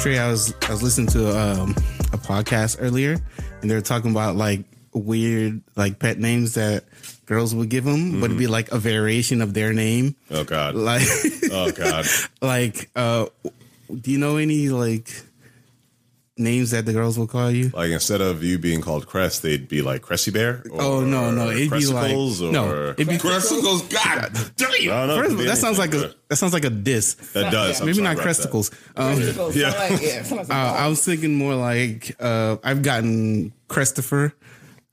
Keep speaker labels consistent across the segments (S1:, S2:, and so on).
S1: Trey, I was I was listening to um, a podcast earlier, and they were talking about like weird like pet names that girls would give them, but it'd be like a variation of their name,
S2: Oh God.
S1: like
S2: Oh God.
S1: like uh, do you know any like names that the girls will call you?
S2: Like instead of you being called Crest, they'd be like Cressy Bear. Or
S1: Oh no, no, it'd be like
S2: Cressicles or,
S1: no, it'd be.
S3: Cressicles, God damn.
S2: I don't know, it
S1: First
S2: could
S1: of
S2: be
S1: all, that sounds like
S2: anything.
S1: a that sounds like a diss.
S2: that does. I'm
S1: Maybe
S2: sorry
S1: not
S2: about that.
S1: cresticles. Um,
S2: Yeah.
S4: yeah. Like, yeah. sounds like
S1: Uh, I was thinking more like uh, I've gotten Christopher.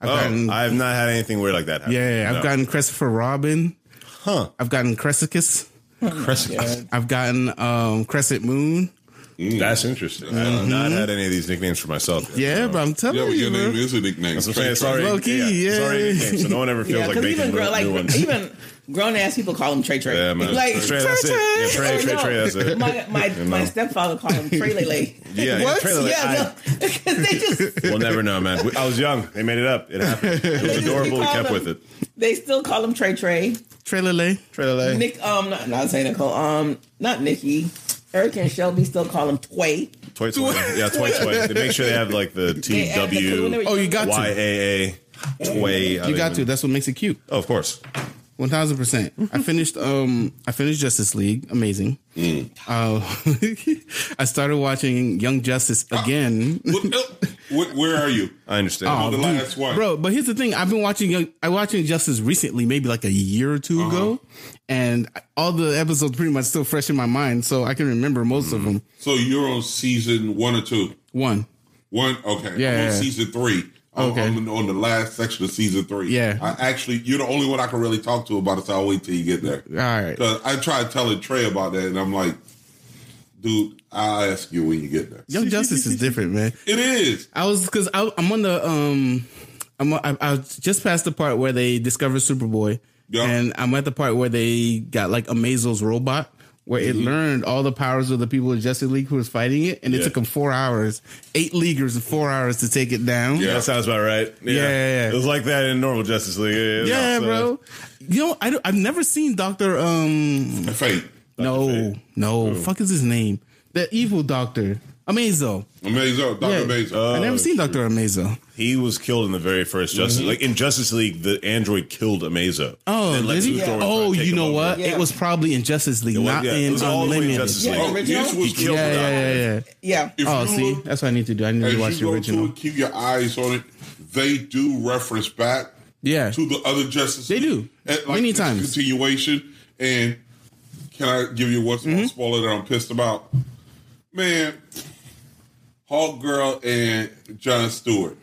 S1: I've gotten
S2: Oh, I have not had anything weird like that. Happen.
S1: yeah, I've
S2: No.
S1: gotten Christopher Robin.
S2: Huh.
S1: I've gotten Cressicus.
S2: Cressicles.
S1: I've gotten um, Crescent Moon.
S2: Mm, That's interesting. I have not had any of these nicknames for myself. yet.
S1: Mm-hmm. Yeah, but I'm telling
S3: Yeah, but
S1: you,
S3: your name
S1: bro.
S3: is a nickname.
S2: That's what I'm saying. Sorry.
S1: Low key, yeah.
S2: Sorry. nickname, So no one ever feels
S4: Yeah,
S2: like
S4: because
S2: making
S4: even
S2: new,
S4: grown, like
S2: new ones.
S4: even grown ass people call him Trey Trey.
S2: yeah, man.
S4: Like
S2: Trey, that's it. Yeah, Trey,
S4: Or
S2: Trey,
S4: no,
S2: Trey, that's it.
S4: My my,
S2: You
S4: my
S2: know.
S4: stepfather called him Trey Lele.
S2: Yeah, yeah,
S1: What?
S2: Trey, like, I-
S4: yeah, no, 'cause they just
S2: We'll never know, man. We- I was young. They made it up. It happened. It was
S4: just
S2: adorable. We
S4: call
S2: kept
S4: them-
S2: with it.
S4: they still call him Trey Trey.
S1: Trelele. Trelele.
S4: Nick, um, not, not saying Nicole, um, not Nikki. Eric and Shelby still call him Tway.
S2: Twice, twice. yeah, twice, twice. They make sure they have like the T
S4: They add the- 'cause when they
S2: W
S4: were
S1: Oh, you got
S2: Y
S1: to.
S2: A A Tway.
S1: You got to. That's what makes it cute.
S2: Oh, of course.
S1: One thousand percent. I finished. Um, I finished Justice League. Amazing.
S2: Mm.
S1: Uh, I started watching Young Justice
S2: Ah.
S1: again.
S3: What, el- what, oh, where are you?
S2: I understand.
S1: Oh,
S3: the
S1: dude.
S3: last one.
S1: bro. But here's the thing: I've been watching. Young- I watching Justice recently, maybe like a year or 2 ago, and all the episodes pretty much still fresh in my mind, so I can remember most of them.
S3: So you're on season one or two?
S1: One,
S3: One, okay. I'm
S1: Yeah,
S3: on
S1: yeah.
S3: season three. I'm-
S1: Okay.
S3: I'm on the last section of season three.
S1: Yeah.
S3: I actually, you're the only one I can really talk to about it, so I'll wait till you get there.
S1: all right.
S3: Because I tried telling Trey about that, and I'm like, dude, I'll ask you when you get there.
S1: Young Justice is different, man.
S3: It is.
S1: I was because I'm on the um, I'm I, I was just past the part where they discover Superboy,
S3: Yeah.
S1: and I'm at the part where they got like Amazo's robot. Where it learned all the powers of the people of Justice League who was fighting it, and it
S2: Yeah.
S1: took them four hours, eight leaguers, in four hours to take it down.
S2: That sounds about right.
S1: Yeah, yeah, yeah.
S2: It was like that in normal Justice League.
S1: Yeah,
S2: no, so-
S1: bro. You know, I have never seen Doctor. Um,
S3: Fate.
S1: no,
S2: Fate.
S1: no. Fuck is his name? The evil Doctor Amazo.
S3: Amazo. Dr.
S1: Yeah. Uh,
S3: Amazo. Oh,
S1: I never seen Doctor Amazo.
S2: He was killed in the very first Justice. Like in Justice League, the android killed Amazo.
S1: Mm-hmm. Oh,
S2: Then
S1: did
S2: Lex
S1: he?
S2: Luthor was trying to
S1: Oh,
S2: take
S1: you
S2: him
S1: know
S2: over.
S1: what?
S4: Yeah.
S1: It was probably in Justice League,
S2: It was-
S1: not
S2: yeah, it
S1: in
S2: was all the way in
S1: Unlimited.
S2: Justice
S1: Yeah,
S4: Yeah,
S2: League.
S3: Oh,
S4: original.
S3: this
S2: He
S3: was
S2: killed
S1: yeah,
S2: the Doctor.
S1: yeah, yeah.
S4: Yeah,
S3: If
S1: Oh,
S3: you
S1: see,
S3: look-
S1: that's what I need to do. I need to
S3: As
S1: watch
S3: you
S1: the
S3: go
S1: original.
S3: to it, keep your eyes on it. They do reference back
S1: Yeah,
S3: to the other justices.
S1: They do. Many times.
S3: Continuation. And can I give you one small
S1: Mm-hmm.
S3: spoiler that I'm pissed about? Man, Hawk Girl and John Stewart.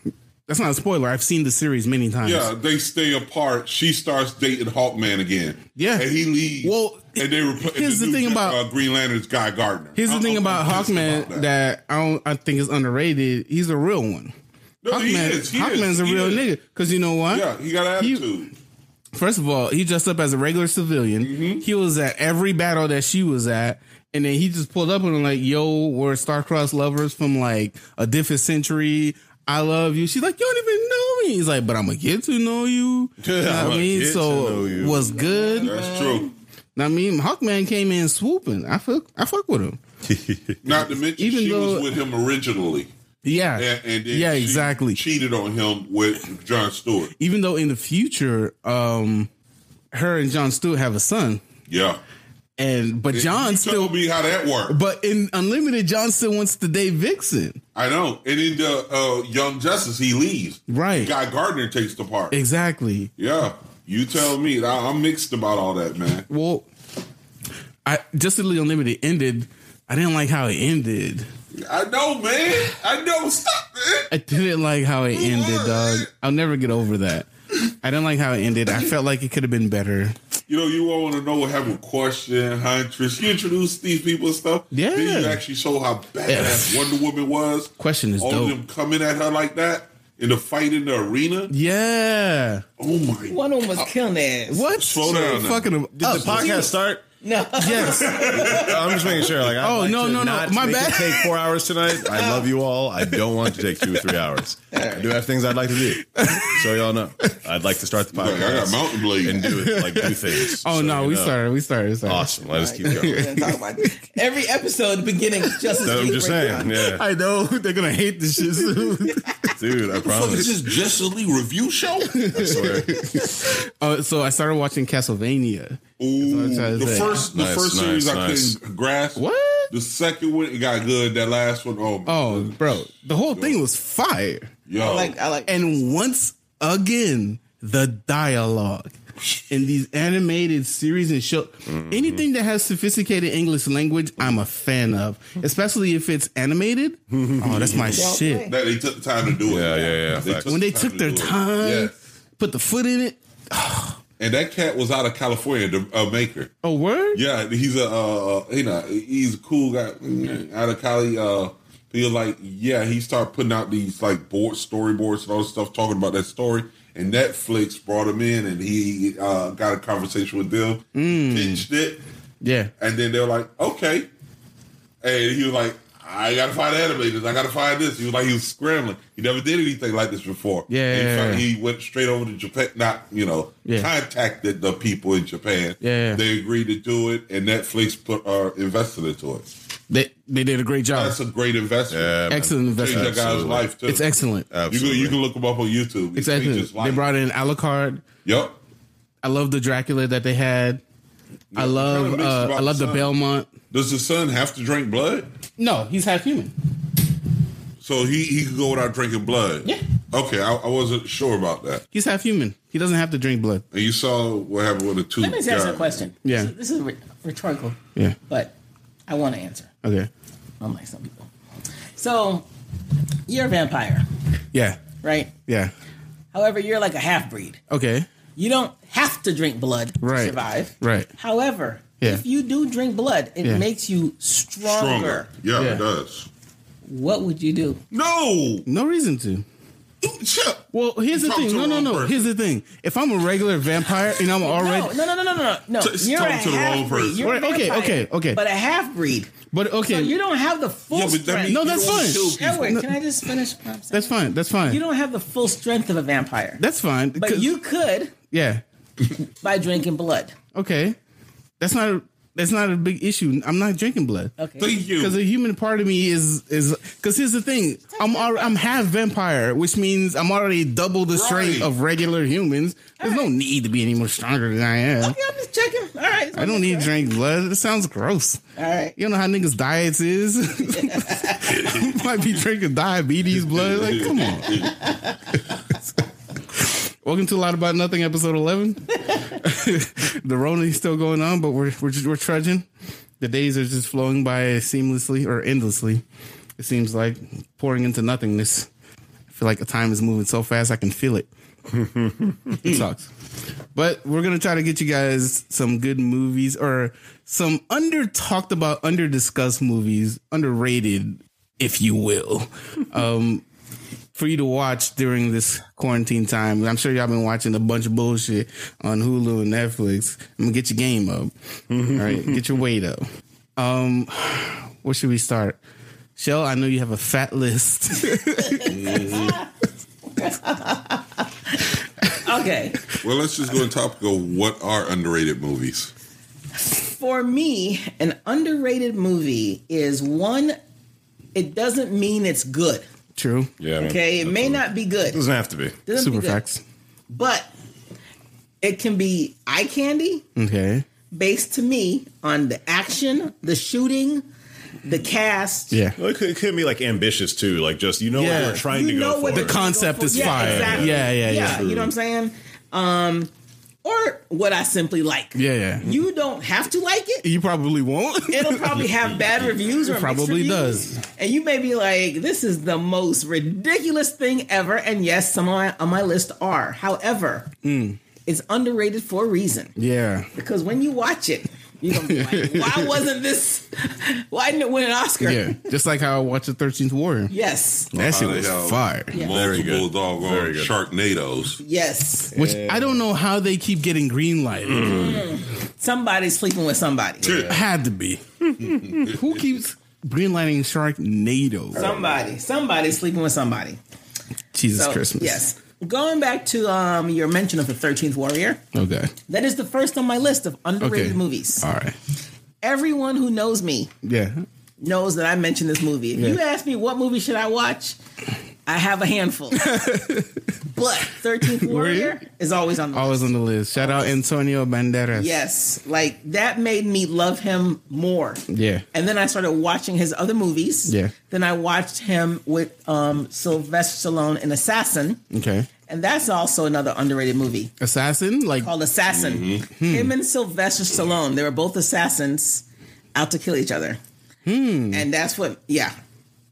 S1: that's not a spoiler. I've seen the series many times.
S3: Yeah, they stay apart. She starts dating Hawkman again.
S1: Yeah.
S3: and he leaves.
S1: Well,
S3: and they replace.
S1: here's the thing about-
S3: uh, Green Lantern's Guy Gardner.
S1: Here's the
S3: I'm-
S1: thing
S3: I'm
S1: about
S3: pissed
S1: Hawkman
S3: about
S1: that. I don't. I think is underrated. He's a real one.
S3: No, he
S1: Hawkman,
S3: is, he is,
S1: Hawkman's a
S3: he
S1: real
S3: is.
S1: nigga. Cause you know what?
S3: Yeah, he got an
S1: He-
S3: attitude.
S1: First of all, he dressed up as a regular civilian. He was at every battle that she was at, and then he just pulled up and was like, "Yo, we're star-crossed lovers from like a different century. I love you." She's like, "You don't even know me." He's like, "But I'm gonna get to know you." You know
S2: I'ma
S1: what I mean,
S2: get to know
S1: so
S2: you.
S1: was good.
S3: That's true.
S1: I mean, Hawkman came in swooping. I fuck, I fuck with him.
S3: Not to mention,
S1: Even
S3: she
S1: though-
S3: was with him originally,
S1: Yeah,
S3: and, and then
S1: yeah,
S3: she
S1: exactly.
S3: cheated on him with John Stewart.
S1: Even though in the future, um, her and John Stewart have a son,
S3: Yeah,
S1: and but John
S3: You
S1: still
S3: tell me how that worked.
S1: But in Unlimited, John still wants to date Vixen.
S3: I know. And in the uh, Young Justice, he leaves.
S1: Right.
S3: Guy Gardner takes the part.
S1: Exactly.
S3: yeah, you tell me. I, I'm mixed about all that, man.
S1: Well, I just the Unlimited ended. I didn't like how it ended.
S3: I know, man. I know. Stop, man.
S1: I didn't like how it ended, dog. I'll never get over that. I didn't like how it ended. I felt like it could have been better.
S3: You know, you all want to know what happened with Question, Huntress. You introduce these people and stuff.
S1: Yeah.
S3: Then you actually show how badass Wonder Woman was.
S1: Question is
S3: all
S1: dope.
S3: of them coming at her like that in the fight in the arena.
S1: Yeah.
S3: Oh, my
S4: one of them was killing ass.
S1: What?
S3: Slow down now.
S1: Fucking him
S2: Did
S1: up. Oh,
S2: the podcast start?
S4: No,
S1: Yes.
S2: I'm just making sure. Like, I'd
S1: Oh,
S2: like
S1: no,
S2: to
S1: no, no.
S2: not
S1: My
S2: make it
S1: bad.
S2: Take four hours tonight. I love you all. I don't want to take two or three hours. I do have things I'd like to do, so y'all know. I'd like to start the
S3: Like,
S2: podcast.
S3: I got Mountain Blade.
S2: and do it, like do things.
S1: Oh
S2: So,
S1: no,
S2: you
S1: we
S2: know.
S1: started. We started. We started.
S2: Awesome. Let us keep going.
S4: We're gonna talk about this. Every episode, the beginning, Justice
S2: So I'm
S4: League
S2: just
S4: breakdown.
S2: saying, yeah,
S1: I know they're gonna hate this shit soon.
S2: dude. I
S3: Fuck, is
S2: promise.
S3: this Justice League review show?
S2: I swear.
S1: Uh, so I started watching Castlevania. That's
S3: Ooh,
S1: what I'm trying to
S3: the
S1: say.
S3: first, the
S2: Nice,
S3: first
S2: nice,
S3: series
S2: nice.
S3: I couldn't grasp.
S1: What?
S3: The second one, it got good. That last one, oh,
S1: Oh, bro, the whole thing was fire.
S3: yo,
S4: I
S2: uh,
S4: like, I like.
S1: And once again, the dialogue in these animated series and show, anything that has sophisticated English language, I'm a fan of, especially if it's animated. Oh, that's my
S4: Don't
S1: shit.
S3: that they took the time to do it.
S2: Yeah, yeah, yeah, facts.
S1: When they
S3: the
S1: took
S3: to
S1: their
S3: do it.
S1: time,
S3: Yes.
S1: put the foot in it.
S3: and that cat was out of California, the uh, maker.
S1: Oh, word?
S3: Yeah, he's a uh, you know he's a cool guy out of Cali. Uh, he was like, yeah, he started putting out these like board storyboards and all this stuff, talking about that story. And Netflix brought him in, and he uh, got a conversation with them, pitched it,
S1: Yeah.
S3: and then they were like, okay. And he was like, I gotta find animators. I gotta find this. He was like, he was scrambling. He never did anything like this before.
S1: Yeah.
S3: And in fact, he went straight over to Japan. Not you know,
S1: Yeah.
S3: contacted the people in Japan.
S1: Yeah.
S3: They agreed to do it, and Netflix put uh, invested into it.
S1: They, they did a great job.
S3: That's a great investment.
S2: Yeah, man.
S1: excellent
S3: Changed
S1: investment.
S3: that guy's
S2: Absolutely.
S3: life too.
S1: It's excellent.
S3: You can,
S2: Absolutely.
S3: you can look him up on YouTube. It
S1: It's
S3: changed
S1: excellent.
S3: his
S1: They
S3: life.
S1: brought in Alucard.
S3: Yep.
S1: I love the Dracula that they had. I love
S3: kinda mixed
S1: uh,
S3: about
S1: I love the
S3: the sun.
S1: Belmont.
S3: Does the son have to drink blood?
S1: No, he's half human.
S3: So he he could go without drinking blood.
S1: Yeah.
S3: Okay, I, I wasn't sure about that.
S1: He's half human. He doesn't have to drink blood.
S3: And you saw what happened with the two.
S5: Let me just ask you a
S3: guys.
S5: question.
S1: Yeah.
S5: This is, this is re- rhetorical,
S1: Yeah.
S5: but I want to answer,
S1: Okay.
S5: unlike some people. So, you're a vampire,
S1: Yeah.
S5: right?
S1: Yeah.
S5: However, you're like a half breed.
S1: Okay.
S5: You don't have to drink blood
S1: Right.
S5: to survive.
S1: Right.
S5: However,
S1: Yeah.
S5: if you do drink blood, it
S1: Yeah.
S5: makes you stronger.
S3: Stronger. Yeah,
S1: Yeah.
S3: it does.
S5: What would you do?
S3: No.
S1: No reason to.
S3: Shut.
S1: Well, here's the
S3: Talk
S1: thing.
S3: to
S1: No,
S3: the
S1: no,
S3: wrong
S1: no.
S3: person.
S1: Here's the thing. If I'm a regular vampire and I'm already,
S5: No, no, no, no, no, no, no.
S3: Just
S5: You're a
S3: talk to the wrong
S5: half
S3: person.
S5: breed. You're a
S1: Right, okay,
S5: vampire,
S1: okay, okay.
S5: But a half breed.
S1: but
S5: So
S1: okay,
S5: you don't have the full
S3: Yeah, but that
S5: strength.
S3: means
S1: No,
S3: you
S1: that's
S3: don't
S1: fine.
S3: kill people.
S5: Edward, can I just finish? what I'm saying?
S1: that's fine. That's
S5: You
S1: fine.
S5: don't have the full strength of a vampire.
S1: That's fine.
S5: But
S1: 'Cause-
S5: you could
S1: yeah.
S5: by drinking blood.
S1: Okay. That's not. A, that's not a big issue. I'm not drinking blood.
S5: Okay.
S3: Thank you.
S1: Because the human part of me is is because here's the thing I'm al- I'm half vampire, which means I'm already double the strength
S3: Right.
S1: of regular humans. There's no need to be any more stronger than I am.
S5: Okay, I'm just checking. All right.
S1: I don't need to drink blood. It sounds gross.
S5: All right.
S1: You know how niggas' diets is. Might be drinking diabetes blood. Like, come on. Welcome to a lot about nothing, episode eleven. the Rona is still going on, but we're we're just, we're trudging. The days are just flowing by seamlessly or endlessly. It seems like pouring into nothingness. I feel like the time is moving so fast I can feel it. it sucks. But we're gonna try to get you guys some good movies or some under talked about, under discussed movies, underrated, if you will, um, for you to watch during this quarantine time. I'm sure y'all been watching a bunch of bullshit on Hulu and Netflix. I'm gonna get your game up. All right, get your weight up. Um, where should we start? Shell, I know you have a fat list.
S5: Okay.
S3: Well, let's just go in topical. What are underrated movies?
S5: For me, an underrated movie is one, it doesn't mean it's good.
S1: True.
S2: Yeah. man.
S5: Okay. It may not be good.
S2: It doesn't have to be.
S5: Doesn't
S1: Super
S5: be good.
S1: facts.
S5: But it can be eye candy
S1: Okay.
S5: based to me on the action, the shooting, the cast.
S1: Yeah.
S2: It could, it could be like ambitious too. Like just you know
S1: Yeah.
S2: what you're trying
S5: You
S2: to
S5: know
S2: go for.
S5: what
S1: The concept is fire. Yeah, yeah, yeah.
S5: You know what I'm saying? Um, or what I simply like.
S1: Yeah, yeah.
S5: You don't have to like it.
S1: You probably won't.
S5: It'll probably have bad reviews or mixed
S1: probably
S5: reviews.
S1: does.
S5: And you may be like, this is the most ridiculous thing ever. And yes, some on my, on my list are. However,
S1: Mm.
S5: it's underrated for a reason.
S1: Yeah.
S5: Because when you watch it, you're going to be like, why wasn't this? Why didn't it win an Oscar?
S1: Yeah. Just like how I watched the Thirteenth Warrior.
S5: Yes.
S1: That shit
S3: Wow,
S1: was
S3: yo.
S1: fire.
S3: Multiple
S2: good.
S3: doggone
S2: Very good.
S3: Sharknadoes.
S5: Yes.
S1: Which I don't know how they keep getting green lighted.
S5: Somebody's sleeping with somebody.
S1: Had to be. Who keeps green lighting Sharknado?
S5: Somebody. Somebody's sleeping with somebody.
S1: Jesus
S5: So,
S1: Christmas.
S5: Yes. Going back to um, your mention of the Thirteenth Warrior,
S1: Okay.
S5: that is the first on my list of underrated
S1: Okay.
S5: movies.
S1: All right.
S5: Everyone who knows me
S1: Yeah.
S5: knows that I mentioned this movie. If you
S1: Yeah.
S5: ask me what movie should I watch, I have a handful. but Thirteenth Warrior is always on the list.
S1: Always on the list. Shout out Antonio Banderas.
S5: Yes, like that made me love him more.
S1: Yeah.
S5: And then I started watching his other movies.
S1: Yeah.
S5: Then I watched him with um, Sylvester Stallone in Assassin,
S1: Okay.
S5: and that's also another underrated movie
S1: Assassin, like
S5: called Assassin.
S2: Mm-hmm.
S5: Him and Sylvester Stallone, they were both assassins out to kill each other.
S2: Hmm.
S5: And that's what, yeah.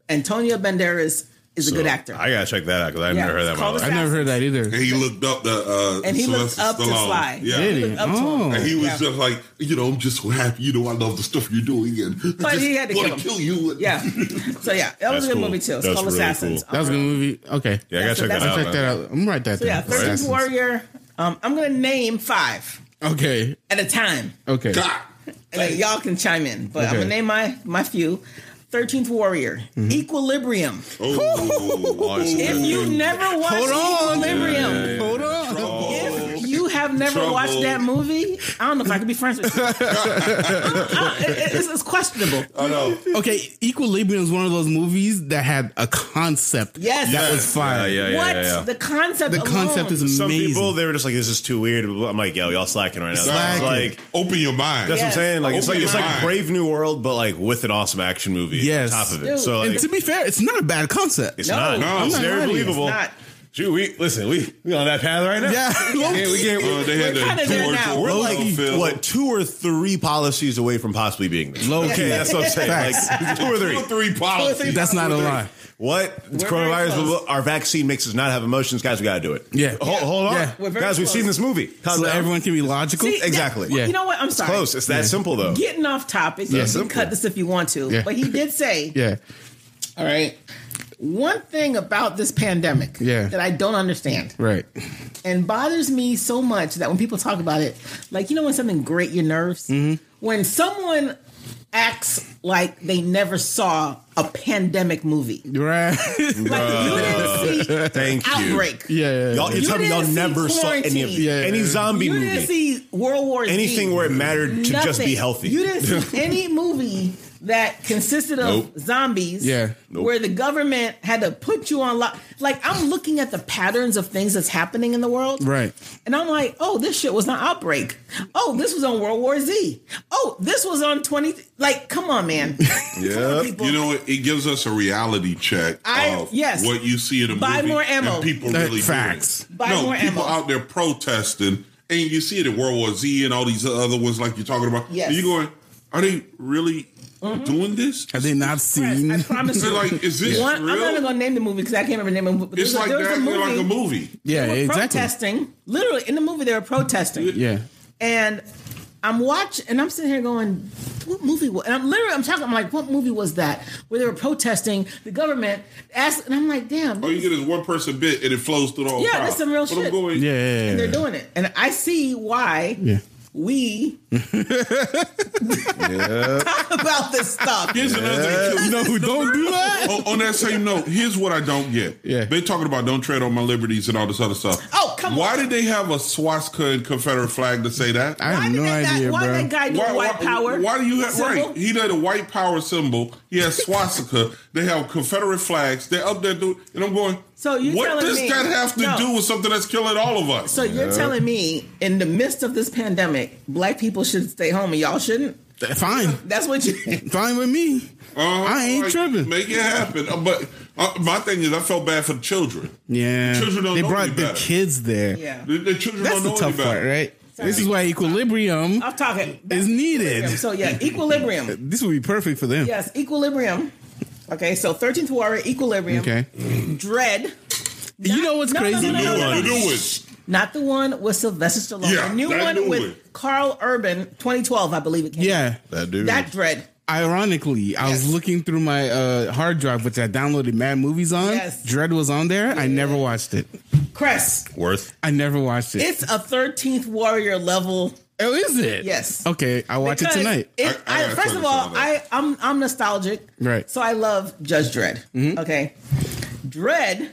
S5: Antonio Banderas is a good actor.
S2: I gotta check that out because I've
S5: Yeah,
S2: never heard that
S5: it's called
S2: one.
S1: I never heard that either.
S3: And he looked up the uh,
S5: and he looked
S3: Sylvester
S5: up to
S3: Stallone.
S5: Sly.
S3: Yeah.
S5: He
S1: Really?
S5: looked up
S1: Oh.
S5: to
S3: And
S5: him.
S3: he was uh,
S5: Yeah.
S3: just like, you know, I'm just so happy. You know, I love the stuff you're doing, and I
S5: But
S3: just
S5: he had to
S3: wanna
S5: kill
S3: kill you.
S5: Yeah. So, yeah, that was
S2: That's
S5: a good
S2: cool.
S5: movie, too. It's
S2: That's
S5: called
S2: really
S5: Assassins.
S1: That was a good movie. Okay.
S2: Yeah, I gotta
S5: That's
S2: check
S5: the
S2: that
S5: best-
S1: I'll
S2: out.
S1: check that
S2: man.
S1: out. I'm gonna write that
S5: So, yeah,
S1: down.
S5: 13th
S1: Assassins.
S5: Warrior. Um, I'm going to name five
S1: Okay.
S5: at a time.
S1: Okay.
S3: God.
S5: And then y'all can chime in. But I'm
S1: Okay.
S5: going to name my, my few. 13th Warrior.
S2: Mm-hmm.
S5: Equilibrium.
S3: Oh,
S2: Oh, it's a
S5: If
S2: good-
S5: you never watched
S1: on.
S5: Equilibrium,
S1: Hold on.
S2: Oh,
S5: if you have never
S3: Trouble.
S5: watched that movie, I don't know if I could be friends with you. I don't- I- it- it's, it's questionable.
S1: Uh,
S3: I know.
S1: Okay, Equilibrium is one of those movies that had a concept.
S5: Yes.
S1: That was
S2: Yeah,
S1: fire.
S2: yeah, yeah,
S5: what?
S2: yeah, yeah.
S5: The concept
S1: The
S5: alone.
S1: concept is
S2: Some
S1: amazing.
S2: people they were just like, "This is too weird." I'm like, "Yo, y'all slacking right now."
S1: Slacking.
S2: It's like
S3: Open your mind.
S2: that's what I'm
S5: Yes.
S2: saying. Like it's
S3: Open
S2: like it's
S3: your
S2: like
S3: mind.
S2: Brave New World, but like with an awesome action movie
S1: Yes.
S2: on top of it.
S5: Dude.
S2: So like,
S1: and to be fair, it's not a bad concept.
S2: it's
S5: No,
S2: not. it's
S5: no,
S1: I'm not
S2: very
S1: lying.
S2: believable.
S5: It's not.
S2: Dude, we listen. We we on that path right now.
S1: yeah.
S3: Yeah, we get, uh, they had
S5: We're kinda
S3: the
S5: there
S3: George
S5: now.
S2: We're
S3: Orwell
S2: like
S3: film.
S2: what two or three policies away from possibly being there.
S1: Low key.
S2: Okay, that's what I'm saying. Like two or
S3: Two
S2: three.
S3: or three policies.
S1: That's not a lie.
S2: What
S5: very
S2: coronavirus?
S5: close.
S2: will- Our vaccine makes us not have emotions, guys. We got to do it.
S1: Yeah.
S2: Ho- hold on,
S1: Yeah.
S5: We're very
S2: guys. We've
S5: close.
S2: seen this movie. Calm
S1: So
S2: down.
S1: everyone can be logical.
S5: See, that-
S2: Exactly.
S1: Yeah.
S5: You know what? I'm sorry.
S2: close. It's that simple though.
S5: Getting off topic.
S1: Yeah.
S5: You can cut this if you want to.
S1: Yeah.
S5: But he did say,
S1: yeah.
S5: all right, one thing about this pandemic
S1: Yeah.
S5: that I don't understand
S1: Right.
S5: and bothers me so much that when people talk about it, like, you know, when something great your nerves? When someone acts like they never saw a pandemic movie.
S1: Right.
S5: Like, you didn't see
S2: Thank you.
S5: Outbreak.
S1: yeah.
S2: Y'all, you're
S5: You
S2: telling me y'all
S5: didn't see
S2: never saw any of
S5: quarantine.
S1: Yeah, yeah,
S2: any
S1: yeah.
S2: zombie
S5: You
S2: movie,
S5: didn't see World War Z.
S2: anything where it mattered to just be
S5: Nothing.
S2: healthy.
S5: You didn't see any movie that consisted of
S2: Nope.
S5: zombies.
S1: Yeah.
S2: Nope.
S5: Where the government had to put you on lock. Like I'm looking at the patterns of things that's happening in the world.
S1: Right.
S5: And I'm like, oh, this shit was on outbreak. Oh, this was on World War Z. Oh, this was on 20. Like, come on, man.
S2: yeah.
S5: People,
S3: You know what? It gives us a reality check
S5: I-
S3: of
S5: yes.
S3: what you see in a
S5: Buy
S3: movie.
S5: more ammo.
S3: And people
S1: That-
S3: really doing.
S1: facts.
S5: Buy
S3: no,
S5: more ammo.
S3: people out there protesting, and you see it in World War Z and all these other ones like you're talking about.
S5: Yes. Mm-hmm.
S3: And you're going, are they really doing this?
S1: Have they not seen?
S5: I promise
S3: Is it
S5: you.
S3: like, is this
S5: One, I'm
S3: real?
S5: not even gonna name the movie because I can't remember the name of it. but
S3: it's
S5: there
S3: like
S5: was a- there was
S3: that,
S5: a movie-
S3: like a movie.
S1: yeah.
S5: were
S1: Exactly.
S5: protesting. Literally in the movie, they were protesting,
S1: Yeah.
S5: and I'm watching, and I'm sitting here going, "What movie?" Was? And I'm literally, I'm talking, I'm like, "What movie was that?" Where they were protesting the government, asked, and I'm like, "Damn,
S3: All you get is one person bit, and it flows through the whole.
S5: Yeah,
S3: crowd.
S5: that's some real
S3: But I'm
S5: shit.
S3: going,
S1: Yeah. yeah, yeah.
S5: they're doing it," and I see why
S1: Yeah.
S5: we talk about this stuff.
S3: Here's another thing too.
S1: No, don't do that.
S3: Oh, on that same note, here's what I don't get.
S1: Yeah.
S3: They talking about don't tread on my liberties and all this other stuff.
S5: Oh, come
S3: Why
S5: on.
S3: did they have a swastika and Confederate flag to say that?
S1: I
S5: Why
S1: have
S5: did
S1: no
S5: that guy-
S1: idea,
S5: why
S1: bro.
S5: that guy do
S3: why,
S5: white
S3: why-
S5: power?
S3: Why do you have
S5: symbol?
S3: right? He did a white power symbol. He has swastika. they have Confederate flags. They're up there doing. And I'm going.
S5: So you're
S3: what
S5: telling
S3: does
S5: me-
S3: that have to
S5: No.
S3: do with something that's killing all of us?
S5: So you're telling me in the midst of this pandemic, black people should stay home and y'all shouldn't?
S1: Fine.
S5: That's what you
S1: Fine with me.
S3: Uh-huh,
S1: I ain't
S3: like,
S1: tripping.
S3: Make it happen. Uh, But uh, my thing is, I felt bad for the children.
S1: Yeah.
S3: Children don't
S1: they
S3: know
S1: brought
S3: any
S1: the
S3: better.
S1: kids there.
S5: Yeah.
S3: The, the children
S1: That's
S3: don't know
S1: the tough
S3: any better.
S1: part, right? This is why equilibrium
S5: I'm talking.
S1: is needed.
S5: So yeah, equilibrium.
S1: This would be perfect for them.
S5: Yes, equilibrium. Okay, so 13th Warrior, equilibrium.
S1: Okay.
S5: Dread.
S1: you know what's
S5: no, no,
S1: crazy?
S5: no, no,
S3: New
S5: no,
S3: one. New one.
S5: Not the one with Sylvester Stallone.
S3: Yeah,
S5: the new
S3: that
S5: one
S3: new
S5: with
S3: one.
S5: Carl Urban, 2012, I believe it came.
S1: Yeah.
S2: That dude.
S5: That dread.
S1: Ironically, I was looking through my uh, hard drive, which I downloaded Mad Movies on.
S5: Yes.
S1: Dread was on there. I never watched it.
S5: Cress.
S2: worth.
S1: I never watched it.
S5: It's a 13th Warrior level
S1: oh, is it?
S5: Yes.
S1: Okay, I'll watch it
S5: Because
S1: tonight.
S5: it-
S3: I- I
S5: I-
S3: gotta
S5: first
S3: tell
S5: of
S3: you
S5: all,
S3: something.
S5: I I'm I'm nostalgic,
S1: Right. Mm-hmm.
S5: So I love Judge Dredd. Okay, Dredd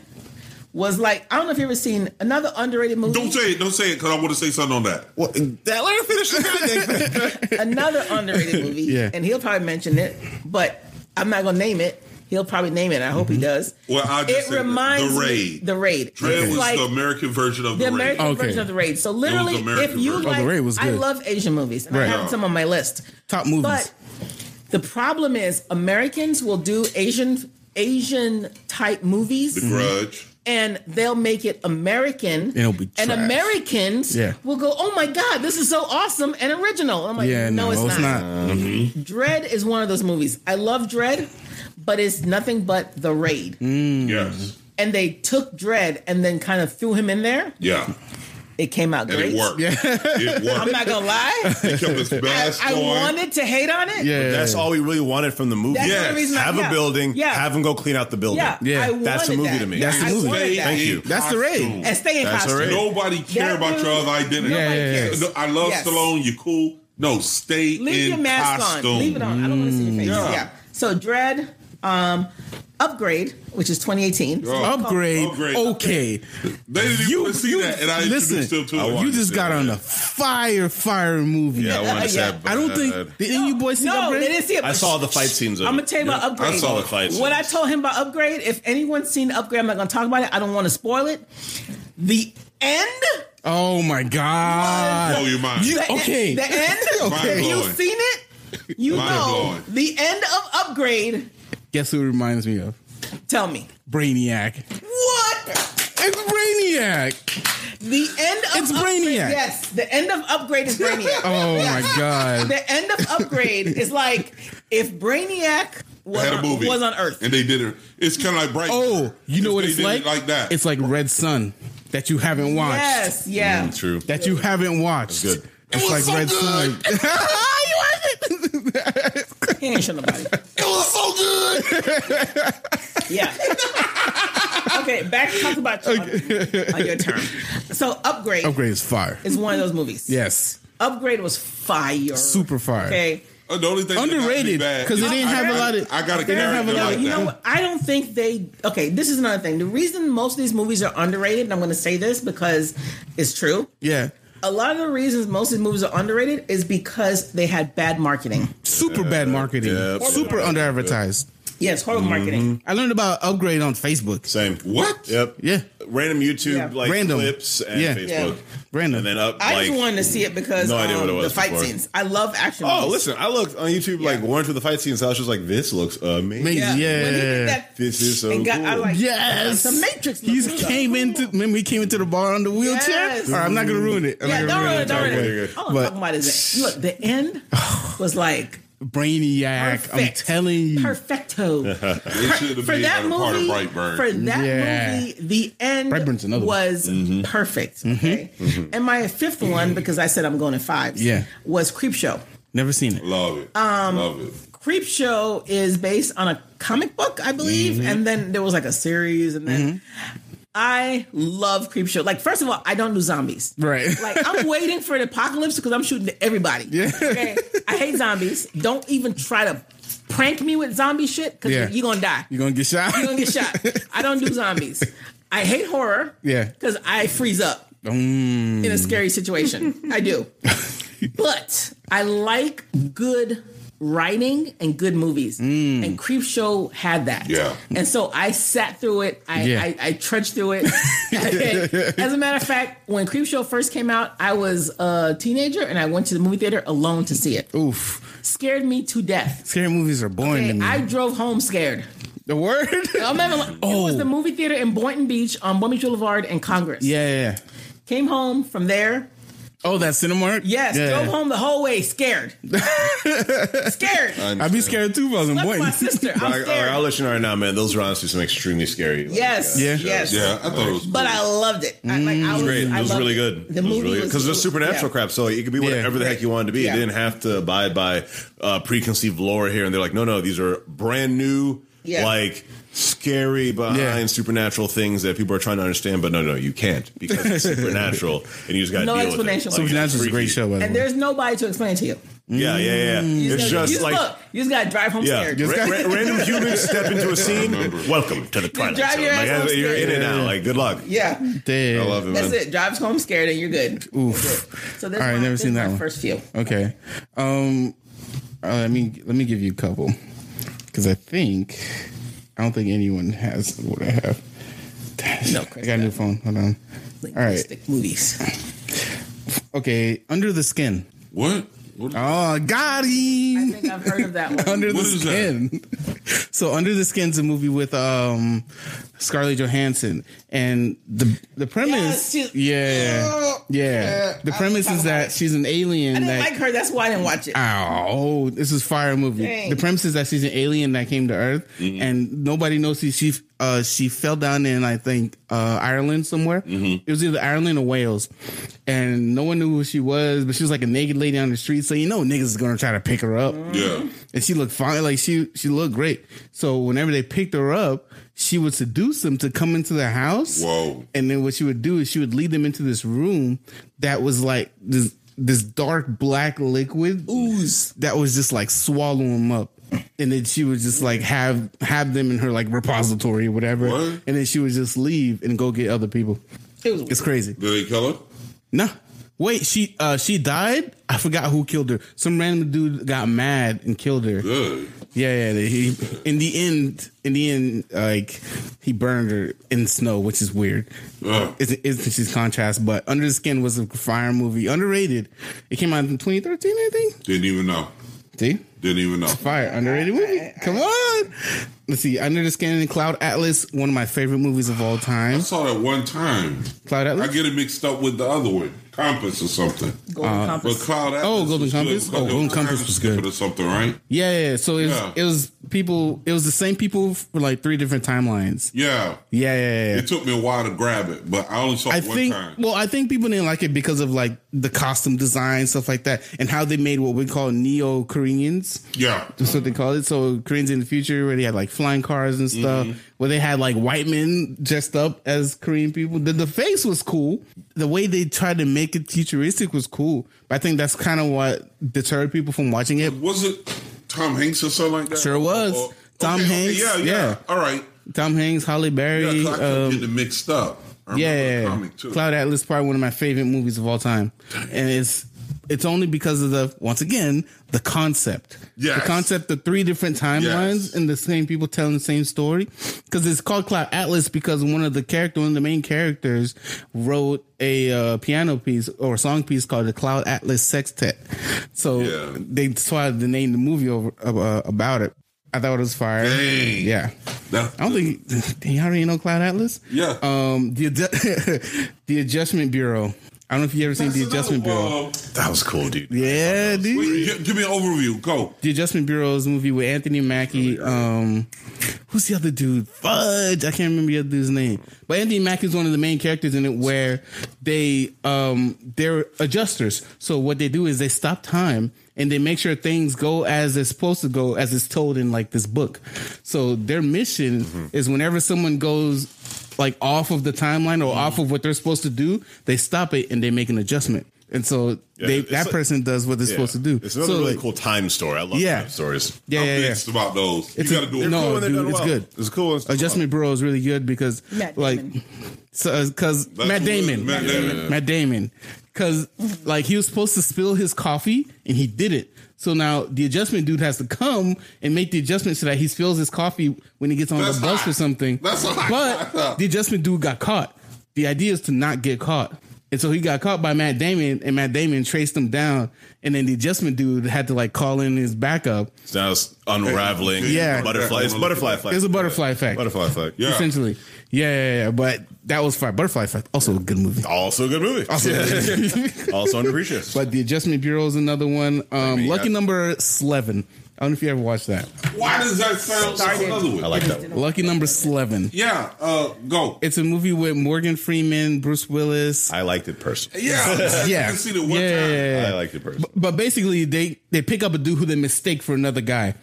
S5: was like I don't know if you ever seen another underrated movie.
S3: Don't say it. Don't say it because I want to say something on that.
S2: Well, that let her finish the goddamn thing.
S5: another underrated movie,
S1: Yeah.
S5: and he'll probably mention it, but I'm not gonna name it. He'll probably name it. and I hope
S1: Mm-hmm.
S5: he does.
S3: Well, I just
S5: it
S3: said
S5: reminds
S3: the
S5: me-
S3: raid.
S5: the raid.
S3: Dread
S5: It's
S3: was
S5: like
S3: the American version of
S5: the
S3: the,
S5: American
S1: Okay.
S5: version of the raid. So literally, if
S3: American
S5: you
S3: version.
S1: Oh,
S5: like,
S1: The Raid was
S5: I
S1: good.
S5: love Asian movies, and
S1: Right.
S5: I have some on my list.
S1: Top movies.
S5: But the problem is Americans will do Asian Asian type movies
S1: Mm-hmm.
S3: raid. The Grudge.
S5: and they'll make it American.
S1: It'll be
S5: and
S1: trash.
S5: Americans
S1: Yeah.
S5: will go, "Oh my god, this is so awesome and original." I'm like,
S1: yeah,
S5: no, it's, not.
S1: not.
S5: Dread is one of those movies. I love Dread, but it's nothing but The Raid.
S1: Mm. Mm-hmm.
S3: Yes.
S5: And they took Dread and then kind of threw him in there.
S3: Yeah.
S5: It came out
S3: And
S5: great.
S3: it worked. It worked.
S5: I'm not gonna lie.
S3: It kept its
S5: I,
S3: mask
S5: I
S3: on.
S5: wanted to hate on it.
S1: Yeah,
S2: That's all we really wanted from the movie.
S5: That's
S3: Yeah.
S5: the
S3: Yes.
S5: only reason I-
S2: Have
S5: yeah.
S2: a building.
S5: Yeah.
S2: Have them go clean out the building.
S5: yeah.
S1: Yeah.
S5: I
S2: That's the
S5: wanted
S2: movie
S5: that.
S2: to me.
S1: That's the
S5: I
S1: movie.
S5: wanted that.
S2: Thank you.
S1: That's the raid.
S5: And stay in
S2: That's all
S5: costume.
S2: right.
S3: Nobody care
S5: That
S3: about your
S5: dude-
S3: other identity.
S1: Yeah,
S5: Nobody
S1: yeah, yeah.
S5: cares.
S3: No, I love
S5: Yes.
S3: Stallone. You cool? No, stay
S5: Leave
S3: in
S5: your mask
S3: costume.
S5: on. Leave it on. I don't want to see your face.
S3: Yeah.
S5: Yeah. So Dread, um, Upgrade, which is 2018.
S3: Yeah.
S1: Upgrade.
S3: Upgrade.
S1: Okay.
S3: They didn't even
S1: Um, You-
S3: want to see
S1: you-
S3: that, and I
S1: listen,
S3: introduced them to
S2: I
S3: it.
S2: wanted
S1: You just
S2: to
S1: got
S2: see
S1: on
S2: that.
S1: a fire, fire movie.
S2: Yeah, I wanted to say
S5: Yeah.
S2: it, but
S1: I don't think didn't you boys see
S5: no,
S1: Upgrade?
S5: they didn't see it.
S2: I saw the fight scenes. Of
S5: I'm
S2: it.
S5: gonna tell you
S2: Yeah.
S5: about upgrade.
S2: I saw the fight scenes.
S5: What I told him about upgrade. If anyone's seen upgrade, I'm not gonna talk about it. I don't want to spoil it. The end.
S1: Oh my
S3: blow
S1: god!
S3: your mind.
S1: You-
S5: The e-,
S1: Okay.
S5: The end.
S1: Okay.
S5: If
S3: Mind blowing.
S5: you've seen it, you
S3: Mind
S5: know
S3: blowing.
S5: the end of upgrade.
S1: Guess who it reminds me of?
S5: Tell me
S1: Brainiac.
S5: what
S1: It's Brainiac.
S5: the end of
S1: It's
S5: upgrade.
S1: Brainiac.
S5: Yes, the end of upgrade is brainiac.
S1: Oh my god!
S5: the end of upgrade is like if brainiac was,
S3: had a movie
S5: was on Earth.
S3: and they did it. It's kind of like bright.
S1: Oh, you know
S3: If
S1: what
S3: they
S1: it's
S3: did it
S1: like?
S3: like that.
S1: It's like Red Sun that you haven't watched.
S5: Yes, yeah.
S3: Mm,
S2: True.
S1: That you haven't watched.
S2: That's good.
S1: It's
S3: It
S1: like
S3: was so
S1: Red
S3: good.
S1: Sun.
S5: He ain't show nobody.
S3: it was so good.
S5: Yeah. okay, back talk about you on, on your turn. So upgrade
S1: Upgrade is fire.
S5: is one of those movies.
S1: Yes,
S5: Upgrade was fire.
S1: super fire.
S5: Okay.
S3: Uh, the only thing that got me
S1: Underrated,
S3: bad-
S1: 'cause it didn't
S3: I
S1: have a lot
S3: got-
S1: of-
S3: I got a
S1: they didn't have a lot
S3: character
S5: No,
S1: of-
S3: like
S5: you
S3: that.
S5: know what? I don't think they. Okay, this is another thing. The reason most of these movies are underrated, and I'm going to say this because it's true.
S1: Yeah,
S5: A lot of the reasons most of these movies are underrated is because they had bad marketing.
S1: super bad marketing.
S2: yeah,
S1: super
S2: yeah.
S1: under advertised.
S5: Yes, horrible marketing.
S1: I learned about upgrade on Facebook.
S2: Same.
S3: What?
S2: Yep.
S1: Yeah.
S2: Random YouTube
S5: Yeah.
S2: like
S1: Random.
S2: clips and
S1: Yeah.
S2: Facebook.
S5: Yeah.
S1: Random.
S2: And then up.
S5: I
S2: like,
S5: just wanted to see it because
S2: No idea
S5: um,
S2: what it was
S5: the fight
S2: before.
S5: scenes. I love action.
S2: Oh,
S5: movies.
S2: listen! I looked on YouTube like going through the fight scenes. I was just like, "This looks amazing.
S1: Amazing. Yeah.
S5: When he did that
S2: This is so
S5: and got, I
S2: cool."
S5: like,
S1: Yes,
S5: The Matrix.
S1: He's
S5: looks good.
S1: came into. Remember, he came into the bar on the wheelchair.
S5: Yes.
S1: All right, I'm not gonna ruin it. I'm
S5: Yeah,
S1: not
S5: don't
S1: gonna
S5: ruin it. Don't
S2: Okay,
S5: ruin
S2: okay.
S5: it. All I'm
S1: But-
S5: talking about is that. Look, the end was like
S1: Brainiac. I'm
S5: perfect.
S1: telling you.
S5: perfecto.
S3: It should have
S5: For
S3: been
S5: that
S3: a part of
S5: movie,
S3: Brightburn.
S5: for that
S1: Yeah.
S5: movie, the end
S1: Brightburn's another one. Mm-hmm.
S5: was perfect. Okay, and my fifth one because I said I'm going in fives.
S1: Yeah.
S5: was Creepshow.
S1: Never seen it.
S3: Love it. Um, Love it.
S5: Creepshow is based on a comic book, I believe,
S1: Mm-hmm.
S5: and then there was like a series, and then I love Creepshow. Like, first of all, I don't do zombies.
S1: Right.
S5: Like I'm waiting for an apocalypse because I'm shooting at everybody. Okay. I hate zombies. Don't even try to prank me with zombie shit because
S1: Yeah.
S5: you're gonna die.
S1: You gonna get shot?
S5: You're gonna get shot. I don't do zombies. I hate horror.
S1: Yeah. Mm.
S5: Because I freeze up in a scary situation. I do. but I like good writing and good movies.
S1: Mm.
S5: And Creep Show had that.
S3: Yeah.
S5: And so I sat through it. I,
S1: Yeah.
S5: I, I trudged through it. As a matter of fact, when Creep Show first came out, I was a teenager and I went to the movie theater alone to see it.
S1: Oof.
S5: Scared me to death.
S1: Scary movies are boring to
S5: Okay,
S1: me.
S5: I drove home scared.
S1: the word?
S5: I'm not even lying. It was the movie theater in Boynton Beach on Boynton Beach Boulevard and Congress.
S1: Oh. yeah, yeah, yeah.
S5: Came home from there.
S1: Oh, that Cinemark?
S5: Yes,
S1: Yeah.
S5: drove home the whole way scared. scared.
S1: I'd be scared too if I was in
S5: Left with
S1: Boynton.
S5: my
S2: All
S5: sister.
S2: right, all
S5: I'm
S2: right, I'll
S5: scared.
S2: let you know right now, man. Those rounds do some extremely scary. Like,
S5: Yes.
S2: uh,
S1: Yeah. Mm.
S5: Yes.
S3: Yeah, I thought it was.
S5: But I loved it. I, like, I was,
S2: Great. It
S5: I
S2: was
S5: loved
S2: really
S5: it.
S2: good.
S5: The
S2: it was
S5: movie
S2: really
S5: was-
S2: because there's supernatural
S5: yeah.
S2: crap, so it could be whatever the heck you wanted to be.
S5: Yeah.
S2: They didn't have to abide by uh, preconceived lore here, and they're like, no, no, these are brand new,
S5: Yeah.
S2: like scary behind
S1: Yeah.
S2: supernatural things that people are trying to understand. But no, no, you can't because it's supernatural, and you just got to
S5: No
S2: deal
S5: explanation.
S2: With it. Like, it's
S1: Supernatural is a great
S2: freaky.
S1: show, by the
S5: And
S1: way.
S5: there's nobody to explain it to you.
S2: Yeah, yeah, yeah. It's
S5: gotta-
S2: just
S5: Mm. you
S2: like
S5: look, you just gotta drive home
S2: yeah,
S5: scared.
S2: ra- ra- random humans step into a scene. Welcome to the twilight
S5: drive
S2: zone.
S5: your
S2: Like,
S5: ass
S2: I- you're in
S5: upstairs.
S2: and out. Like good luck.
S5: Yeah,
S1: Damn.
S2: I love it,
S5: that's
S2: man.
S5: it. Drives home scared and you're good.
S1: Oof.
S5: So this
S1: All right,
S5: my,
S1: never
S5: this
S1: seen
S5: is
S1: that
S5: my
S1: one.
S5: First few.
S1: Okay. Um, uh, let me let me give you a couple because I think I don't think anyone has what I have.
S5: No,
S1: I
S5: Chris,
S1: got a new phone. Hold on. All right.
S5: Linguistic movies.
S1: Okay. Under the skin.
S3: What? What,
S1: Oh, got
S5: I
S1: him.
S5: think I've heard of that one.
S1: Under the
S3: What is
S1: Skin. so Under the Skin's a movie with um Scarlett Johansson and the the premise
S5: she's-
S1: yeah, yeah. The
S5: I
S1: premise
S5: don't
S1: is
S5: talk about
S1: that
S5: it.
S1: she's an alien
S5: I didn't
S1: that
S5: like her. That's why I didn't watch it.
S1: Oh, this is fire movie.
S5: Dang.
S1: The premise is that she's an alien that came to Earth, and nobody knows she she uh, she fell down in I think uh, Ireland somewhere. It was either Ireland or Wales, and no one knew who she was. But she was like a naked lady on the street, so you know niggas is gonna try to pick her up.
S3: yeah.
S1: And she looked fine, like she she looked great. So whenever they picked her up, she would seduce them to come into the house.
S3: Whoa.
S1: And then what she would do is she would lead them into this room that was like this this dark black liquid ooze that was just like swallowing them up. And then she would just like have have them in her like repository or whatever.
S3: What?
S1: And then she would just leave and go get other people.
S5: It was
S1: It's crazy.
S3: Did they kill her?
S1: No. Wait, she uh she died? I forgot who killed her. Some random dude got mad and killed her.
S3: Good.
S1: Yeah, yeah. He, in the end, in the end, like he burned her in snow, which is weird.
S3: Ugh.
S1: It's, it's it's just contrast, but Under the Skin was a fire movie, underrated. It came out in 2013, I think.
S3: Didn't even know.
S1: See,
S3: Didn't even know.
S1: fire, underrated movie. Come on, let's see. Under the Skin and Cloud Atlas, one of my favorite movies of all
S3: I
S1: time.
S3: saw that one time.
S1: Cloud
S3: I
S1: Atlas.
S3: get it mixed up with the other one, Compass or something.
S5: Golden
S2: Uh,
S3: But
S5: Compass.
S3: Cloud Atlas
S1: Oh, Golden
S3: was good.
S1: Compass? Oh,
S3: It
S1: Golden
S3: time
S1: Compass was
S3: skipping
S1: good.
S3: or something, right?
S1: Yeah, yeah. yeah. So it was,
S3: Yeah.
S1: it was people. It was the same people for like three different timelines.
S3: Yeah.
S1: Yeah, yeah, yeah. yeah.
S3: It took me a while to grab it, but I only saw
S1: I
S3: it one
S1: think
S3: time.
S1: well, I think people didn't like it because of like the costume design, stuff like that, and how they made what we call neo Koreans.
S3: yeah.
S1: That's what they call it. So Koreans in the future, where they had like flying cars and stuff, where they had like white men dressed up as Korean people. The, the face was cool. The way they tried to make it futuristic was cool. But I think that's kind of what deterred people from watching it.
S3: Was it Tom Hanks or something like that?
S1: Sure was.
S3: Or-
S1: Tom
S3: okay,
S1: Hanks,
S3: Yeah, yeah.
S1: yeah.
S3: All right.
S1: Tom Hanks, Holly
S3: Yeah,
S1: Berry,
S3: 'cause I kept
S1: um,
S3: getting it mixed up. I remember the
S1: Yeah,
S3: comic, too.
S1: Cloud Atlas is probably one of my favorite movies of all time, and it's it's only because of the once again the concept.
S3: Yes.
S1: the concept of three different timelines
S3: Yes.
S1: and the same people telling the same story. Because it's called Cloud Atlas because one of the character, one of the main characters, wrote a uh, piano piece or song piece called the Cloud Atlas Sextet. So
S3: Yeah.
S1: they that's why they named the movie over uh, about it. I thought it was fire.
S3: Dang.
S1: Yeah.
S3: That-
S1: I don't think do you already know Cloud Atlas.
S3: Yeah.
S1: Um. The adju- the Adjustment Bureau. I don't know if you ever seen the
S3: That's
S1: Adjustment
S3: another
S1: Bureau.
S3: one.
S2: That was cool, dude.
S1: Yeah, dude.
S3: Wait, gi- give me an overview. Go.
S1: The Adjustment Bureau's movie with Anthony
S2: Oh,
S1: Mackie. Um, who's the other dude? Fudge. I can't remember the other dude's name. But Anthony Mackie is one of the main characters in it, where they um they're adjusters. So what they do is they stop time and they make sure things go as they're supposed to go, as it's told in like this book. So their mission
S2: Mm-hmm.
S1: is whenever someone goes like off of the timeline
S2: Mm-hmm.
S1: or off of what they're supposed to do, they stop it and they make an adjustment. And so
S2: Yeah,
S1: they,
S2: it's
S1: that
S2: like-
S1: person does what they're
S2: Yeah.
S1: supposed to do.
S2: It's another
S1: So,
S2: really
S1: like,
S2: cool Oh, time story. I love
S1: Yeah.
S2: time stories.
S1: Yeah,
S3: I'm
S1: yeah, yeah.
S3: mixed about those. you got to do it.
S1: no,
S2: cool when they're
S1: dude,
S2: done
S1: it's
S2: well.
S1: good.
S2: It's cool when it's done
S1: Adjustment Bureau is really good because
S5: Matt
S1: like
S5: Damon.
S1: because
S3: That's
S1: Matt
S3: who-
S1: Damon,
S3: Matt Damon.
S1: Matt Damon, because like he was supposed to spill his coffee and he did it. So now the adjustment dude has to come and make the adjustment so that he spills his coffee when he gets on
S3: That's
S1: the bus
S3: hot.
S1: or something.
S3: That's hot.
S1: but the adjustment dude got caught. The idea is to not get caught. And so he got caught by Matt Damon, and Matt Damon traced him down. And then the adjustment dude had to like call in his backup.
S2: It's now it's unraveling.
S1: Yeah.
S2: Butterfly. It's butterfly effect.
S1: It's a butterfly effect.
S2: Butterfly effect.
S3: Yeah.
S1: essentially. Yeah, yeah, yeah. But that was fire. Butterfly Effect, also a good movie.
S2: Also a good movie.
S1: Also, a good movie.
S2: also underappreciated.
S1: but Uh, the Adjustment Bureau is another one. Um,
S2: mean,
S1: Lucky
S2: I-
S1: Number Eleven. I don't know if you ever watched that.
S3: Why does that sound like another one?
S2: I like that. one.
S1: Lucky Number Eleven.
S3: yeah. Uh, go.
S1: It's a movie with Morgan Freeman, Bruce Willis.
S2: I liked it personally.
S3: Yeah. I
S1: Yeah,
S3: can see the one
S1: yeah,
S3: time.
S1: yeah, yeah.
S2: I liked it personally.
S1: But basically, they they pick up a dude who they mistake for another guy.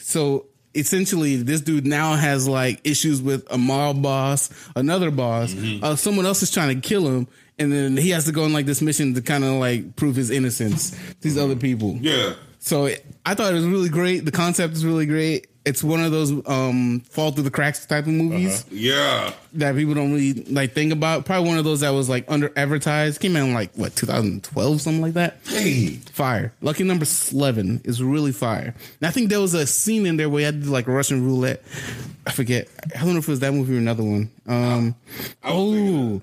S1: So essentially, this dude now has like issues with a mob boss, another boss. Uh, someone else is trying to kill him, and then he has to go on like this mission to kind of like prove his innocence. to These other people.
S3: Yeah.
S1: So it- I thought it was really great. The concept is really great. It's one of those um, fall through the cracks type of
S3: Uh-huh.
S1: movies
S3: Yeah.
S1: that people don't really like think about. Probably one of those that was like under advertised. Came out in like what 2012, something like that.
S3: Hey.
S1: Fire. Lucky number 11 is really fire. And I think there was a scene in there where you had to do like Russian roulette. I forget. I don't know if it was that movie or another one. Um,
S3: was thinking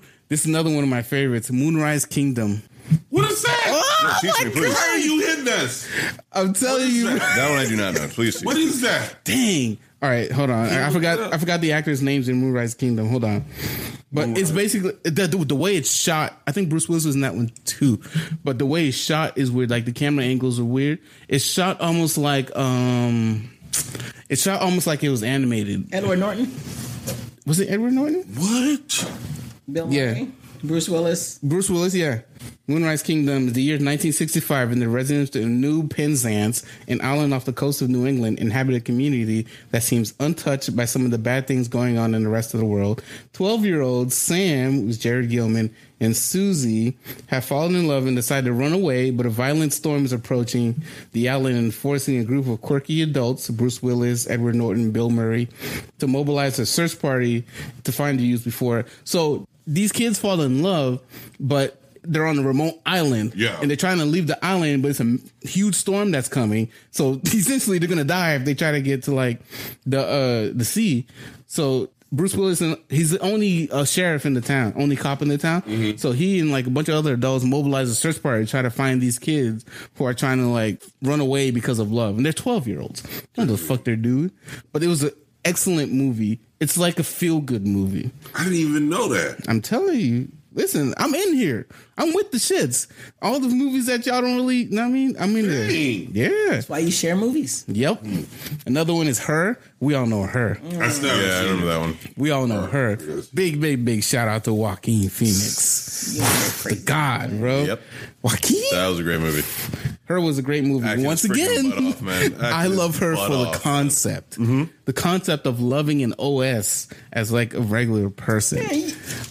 S1: oh, this is another one of my favorites Moonrise Kingdom.
S3: What is that?
S1: Oh
S2: No, teach me, please.
S3: Why are you hitting us?
S1: I'm telling you.
S2: That one I do not know. Please. teach
S3: What
S2: me.
S3: is that?
S1: Dang. All right, hold on. I, I forgot. I forgot the actors' names in Moonrise Kingdom. Hold on, but it's basically the, the the way it's shot. I think Bruce Willis was in that one too, but the way it's shot is weird. Like the camera angles are weird. It's shot almost like um, it's shot almost like it was animated.
S5: Edward Norton,
S1: Was it Edward Norton?
S3: What?
S5: Bill
S1: Yeah.
S5: Murray, Bruce Willis.
S1: Bruce Willis, yeah. Moonrise Kingdom is the year 1965 and the residents of New Penzance, an island off the coast of New England, inhabit a community that seems untouched by some of the bad things going on in the rest of the world. 12 year old Sam, who's Jared Gilman, and Susie have fallen in love and decide to run away, but a violent storm is approaching the island and forcing a group of quirky adults, Bruce Willis, Edward Norton, Bill Murray, to mobilize a search party to find the youth before. So these kids fall in love, but they're on a remote island.
S3: Yeah.
S1: And they're trying to leave the island, but it's a m- huge storm that's coming. So essentially they're gonna die if they try to get to like the uh the sea. So Bruce Willis and he's the only uh, sheriff in the town, only cop in the town. So he and like a bunch of other adults mobilize a search party to try to find these kids who are trying to like run away because of love. And they're 12 year olds. I don't know the fuck they're doing. But it was an excellent movie. It's like a feel good movie.
S3: I didn't even know that.
S1: I'm telling you. Listen, I'm in here. I'm with the shits. All the movies that y'all don't really, know what I mean, I'm in there.
S3: Dang.
S1: Yeah.
S5: Why you share movies?
S1: Yep. Another one is her. We all know her.
S3: That's not
S2: Yeah, I remember that one.
S1: We all know her.
S3: Yes.
S1: Big, big, big shout out to Joaquin Phoenix. The God, bro.
S2: Yep.
S1: Joaquin.
S2: That was a great movie.
S1: Her was a great movie.
S2: Acting
S1: Once
S2: his freaking
S1: again,
S2: butt off, man. Acting
S1: I
S2: his
S1: love her
S2: butt
S1: for the
S2: off, Mm-hmm.
S1: concept. The concept of loving an OS as like a regular person.
S5: Man, you,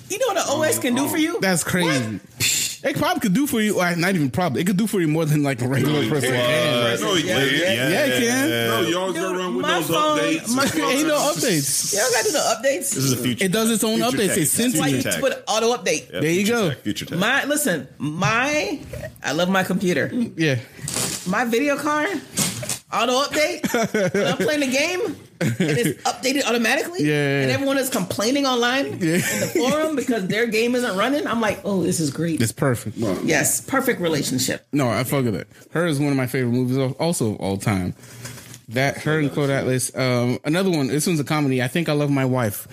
S5: you know what an OS can
S2: Oh,
S5: do for you?
S1: That's crazy. It probably could do for you. Well, not even probably. It could do for you more than like a regular person. can.
S2: man.
S3: No, you can't.
S1: Yeah, it can.
S3: No, you always
S5: Dude,
S3: go around with
S5: my
S3: those
S5: phone-
S3: updates.
S5: my-
S1: Ain't no updates.
S5: Y'all got to do the
S2: This
S5: updates.
S2: is a future.
S1: It does its own
S2: future
S1: updates.
S2: tech.
S1: It's
S2: Future
S5: Why you
S2: tech.
S5: put auto update?
S2: Yep,
S1: There you
S2: future
S1: go.
S2: tech, future tech.
S5: My listen, my I love my computer.
S1: Yeah.
S5: My video card auto update. when I'm playing a game, it is updated automatically.
S1: Yeah, yeah,
S5: And
S1: yeah.
S5: everyone is complaining online in the forum because their game isn't running. I'm like, oh, this is great.
S1: It's perfect.
S5: yes, perfect relationship.
S1: No, I fuck with it. Her is one of my favorite movies of, also of all time. That her and Cloud Atlas. Um, another one. This one's a comedy. I think I love my wife.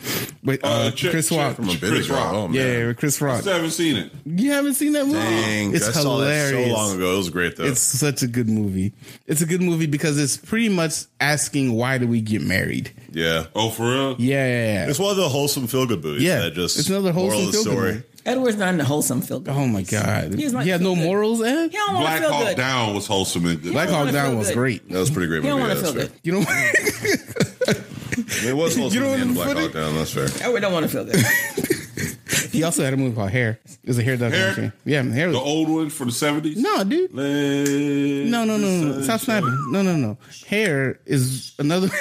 S1: With uh,
S3: Uh, check-
S1: Chris
S3: check
S1: Rock.
S2: from a bit
S3: Chris
S2: ago.
S3: Rock.
S2: Oh, man.
S1: yeah, with Chris Rock.
S3: I haven't seen it.
S1: You haven't seen that movie?
S2: Dang,
S1: it's
S2: I saw that
S1: hilarious.
S2: so long ago. It was great though.
S1: It's such a good movie. It's a good movie because it's pretty much asking why do we get married?
S2: yeah,
S3: Oh, for real?
S1: Yeah, yeah, yeah.
S2: it's one of the wholesome feel good movies.
S1: Yeah,
S2: that just
S1: it's another
S2: moral
S1: wholesome
S2: of the
S1: feel-good
S2: story.
S1: movie.
S5: Edward's not in the wholesome feel good.
S1: Oh my god!
S5: He's not
S1: he had no
S5: feel good.
S1: morals, eh?
S5: He don't want to
S3: Black
S5: feel
S3: Hawk
S5: good.
S3: Down was wholesome uh, and good.
S1: Black
S5: don't
S1: Hawk
S5: wanna
S1: Down
S5: feel
S1: was
S5: good.
S1: great.
S2: That was a pretty great
S5: He don't
S2: movie.
S5: want
S2: yeah,
S5: to
S2: that's
S5: feel good.
S1: You know,
S2: fair. It was wholesome.
S1: You know
S2: in the end,
S1: what
S2: Black
S1: I'm
S2: Hawk Down. That's fair.
S5: Edward don't want to feel good.
S1: he also had a movie called Hair. It was a hair documentary.
S3: Hair?
S1: Yeah, hair.
S3: The
S1: Was,
S3: old one from the 70s?
S1: no, dude.
S3: No,
S1: No, no, no, no. Stop snapping. No, no, no. Hair is another.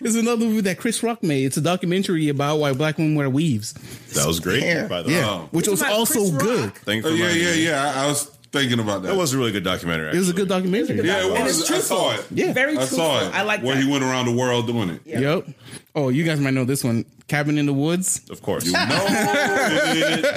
S1: It's another movie that Chris Rock made. It's a documentary about why black women wear weaves.
S2: That was great.
S5: Hair.
S2: By the
S1: Yeah,
S2: way,
S1: which was
S5: about
S1: also
S5: Chris Rock.
S1: good.
S2: Thank
S3: Oh,
S2: for
S3: yeah,
S2: reminding
S3: yeah,
S2: me.
S3: yeah. I, I was thinking about that.
S2: That was a really good documentary.
S1: It was a
S2: actually.
S1: good documentary.
S3: yeah, it
S5: And
S3: was.
S5: it's
S3: I
S5: truthful.
S3: saw it.
S1: Yeah.
S5: Very
S3: I
S5: truthful.
S3: saw it.
S5: I like
S3: Where
S5: that.
S3: he went around the world doing it.
S5: Yeah.
S1: Yep. Oh, you guys might know this one. Cabin in the Woods.
S2: of course.
S3: No,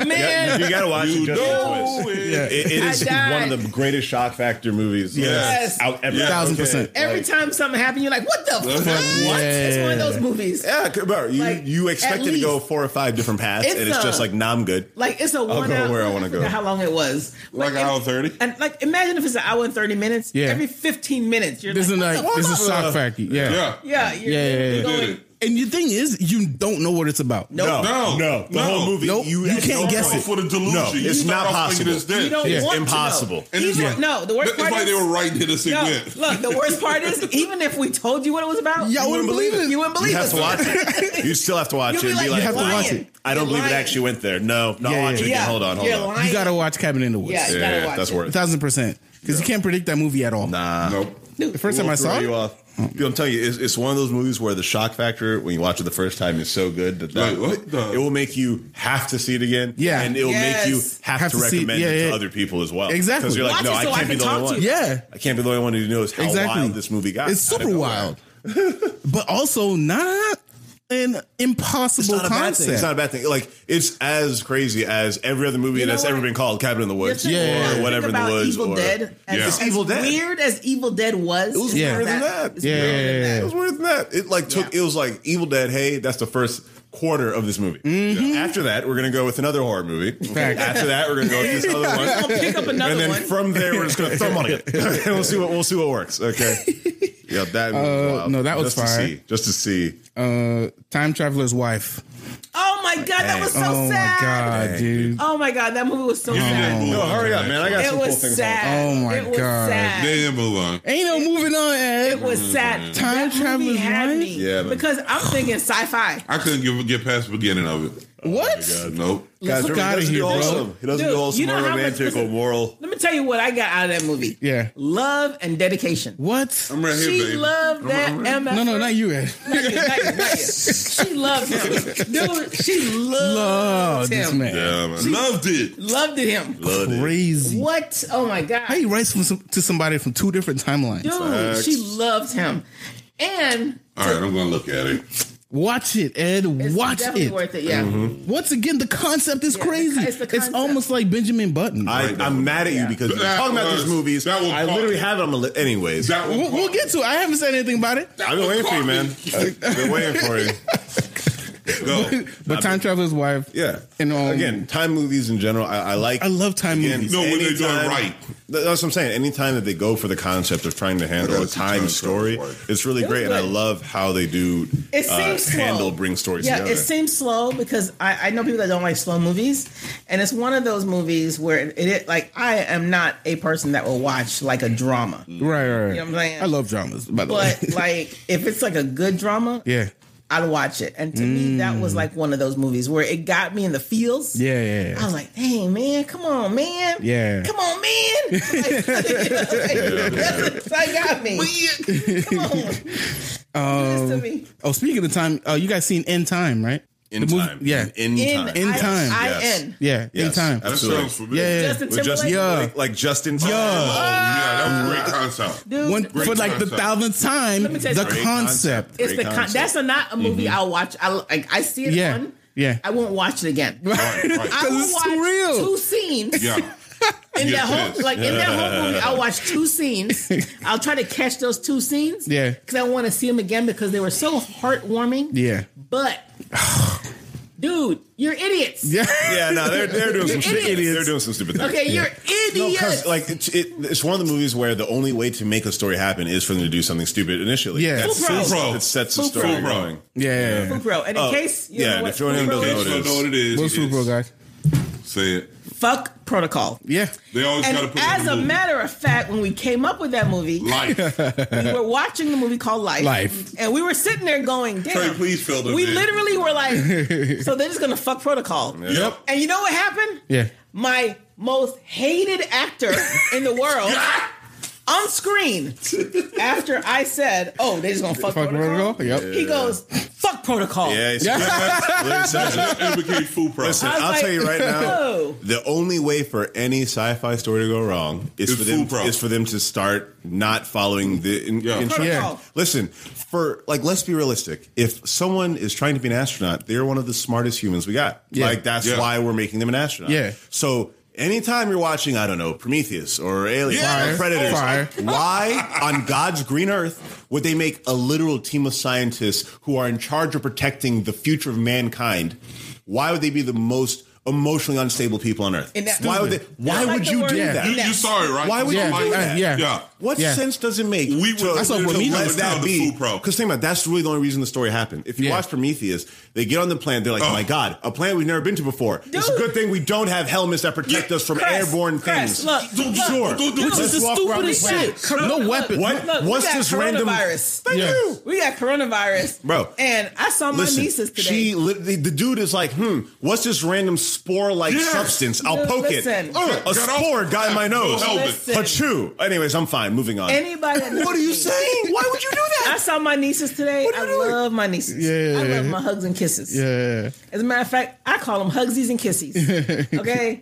S5: Man,
S2: you gotta watch it.
S3: you
S2: Just
S3: know
S2: for the twist.
S3: it.
S1: Yeah.
S2: It, it
S5: I
S2: is
S5: died.
S2: one of the greatest shock factor movies.
S3: Yes.
S2: out ever.
S3: Yeah.
S1: Thousand percent.
S5: every time something happens, you're like, what the fuck?
S1: What?
S5: It's one of those movies.
S2: Yeah, c- bro, you,
S5: Like,
S2: you expect
S5: at
S2: it to go
S5: least.
S2: four or five different paths,
S5: It's
S2: and it's
S5: a-
S2: just like, nah, I'm good.
S5: Like it's a one
S2: go
S5: hour.
S2: where I wanna
S5: I forget
S2: go.
S5: How long it was?
S3: Like an
S5: if-
S3: hour 30?
S5: And like, imagine if it's an hour and thirty minutes.
S1: Yeah.
S5: Every fifteen minutes, you're
S1: This is
S5: like,
S1: like
S5: what the
S1: this
S5: fuck?
S1: is shock factor. Yeah.
S3: Yeah.
S5: yeah, you're,
S1: Yeah, yeah,
S5: you're
S1: yeah.
S5: going-
S3: Did it.
S1: And the thing is, you don't know what it's about.
S2: No,
S3: No.
S2: no, the
S3: No.
S2: whole movie.
S1: Nope. You
S2: had
S1: can't
S2: no
S1: guess
S2: point.
S1: it.
S3: For the delusion.
S2: No,
S3: You
S2: it's
S3: start
S2: not
S3: off thinking
S2: possible.
S3: It's this.
S5: You don't
S1: Yeah.
S5: want
S2: Impossible.
S5: To know. Even,
S1: like-
S5: no, the worst
S3: It's
S5: part
S3: like
S5: is
S3: they were writing it as it
S5: no,
S3: went.
S5: look, the worst part is even if we told you what it was about,
S1: Y'all wouldn't believe it.
S5: You wouldn't believe
S2: You
S5: it.
S2: have to watch it. You still have to watch
S5: You'll
S2: it. and Be like,
S1: You have to
S5: lying.
S1: watch it.
S2: I don't
S5: You're
S2: believe it
S5: lying.
S2: actually went there. No, not
S1: Yeah,
S2: watching
S1: yeah,
S2: it.
S5: Yeah,
S2: Hold on, hold
S5: you're
S2: on.
S5: lying.
S1: You gotta watch Cabin in the Woods.
S5: Yeah, you
S2: Yeah,
S5: gotta watch
S2: that's
S5: it.
S2: worth.
S1: thousand percent. because you can't predict that movie at all.
S2: Nah.
S3: Nope.
S1: The first time I saw
S2: you
S1: it,
S2: off. Dude, I'm telling you, it's, it's one of those movies where the shock factor when you watch it the first time is so good that, that
S3: Like, what the-
S2: it will make you have to see it again.
S1: Yeah.
S2: and it will make you
S4: Yes.
S2: have,
S1: Have
S2: to,
S1: to see-
S2: recommend
S1: yeah,
S2: it to
S1: yeah.
S2: other people as well.
S1: Exactly.
S2: because you're like,
S5: Watch
S2: no,
S5: it
S2: I
S5: so
S2: can't
S5: I
S2: be
S5: can
S2: the only
S5: talk to
S2: one.
S5: you.
S1: yeah,
S2: I can't be the only one who knows how
S1: exactly.
S2: wild this movie got.
S1: It's
S2: How did
S1: super
S2: it go
S1: wild, but also not an
S2: It's
S1: impossible
S2: not a bad
S1: concept.
S2: thing. It's not a bad thing. Like it's as crazy as every other movie
S5: You know
S2: that's ever
S5: what?
S2: been called Cabin in the Woods
S5: You have to
S1: Yeah.
S5: think
S2: or whatever in the
S5: about
S2: woods.
S5: Evil
S2: or,
S5: Dead. As,
S2: Yeah. It's
S5: as
S2: Evil Dead.
S5: Weird as Evil Dead was.
S2: It was
S1: Yeah.
S2: weirder than that.
S5: It's
S1: yeah,
S5: weirder
S1: yeah,
S5: than
S1: yeah,
S5: that.
S1: yeah.
S2: It was weirder than that. It like took.
S5: Yeah.
S2: It was like Evil Dead. Hey, that's the first quarter of this movie.
S5: Mm-hmm.
S2: After that, we're gonna go with another horror movie.
S1: Fact.
S2: After that, we're gonna go with this other
S5: I'll
S2: one.
S5: pick up
S2: And
S5: another
S2: then
S5: one.
S2: from there, we're just gonna throw money. at it. and we'll see what we'll see what works. Okay. Yeah, that
S5: Uh,
S2: was wild.
S1: no, that was
S2: just
S1: fire.
S2: To see, just to see.
S1: Uh, Time Traveler's Wife.
S5: oh my god, that was so
S1: oh
S5: sad.
S1: my god,
S2: Dang,
S1: dude.
S5: Oh my god, that movie was so sad.
S2: No, hurry up, man. I got
S5: It
S2: some cool
S5: was
S2: things.
S5: sad.
S1: Oh my
S5: it was
S1: God.
S5: Sad.
S3: Damn, Mulan.
S1: Ain't no moving on, Ed.
S5: it was sad.
S1: Time
S5: That movie
S1: traveler's
S5: had
S1: wife?
S5: me.
S2: Yeah, man.
S5: because I'm thinking sci-fi.
S3: I couldn't give, get past the beginning of it. Oh,
S1: what?
S3: Nope.
S1: Guys,
S2: Guys,
S1: look out
S2: remember,
S1: of
S2: he
S1: here,
S2: doesn't do
S1: bro.
S2: awesome. He doesn't
S5: Dude,
S2: do awesome
S5: you know
S2: or
S5: how much-
S2: romantic or moral.
S5: Let me tell you what I got out of that movie.
S1: Yeah.
S5: love and dedication.
S1: What?
S3: I'm right here,
S5: she
S3: baby.
S5: loved
S3: I'm-
S5: that
S3: I'm right-
S5: MF.
S1: No, no, not you, Ed.
S5: Not you, not you. She loved him, dude. She
S1: Love
S5: loved
S1: this
S5: him.
S1: man.
S3: Yeah, man. Loved it.
S5: Loved him.
S2: Blood it.
S1: Crazy.
S5: What? Oh my
S1: How
S5: god,
S1: you writes from some, to somebody from two different timelines?
S5: dude.
S2: Facts.
S5: She loved him, and
S3: All right, I'm gonna look at it.
S1: Watch it, Ed.
S5: it's
S1: Watch
S5: definitely
S1: it.
S5: worth it. Yeah.
S2: Mm-hmm.
S1: Once again, the concept is
S5: Yeah,
S1: crazy.
S5: it's
S1: It's,
S5: the concept.
S1: almost like Benjamin Button.
S2: I, I'm mad at you because you're
S3: That
S2: talking about
S3: was-
S2: these movies.
S3: that was
S2: I
S3: fucked.
S2: literally have it on my list. Anyways,
S3: That one
S1: we'll, we'll get to it. I haven't said anything about it.
S2: I've been waiting for you, man. I've been waiting for you.
S3: Go.
S1: But Time Traveler's Wife.
S2: Yeah.
S1: And um,
S2: Again, time movies in general, I, I like.
S1: I love time
S2: Again,
S1: movies.
S3: No, when they're
S2: anytime-
S3: done right.
S2: Th- That's what I'm saying. Anytime that they go for the concept of trying to handle
S3: gotta
S2: a
S3: see
S2: time
S3: Time
S2: story,
S3: Traveler's Wife.
S2: it's really
S5: It was
S2: great, and I
S5: good.
S2: love how they do
S5: It
S2: uh,
S5: seems slow.
S2: handle bring stories
S5: Yeah,
S2: together.
S5: it seems slow because I, I know people that don't like slow movies, and it's one of those movies where it, it like I am not a person that will watch like a drama,
S1: Right, right. right.
S5: know what I'm saying?
S1: I love dramas, by the way.
S5: but like if it's like a good drama,
S1: yeah. Mm.
S5: I'll watch it. And to me, that was like one of those movies where it got me in the feels.
S1: Yeah, yeah,
S5: I
S1: yeah.
S5: was like, "Hey, man, come on, man!
S1: Yeah.
S5: come on, man!" Like, that's what got me. Come on, Do this to me.
S1: Oh, speaking of time, uh, you guys seen End Time, right?
S2: in
S1: The movie-
S2: time.
S1: Yeah.
S2: In,
S5: In
S2: time.
S1: In
S5: I-
S1: time.
S5: I
S2: Yes.
S5: N.
S1: Yeah,
S2: Yes.
S1: End Time.
S3: That
S2: Absolutely.
S3: sounds familiar. oh,
S1: Yeah.
S5: Justin
S2: With Justin,
S1: Yeah.
S5: Timberlake.
S2: like, like Justin.
S1: Yeah.
S3: Yeah, that was a great concept.
S5: Dude,
S1: One,
S5: th-
S1: for like the
S3: concept.
S1: thousandth time,
S5: Let me tell you
S1: the
S5: something.
S1: concept.
S5: Great it's
S2: Great
S5: the con-
S2: concept.
S5: that's a, not a movie I'll watch. I like I see it
S1: Mm-hmm. Yeah.
S5: on.
S1: Yeah.
S5: I won't watch it again.
S3: Right, right.
S5: I will
S1: it's
S5: watch
S1: surreal.
S5: two scenes
S3: Yeah.
S5: in
S3: Yeah,
S5: that
S3: it
S5: whole
S3: is.
S5: like in that whole movie. I'll watch two scenes. I'll try to catch those two scenes.
S1: Yeah.
S5: because I want to see them again because they were so heartwarming.
S1: Yeah.
S5: but dude, you're idiots.
S1: Yeah.
S2: Yeah, no, they're they're doing some
S5: You're
S2: stupid.
S5: idiots.
S2: They're doing some stupid things.
S5: Okay, you're
S2: No,
S5: idiots.
S2: because like it's, it, it's one of the movies where the only way to make a story happen is for them to do something stupid initially.
S1: Yeah.
S2: That's-
S5: Full pro.
S3: Full pro.
S2: It sets the
S5: Full pro.
S2: story
S3: Full pro.
S2: going.
S1: Yeah. yeah.
S5: Food Pro. And in
S2: Oh,
S5: case you
S2: yeah,
S5: know
S2: and
S5: what
S2: if you don't
S5: Food
S2: even
S5: Pro
S2: know
S5: is,
S2: that-
S3: You know what it is.
S1: What's
S3: It
S1: Super Bowl,
S3: is.
S1: guys?
S3: Say it.
S5: fuck protocol.
S1: Yeah.
S3: They always
S5: And
S3: gotta put it in
S5: as
S3: the
S5: a
S3: movie.
S5: matter of fact, when we came up with that movie,
S3: Life.
S5: we were watching the movie called Life.
S1: Life.
S5: And we were sitting there going, damn.
S3: Trey, please fill them
S5: We
S3: in.
S5: literally were like, so they're just going to fuck protocol.
S3: Yep.
S5: And you know what happened?
S1: Yeah.
S5: My most hated actor in the world on screen after I said, oh, they just going to fuck,
S1: Fuck
S5: protocol.
S1: protocol. Yep.
S5: He goes, fuck protocol.
S2: Yeah. it's- Listen,
S3: it became food pro.
S2: listen,
S5: I was
S2: I'll
S5: like,
S2: tell you right now.
S5: no.
S2: The only way for any sci-fi story to go wrong is
S3: It's
S2: for them
S3: fool pro.
S2: is for them to start not following the in,
S3: Yeah.
S2: instructions.
S5: Protocol.
S2: Listen, for like, let's be realistic. If someone is trying to be an astronaut, they're one of the smartest humans we got.
S1: Yeah.
S2: Like that's
S3: Yeah.
S2: why we're making them an astronaut.
S1: Yeah.
S2: So anytime you're watching, I don't know, Prometheus or Alien
S1: Fire.
S2: or Predators,
S1: Fire.
S2: why on God's green earth would they make a literal team of scientists who are in charge of protecting the future of mankind? Why would they be the most emotionally unstable people on earth?
S5: And that-
S2: why would they? Why
S5: I like
S2: would
S5: the
S2: you
S5: word
S2: do
S1: Yeah.
S2: that?
S3: You, you sorry, right?
S2: Why would you
S1: Yeah.
S2: do
S1: Uh,
S2: that?
S1: yeah.
S3: Yeah.
S2: What
S1: Yeah.
S2: sense does it make?
S3: We
S2: to-
S3: will-
S1: That's what
S2: to
S1: Prometheus
S2: let
S1: was
S3: down
S2: that
S3: to
S2: be.
S3: food pro.
S2: Because think about it, that's really the only reason the story happened. If you
S1: Yeah.
S2: watch Prometheus, they get on the planet. They're like,
S3: Oh.
S2: "My God, a planet we've never been to before. It's a
S5: Dude.
S2: good thing we don't have helmets that protect
S3: Yeah,
S2: us from
S5: Chris,
S2: airborne
S5: Chris,
S2: things."
S5: look,
S3: Duok,
S5: look,
S2: sure,
S3: duok, duok,
S1: Which
S2: Let's
S1: is the
S2: walk around
S1: stupidest
S2: the planet.
S1: shit. No weapon.
S2: What?
S5: Look, we
S2: What's
S5: got
S2: this random-
S5: coronavirus.
S2: Thank
S1: Yeah.
S2: you.
S5: We got coronavirus,
S2: Bro.
S5: And I saw my
S2: Listen,
S5: nieces today.
S2: she li- the, the dude is like, hmm, what's this random spore-like
S3: Yes.
S2: substance? I'll
S5: No,
S2: poke
S5: listen.
S2: it. Oh, a
S3: Got off-
S2: spore got in my
S3: Yeah,
S2: nose.
S3: no helmet.
S5: Listen.
S2: Achoo. Anyways, I'm fine. Moving on.
S5: Anybody? that
S2: what are
S5: knows
S2: you
S5: me-
S2: saying? Why would you do
S5: I
S2: that?
S5: saw my nieces today.
S2: What are
S5: I
S2: you doing?
S5: love my nieces.
S1: Yeah.
S5: I love my hugs and kisses.
S1: Yeah.
S5: As a matter of fact, I call them hugsies and kissies. Okay.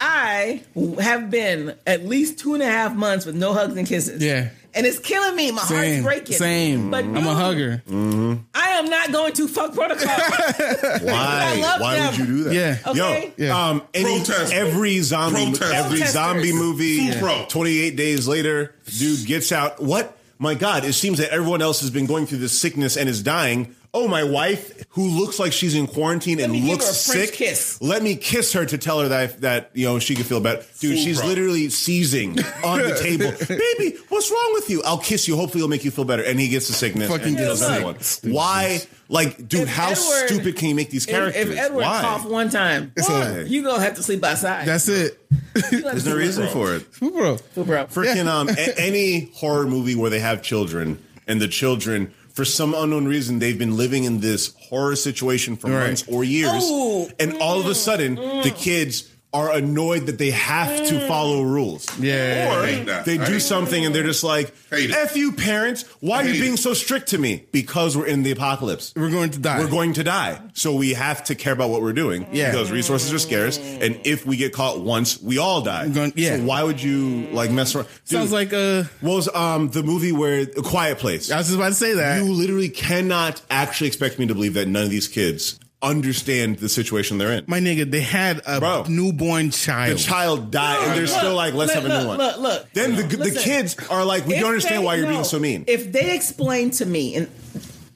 S5: I have been at least two and a half months with no hugs and kisses.
S1: Yeah.
S5: And it's killing me. My heart's
S1: Same.
S5: breaking.
S1: Same.
S5: But
S1: I'm a
S5: dude,
S1: hugger.
S5: I am not going to fuck protocol. I
S2: Why?
S5: love
S2: Why would you
S5: them.
S2: do that?
S1: Yeah.
S5: Okay.
S2: Yo,
S1: Yeah.
S2: um, any,
S3: Protest.
S2: every zombie,
S3: Protest.
S2: every
S5: Protesters.
S2: zombie movie.
S3: Food pro.
S2: 28 days later, dude gets out. What? My God! It seems that everyone else has been going through this sickness and is dying. Oh, my wife, who looks like she's in quarantine
S5: me
S2: and
S5: give
S2: looks
S5: her a French
S2: sick.
S5: kiss.
S2: Let me kiss her to tell her that that you know she could feel better. Dude,
S3: Food
S2: she's
S3: pro.
S2: literally seizing on the table. Baby, what's wrong with you? I'll kiss you. Hopefully, it'll make you feel better. And he gets the sickness.
S1: Fucking
S2: and
S1: get
S2: kills
S5: sick.
S2: everyone. Why? Like, dude,
S5: If
S2: how
S5: Edward-
S2: stupid can you make these
S5: if,
S2: characters?
S5: if Edward
S2: Why?
S5: coughed one time,
S2: Why?
S5: you gonna have to sleep outside.
S1: That's it.
S2: There's no reason for it.
S1: Who, bro?
S5: bro.
S2: Freaking um, a- any horror movie where they have children and the children, for some unknown reason, they've been living in this horror situation for
S1: Right.
S2: months or years,
S5: Oh,
S2: and all of a sudden the
S5: Mm.
S2: kids are annoyed that they have to follow rules.
S1: Yeah.
S2: Or
S3: I hate that.
S2: they
S3: I
S2: do
S3: hate
S2: something and they're just like,
S3: Hate it.
S2: "F you, parents! Why are
S3: Hate
S2: you
S3: it.
S2: being so strict to me? Because we're in the apocalypse."
S1: We're going to die.
S2: We're going to die. So we have to care about what we're doing
S1: Yeah.
S2: because resources are scarce. And if we get caught once, we all die.
S1: Gon- yeah.
S2: So why would you like mess around? Dude,
S1: Sounds like uh,
S2: what was um the movie where A Quiet Place?
S1: I was just about to say that.
S2: You literally cannot actually expect me to believe that none of these kids understand the situation they're in.
S1: My nigga, they had a
S2: Bro.
S1: newborn
S2: the
S1: child.
S2: child died, and they're
S5: Look,
S2: still like, "Let's
S5: look,
S2: have a new
S5: look,
S2: one."
S5: Look, look.
S2: Then the, the
S5: Listen.
S2: kids are like, "We
S5: If
S2: don't understand
S5: they-
S2: why you're
S5: no.
S2: being so mean."
S5: If they explained to me, and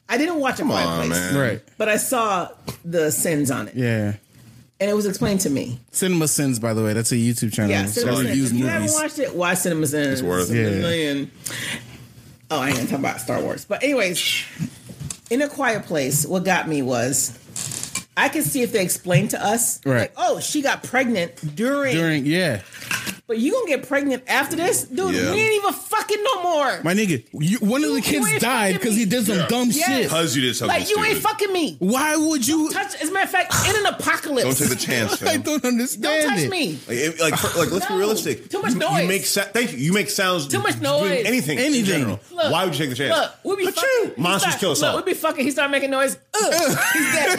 S5: I didn't watch a
S2: Come
S5: Quiet
S2: on,
S5: Place,
S2: man.
S1: right.
S5: but I saw the sins on it,
S1: Yeah.
S5: and it was explained to me.
S1: Cinema Sins, by the way. That's a YouTube channel.
S5: Yeah,
S1: that
S5: Cinema Sins.
S1: reviews
S5: If you haven't
S1: movies.
S5: watched it, watch Cinema Sins. It's
S2: worth
S1: it.
S5: A
S1: Yeah.
S5: million. Oh, I ain't gonna talk about Star Wars, but anyways, in a Quiet Place, what got me was. I could see if they explained to us,
S1: Right.
S5: like, oh, she got pregnant during,
S1: During, yeah.
S5: but you gonna get pregnant after this, dude?
S2: Yeah.
S5: We ain't even fucking no more.
S1: My nigga, you, one of the
S5: You
S1: kids
S5: ain't
S1: died
S5: fucking
S1: because he
S5: me.
S1: did some
S3: Yeah.
S1: dumb
S5: Yes.
S1: shit.
S2: Because you did something
S5: like, you ain't
S2: stupid.
S5: fucking me.
S1: Why would you?
S5: touch. As a matter of fact, in an apocalypse,
S2: Don't take the chance.
S1: I
S2: fam.
S1: don't
S5: Don't
S1: understand
S5: touch
S1: it.
S5: me.
S2: Like, if, like, for- like, let's be
S5: No.
S2: realistic.
S5: Too much
S2: You- You
S5: noise.
S2: make sa- thank you. You make sounds.
S5: Too much
S2: doing
S5: noise.
S2: Anything.
S1: Anything.
S2: In general.
S5: Look,
S2: Why would you take the chance?
S5: Look, we'll be
S2: Achoo!
S5: fucking. he
S2: Monsters
S5: start-
S2: kill us
S5: look,
S2: all.
S5: We'll be fucking. He started making noise. Ugh, he's dead.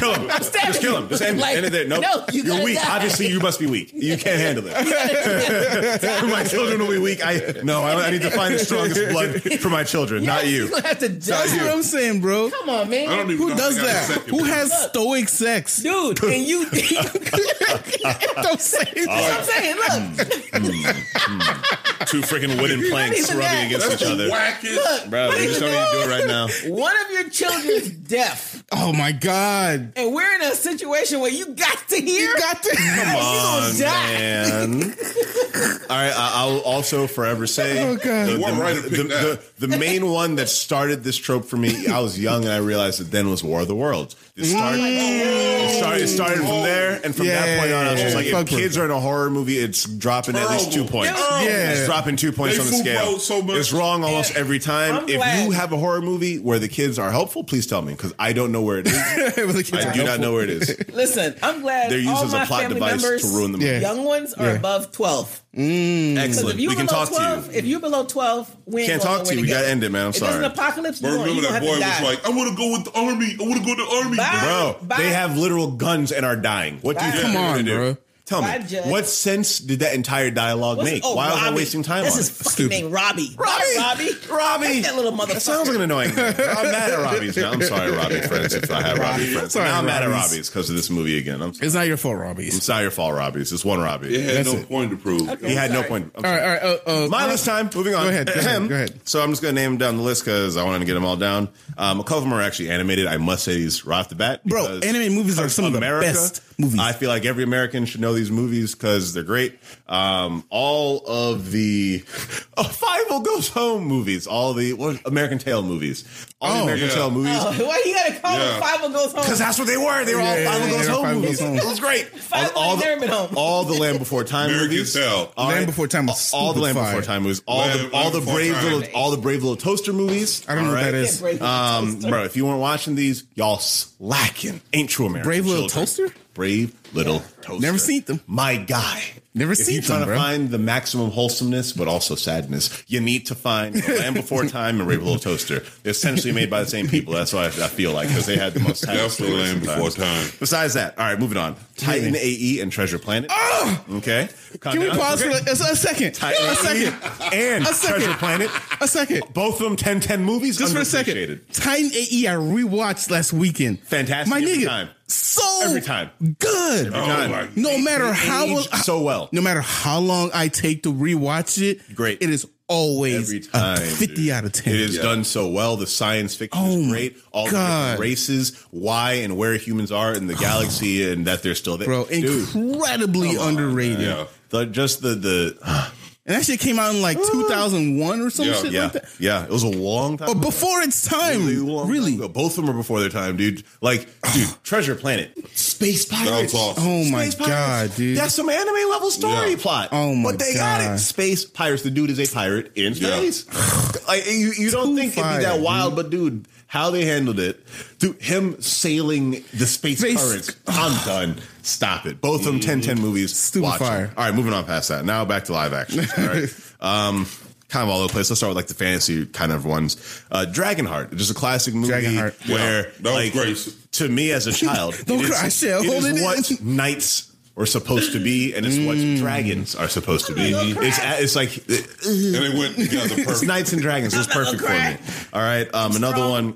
S2: kill him.
S5: stabbing
S2: Just kill him. Just end, it.
S5: Like,
S2: end it there. Nope.
S5: no, you
S2: are
S5: gotta
S2: weak.
S5: die.
S2: Obviously, you must be weak. You can't handle it. my children will be weak. I no. I, I need to find the strongest blood for my children, not
S5: You're
S2: you.
S5: gonna have to
S1: That's
S5: die.
S1: what I'm saying, bro.
S5: Come on, man.
S3: I don't even
S1: Who
S3: know
S1: does
S3: how they got
S1: that?
S3: accepted.
S1: Who has
S5: Look.
S1: stoic sex?
S5: Dude, and you.
S1: Don't say
S5: That's what
S1: that.
S5: I'm saying. Look,
S2: Two freaking wooden planks
S5: even
S2: rubbing
S5: that.
S2: against
S3: That's
S2: each
S3: the
S2: other.
S3: wackest.
S2: Bro, they just don't need to do it right now.
S5: one of your children's deaf,
S1: Oh my god.
S5: and we're in a situation where you got to hear.
S1: You got to.
S2: Come on,
S5: die.
S2: man. All right, I, I'll also forever say
S1: Oh, God.
S2: The,
S1: You
S3: weren't right to
S2: the,
S3: pick
S2: the,
S3: that.
S2: the, the main one that started this trope for me. I was young and I realized that then was War of the Worlds. It started, it started, it started from there, and from that
S1: Yeah,
S2: point on, I was
S1: yeah,
S2: just like,
S1: yeah.
S2: if kids are in a horror movie, it's dropping at least two
S3: Terrible.
S2: points.
S3: Terrible.
S1: Yeah.
S2: It's dropping two points
S3: They
S2: on the
S3: fool
S2: scale.
S3: both so much.
S2: It's wrong almost
S5: And
S2: every time.
S5: I'm
S2: if
S5: glad.
S2: you have a horror movie where the kids are helpful, please tell me because I don't know where it is. I do not know where it is.
S5: Listen, I'm glad
S2: They're used
S5: all
S2: as
S5: my
S2: a plot
S5: family
S2: device
S5: members,
S2: to ruin the movie.
S1: Yeah.
S5: young ones, are
S1: Yeah.
S5: above twelve.
S2: Excellent.
S5: If you
S2: We can
S5: below
S2: talk to
S5: 12,
S2: you.
S5: If you're below 12, we ain't
S2: Can't
S5: going
S2: talk to
S5: nowhere
S2: you. We
S5: together.
S2: gotta end it, man. I'm
S5: if
S2: sorry.
S5: If an apocalypse,
S3: Bro,
S5: you
S3: remember that boy
S5: to die.
S3: was like, I want to go with the army. I want to go to the army.
S5: Bye.
S2: Bro,
S5: Bye.
S2: they have literal guns and are dying. What do you
S5: Bye.
S2: think
S1: Come
S2: they're
S1: on,
S2: gonna do?
S1: bro.
S2: Tell
S5: Bye,
S2: me,
S5: Judge.
S2: what sense did that entire dialogue
S5: What's-
S2: make?
S5: oh,
S2: Why was I
S5: Robbie.
S2: wasting time
S5: That's
S2: on
S5: his
S2: it?
S5: fucking name, Robbie. Robbie.
S2: Robbie,
S5: Take that little motherfucker.
S2: That sounds like an annoying. name. I'm mad at Robbie's now. I'm sorry, Robbie friends. If I have Robbie friends,
S1: Sorry,
S2: now I'm mad at
S1: Robbies.
S2: Robbie's because of this movie again. I'm sorry.
S1: It's not your fault, Robbie.
S2: It's not your fault, Robbie's. It's one Robbie.
S3: It had
S1: That's
S3: no
S1: it.
S3: point to prove.
S2: He had no
S5: sorry.
S2: point. I'm
S1: All
S2: sorry.
S1: right, all right. Uh, uh,
S2: My list time. Moving on.
S1: Go ahead, go ahead,
S2: Ahem.
S1: go ahead.
S2: So I'm just going to name down the list because I wanted to get them all down. Um, a couple of them are actually animated. I must say these right off the bat.
S1: Bro,
S2: because
S1: anime movies are
S2: because
S1: some of the best movies.
S2: I feel like every American should know these movies because they're great. Um, all of the oh, Fievel Goes Home movies, all the what, American Tail movies, all the
S1: Oh,
S2: American
S3: yeah.
S2: Tail movies.
S5: Oh, why you gotta call
S3: Yeah.
S5: it Five Will Goes Home?
S2: Because that's what they were. They were all
S1: Yeah,
S2: Fievel
S1: yeah,
S2: Goes
S1: yeah,
S2: Home
S1: Fievel Goes
S2: movies.
S1: Home.
S2: It was great. All,
S5: Fievel
S2: all
S5: ain't never
S2: the,
S5: been home.
S2: all the Land Before Time
S3: American
S2: movies.
S3: Tail.
S2: All
S1: Land Before Time was
S2: all the
S1: stupid
S2: Land Before
S1: fire.
S2: Time movies. All
S3: Land-
S2: the all the
S3: Land Before
S2: brave
S3: Time.
S2: little all the brave little toaster movies.
S1: I don't know
S2: All
S1: what that
S2: right?
S1: is.
S5: Brave Little
S2: Um,
S5: Toaster.
S2: bro, if you weren't watching these, y'all slacking. Ain't true American.
S1: Brave Little
S2: children.
S1: Toaster?
S2: Brave Little Toaster.
S1: Never seen them.
S2: My guy.
S1: Never
S2: if
S1: seen
S2: you're trying
S1: them,
S2: to
S1: bro.
S2: find the maximum wholesomeness but also sadness, you need to find The Land Before Time and Brave Little Toaster. They're essentially made by the same people. That's why I, I feel like because they had the most sadness
S3: Definitely
S2: stories
S3: Land Before
S2: sometimes.
S3: Time.
S2: Besides that, all right, moving on. Titan AE and Treasure Planet. Okay. Calm
S1: Ah! Can we
S2: down.
S1: pause for
S2: Okay. E.
S1: a, a second?
S2: Titan
S1: A second.
S2: AE and
S1: A second.
S2: Treasure Planet.
S1: A second.
S2: Both of them 10 10 movies.
S1: Just for a
S2: underappreciated.
S1: second. Titan AE I rewatched last weekend.
S2: Fantastic
S1: My
S2: every
S1: nigga.
S2: time.
S1: So
S2: Every time.
S1: Good.
S3: Oh,
S2: John.
S3: my-
S1: No matter how
S2: Aged so well.
S1: no matter how long I take to rewatch it,
S2: Great.
S1: It is always
S2: Every
S1: a
S2: time,
S1: fifty
S2: dude.
S1: out of ten.
S2: It is
S3: Yeah.
S2: done so well. The science fiction
S1: Oh
S2: is
S1: my
S2: great. All the
S1: God. Oh.
S2: different races, why and where humans are in the galaxy, and that they're still there.
S1: bro.
S2: Dude,
S1: Incredibly underrated.
S3: Yeah.
S2: the, just the the
S1: And that shit came out in like two thousand one or some
S3: Yeah,
S1: Oh, shit
S2: yeah
S1: like that.
S2: yeah. It was a long time.
S1: Or before its time,
S2: Really long time
S1: really.
S2: ago. both of them are before their time, dude. Like, dude, Treasure Planet, Space Pirates.
S3: That was awesome.
S1: Oh my
S2: Space
S1: god,
S2: Pirates.
S1: dude!
S2: That's some anime level story
S3: Yeah.
S2: plot.
S1: Oh my
S2: But they got it.
S1: God.
S2: Space pirates. The dude is a pirate in
S3: Yeah.
S2: space. like you, you don't
S1: Too
S2: think it'd be
S1: fire,
S2: that wild, but dude, how they handled it. Dude, him sailing the space,
S1: Space-
S2: pirates. I'm done. Stop it. Both of them 10 10 movies.
S1: Stupid
S2: Watch 'em.
S1: fire.
S2: All right, moving on past that. Now back to live action. All right. Um, Kind of all over the place. Let's start with like the fantasy kind of ones. Uh, Dragonheart, just a classic movie
S1: Dragonheart.
S3: Yeah.
S2: where
S3: That was
S2: like
S3: great.
S2: to me as a child,
S1: Don't
S2: it is-
S1: cry, Shell. Hold it in.
S2: what knights are supposed to be, and it's what dragons are supposed to be.
S5: Don't cry.
S2: It's it's like
S3: And they went together
S2: it's
S3: perfect.
S2: knights and dragons. It's
S5: Don't
S2: perfect for
S5: cry.
S2: me. All right, um, another one.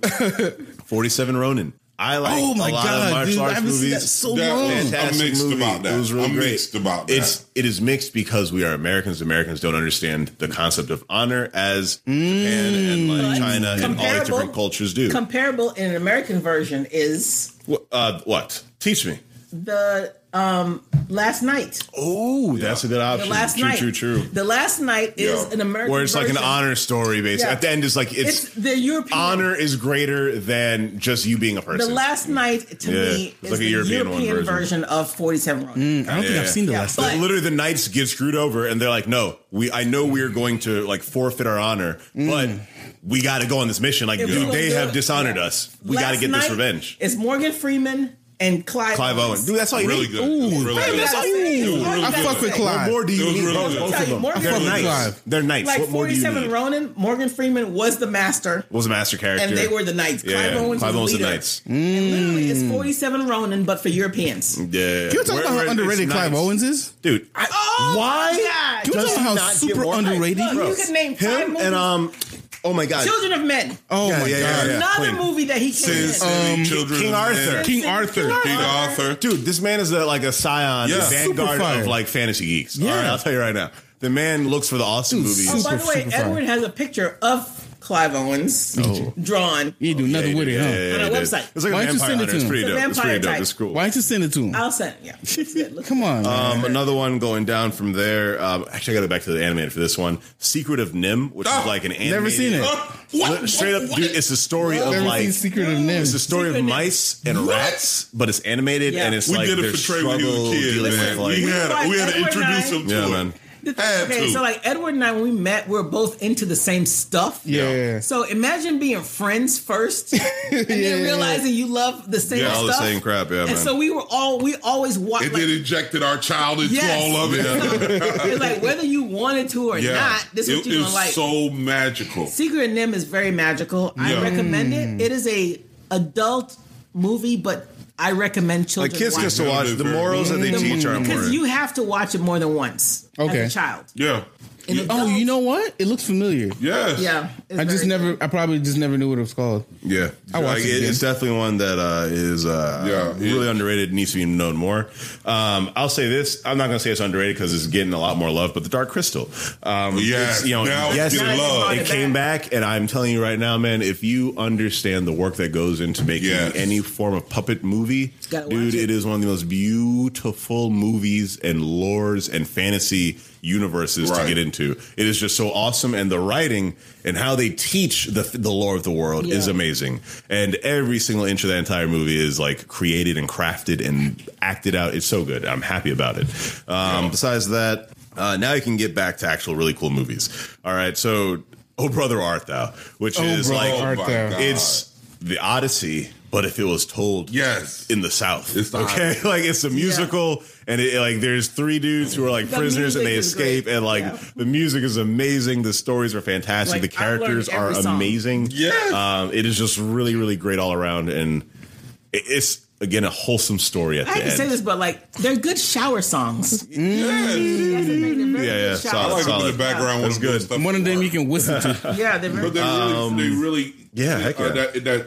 S2: Forty-seven Ronin. I like
S1: oh my
S2: a lot of
S1: god,
S2: martial
S1: dude! I
S2: arts
S1: haven't seen that
S2: movies.
S1: so
S3: That
S1: long.
S3: was-
S2: Fantastic
S3: I'm mixed
S2: movie.
S3: about that.
S2: It was really
S3: I'm
S2: great.
S3: mixed about that.
S2: It's it is mixed because we are Americans. Americans don't understand the concept of honor as Japan and like China and all these
S5: Comparable-
S2: different cultures do.
S5: Comparable in an American version is
S2: Wh- uh, what? Teach me.
S5: the um last night.
S2: Oh, that's a good
S5: The
S2: option.
S5: last
S2: true,
S5: night.
S2: true, true.
S5: The last night is
S3: Yeah.
S5: an American
S2: where it's like an
S5: version.
S2: honor story basically.
S5: Yeah.
S2: At the end, it's like it's,
S5: It's the European
S2: honor is greater than just you being a
S5: The
S2: person.
S5: last night to
S2: Yeah.
S5: me
S2: It's
S5: is
S2: like a
S5: the
S2: European
S5: European,
S2: one
S5: version.
S2: version. Mm,
S5: of 47 Ronin.
S1: I don't think I've
S2: Yeah.
S1: seen the
S5: Yeah,
S1: last.
S5: but-
S1: one.
S2: Literally, the knights get screwed over, and they're like, "No, we. I know we're going to like forfeit our honor, but we got to go on this mission. Like,
S5: If
S2: dude,
S5: we
S2: they
S5: gonna
S2: have
S5: do it,
S2: dishonored
S5: yeah.
S2: us. We got to
S5: Last
S2: get this
S5: night,
S2: revenge."
S5: It's Morgan Freeman and Clive,
S2: Clive Owen, dude, that's all you
S3: really
S2: need.
S3: good. It was really
S5: Clive,
S3: good.
S5: that's all you
S3: It was
S5: need.
S3: really
S1: I
S3: good.
S1: fuck with Clive.
S2: What more do
S3: It
S2: you
S3: was
S2: need?
S3: really
S2: Both
S3: good.
S2: of them.
S5: Morgan
S2: They're
S5: Freeman-
S2: nice.
S1: Clive.
S2: They're nice.
S5: Like
S2: what more do you
S5: 47
S2: need?
S5: Ronin, Morgan Freeman was the master.
S2: was a master character,
S5: And they were the knights.
S2: Yeah,
S5: Clive
S2: yeah.
S5: Owen's
S2: Clive
S5: the
S2: Owen's the
S5: leader.
S2: knights.
S5: And literally,
S1: Mm.
S5: it's 47 Ronin, but for Europeans.
S2: Yeah.
S1: Can you talk
S2: Where-
S1: about how
S2: where-
S1: underrated
S2: it's
S1: Clive
S2: nice.
S1: Owens is?
S2: dude. I,
S5: oh,
S2: why?
S5: God. Can
S1: we talk
S2: does he
S1: about how
S2: not get
S1: super
S2: more hype?
S1: underrated?
S5: Look,
S2: Bro,
S5: you can name five
S2: him
S5: movies.
S2: and um. Oh my god,
S5: Children of Men.
S1: Oh
S2: Yeah,
S1: my
S2: yeah,
S1: god!
S2: yeah,
S5: Another
S2: Queen.
S5: movie that he came
S3: Since
S5: in.
S3: um, children
S2: King
S3: of
S2: Arthur.
S3: Men.
S1: Oh, King Arthur.
S3: King Arthur.
S2: dude, this man is a, like a scion,
S3: Yeah.
S2: the vanguard
S1: Super fire.
S2: of like fantasy geeks.
S1: Yeah.
S2: All right, I'll tell you right now, the man looks for the awesome
S1: Dude,
S2: movies.
S5: Oh, by the
S1: Super,
S5: way,
S1: super fire.
S5: Edward has a picture of Clive Owens drawn.
S1: You do nothing
S2: Oh. Yeah,
S1: with it,
S2: yeah,
S1: huh?
S2: yeah,
S5: On
S2: yeah,
S5: a
S2: dude.
S5: website.
S2: It's like
S1: Why
S2: a
S1: don't you
S2: vampire
S1: send it
S2: hunter.
S1: to
S2: It's
S1: him?
S2: pretty
S5: It's a
S2: dope. It's pretty
S5: vampire
S2: dope.
S5: type.
S2: It's cool.
S1: Why don't you send it to him?
S5: I'll send yeah. Look.
S1: Come on, man.
S2: Um, another one going down from there. Um, actually, I got to go back to the animated for this one. Secret of Nim, which is
S3: Ah,
S2: like an animated.
S1: never seen it.
S3: What?
S2: Straight up,
S3: What?
S2: dude, it's the story of
S1: Never seen
S2: like
S1: Secret of Nim.
S2: It's the story
S5: Secret
S2: of
S5: Nim.
S2: mice and rats, but it's animated
S5: Yeah.
S2: and it's
S3: We
S2: like
S3: did a
S2: their
S3: portray when he
S2: struggle
S3: was a kid,
S2: dealing
S3: man.
S2: with like
S3: we had we had to
S5: Edward
S3: introduce
S5: Nine.
S3: him to
S2: Yeah,
S3: it.
S2: man.
S5: The thing-
S3: Had
S5: okay,
S3: to.
S5: so like Edward and I, when we met, we are both into the same stuff.
S1: yeah.
S5: So imagine being friends first, and then realizing you love the same
S2: Yeah,
S5: stuff.
S2: all the same crap, yeah,
S5: And
S2: man.
S5: so we were all we always watched.
S3: And
S5: Like,
S3: then injected our child into
S5: Yes.
S3: all of it.
S5: it's like whether you wanted to or not, this is
S3: it
S5: what you're
S3: is
S5: gonna like.
S3: so magical.
S5: Secret and Nim is very magical. I
S3: Yeah.
S5: recommend
S1: Mm.
S5: it. It is a adult movie, but I recommend children
S2: Like kids
S5: watch
S2: just
S5: it.
S2: to watch the morals that they
S5: The-
S2: teach are
S5: because
S2: important.
S5: you have to watch it more than once
S1: Okay.
S5: as a child.
S3: yeah,
S5: an
S1: Oh,
S5: adult.
S1: you know what? It looks familiar.
S3: Yes.
S5: Yeah. it's
S1: I just
S5: very-
S1: never. I probably just never knew what it was called.
S3: Yeah.
S1: I watched
S2: Like,
S1: it.
S2: it-
S1: again.
S2: it's definitely one that uh, is uh,
S3: Yeah, it-
S2: really underrated. Needs to be known more. Um, I'll say this: I'm not going to say it's underrated because it's getting a lot more love. But the Dark Crystal, um,
S3: Yes.
S2: it's, you know,
S3: Now it's
S2: yes,
S3: getting
S2: it-
S3: love.
S2: It came back, and I'm telling you right now, man. If you understand the work that goes into making
S3: Yes.
S2: any form of puppet movie,
S5: Gotta
S2: dude,
S5: watch it.
S2: it is one of the most beautiful movies and lores and fantasy universes to
S3: Right.
S2: get into. It is just so awesome, and the writing and how they teach the the lore of the world is
S5: Yeah.
S2: amazing amazing. And every single inch of that entire movie is like created and crafted and acted out. It's so good. I'm happy about it. Um, Besides that, uh, now you can get back to actual really cool movies. All right. So, Oh Brother Art Thou, which is
S1: Oh Brother
S2: like,
S1: Art
S3: my
S1: Thou.
S3: God.
S2: it's the Odyssey, but if it was told
S3: Yes.
S2: in the South.
S3: It's the
S2: okay,
S3: Odyssey.
S2: like it's a musical, and it, like there's three dudes who are like
S5: The
S2: prisoners, and
S5: music
S2: they
S5: is
S2: escape,
S5: great.
S2: and like
S5: Yeah.
S2: the music is amazing. The stories are fantastic.
S5: Like,
S2: the
S5: I learned
S2: characters are
S5: every song.
S2: amazing.
S3: Yes.
S2: um, it is just really, really great all around, and it- it's again a wholesome story at the
S5: I hate to
S2: end.
S5: say this, but like they're good shower songs. That's
S3: Yes.
S5: the thing, they're very
S2: Yeah,
S5: good
S2: yeah,
S5: shower
S2: mm. solid,
S3: I like them in the
S2: solid.
S3: background.
S2: That's
S3: when I'm doing
S2: good.
S3: stuff
S1: One of
S3: at
S1: them
S3: work.
S1: you can whistle to.
S5: Yeah, they're very
S3: But they really, they really,
S2: um, yeah, heck
S3: uh,
S2: yeah.
S3: that, that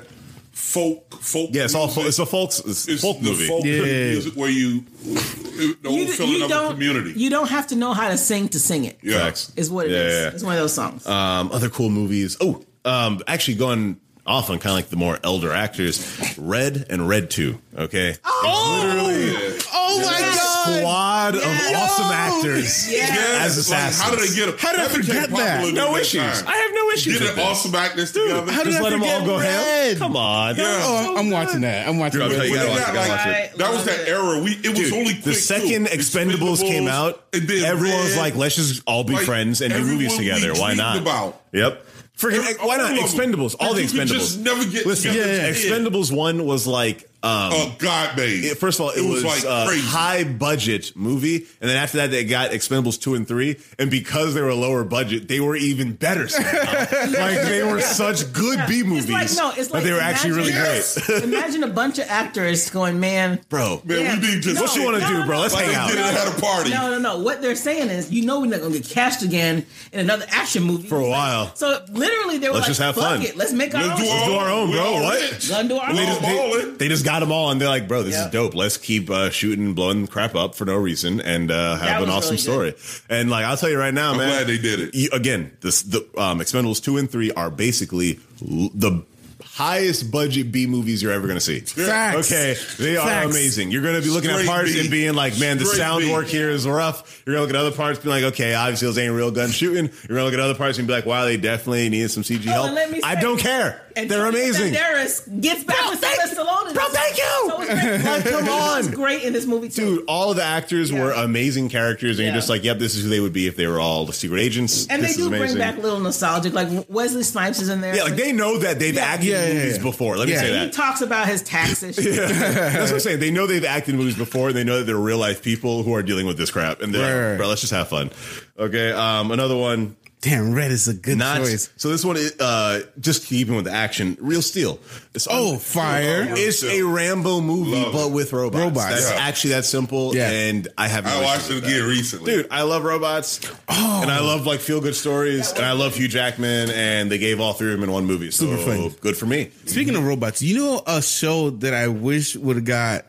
S3: folk, folk.
S2: yeah, it's all
S3: music.
S2: fol- it's a folk it's
S3: It's
S2: folk
S3: the
S2: movie.
S3: folk
S1: Yeah.
S3: music where you, the whole
S5: you,
S3: feeling
S5: you
S3: of a
S5: don't
S3: community.
S5: you don't have to know how to sing to sing it. Is
S3: yeah.
S2: Facts.
S5: what it is.
S2: Yeah, yeah, yeah.
S5: It's one of those songs.
S2: Um, other cool movies. Oh, um, actually going off on kind of like the more elder actors, Red and Red Two. Okay,
S5: Oh!
S3: Yeah.
S1: Oh my
S2: squad
S5: Yes.
S2: of awesome actors
S3: Yes.
S2: as
S3: Like,
S2: assassins.
S3: how did they get a
S1: How did I forget that?
S2: no issues? I have no issues.
S3: Get
S2: with
S3: an
S2: this.
S3: awesome actors together.
S1: how did
S2: Just
S1: I
S2: let them all
S1: forget
S2: go ham.
S1: Red?
S2: Come on.
S3: Yeah.
S1: Oh, I'm, I'm watching that. I'm watching.
S2: Dude, I'll tell
S1: that.
S2: you, you gotta watch it,
S3: That,
S2: you gotta watch it.
S5: Right,
S3: that was
S5: love
S3: that
S5: it.
S3: era. We it was
S2: Dude,
S3: only
S2: the
S3: quick,
S2: second
S3: too.
S2: Expendables, came out.
S3: and then
S2: everyone was
S3: Red.
S2: like, "Let's just all be
S3: Like,
S2: friends and do movies
S3: everyone we
S2: together. Why
S3: dreamed
S2: not?"
S3: about.
S2: Yep. Freaking,
S3: Every-
S2: why
S3: all
S2: not
S3: of them.
S2: Expendables? All the
S3: You could
S2: Expendables.
S3: just never get
S2: Listen,
S3: together.
S1: Yeah, yeah.
S2: Expendables one was like, um,
S3: Oh God, babe.
S2: it- first of all, it, was, uh, a high budget movie, and then after that, they got Expendables two and three, and because they were lower budget, they were even better. somehow. like they were such good B movies,
S5: It's like no, it's
S2: but
S5: like
S2: they were actually really
S5: imagine-
S2: great,
S5: imagine a bunch of actors going, man.
S2: bro.
S3: Man,
S5: Yeah.
S3: we need to.
S5: No,
S2: What you want to
S5: no,
S2: do,
S5: no,
S2: bro? Let's
S3: Like,
S2: hang out.
S3: get it at a party.
S5: No, no, no. What they're saying is, you know, we're not gonna get cashed again in another action movie
S2: For a
S5: It's like-
S2: while.
S5: So literally, they were
S2: Let's
S5: like,
S2: just have
S5: "Fuck
S2: fun.
S5: it, let's make our
S3: Let's
S5: own."
S2: Let's do our own,
S3: We
S2: bro.
S3: all
S2: What?
S3: rich.
S5: Gonna do our
S3: We
S5: own.
S3: just-
S2: they,
S3: Ballin'.
S2: they just got them all, and they're like, "Bro, this
S5: Yeah.
S2: is dope. Let's keep uh, shooting, blowing crap up for no reason, and uh, have an
S5: was
S2: awesome story."
S5: really
S2: And like, I'll tell you right now,
S3: I'm
S2: man,
S3: glad they did it.
S2: You, again, this the um, Expendables two and three are basically l- the highest budget B movies you're ever going to see.
S1: Facts.
S2: Okay, they are
S1: Facts.
S2: amazing. You're going to be looking
S3: Straight
S2: at parts
S3: B.
S2: and being like, "Man, the
S3: Straight
S2: sound
S3: B.
S2: work here is rough." You're going to look at other parts, and be like, "Okay, obviously those ain't real gun shooting." You're going to look at other parts and be like, "Wow, they definitely needed some CG
S5: Oh, and
S2: help."
S5: let me
S2: I
S5: say-
S2: don't care.
S5: And
S2: They're
S5: Antonio
S2: amazing.
S5: Banderas gets back with Sylvester Stallone. in
S2: bro,
S5: this.
S2: thank you.
S5: So it's great.
S2: Like, come
S5: He was
S2: on.
S5: great in this movie too.
S2: Dude, all of the actors were amazing characters, and
S5: Yeah.
S2: you're just like, yep, this is who they would be if they were all the secret agents.
S5: and they
S2: this is
S5: do bring
S2: amazing.
S5: back a little nostalgic, like Wesley Snipes is in there.
S2: Yeah, like they know that they've acted
S1: Yeah, yeah,
S2: in movies
S1: yeah.
S2: before. Let me
S1: Yeah.
S2: say
S5: he
S2: that.
S5: talks about his taxes. yeah.
S2: That's what I'm saying. They know they've acted in movies before. They know that they're real life people who are dealing with this crap, and they're
S1: Right,
S2: like,
S1: right.
S2: bro, let's just have fun. Okay, um, another one.
S1: Damn, Red is a good
S2: Not
S1: choice.
S2: so. This one, uh, just keeping with the action. Real Steel. It's
S1: Oh, fire!
S2: It's a Rambo movie,
S3: Love it.
S2: but with robots.
S1: Robots.
S2: That's
S3: Yeah.
S2: actually that simple.
S1: Yeah.
S2: And I have. No
S3: I
S2: issues
S3: watched it
S2: with
S3: again
S2: that.
S3: recently.
S2: Dude, I love robots,
S1: Oh.
S2: and I love like feel good stories, and I love Hugh Jackman, and they gave all three of them in one movie. So
S1: Super fun.
S2: Good for me.
S1: Speaking of robots, you know a show that I wish would have got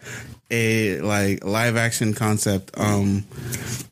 S1: a like live action concept. Um,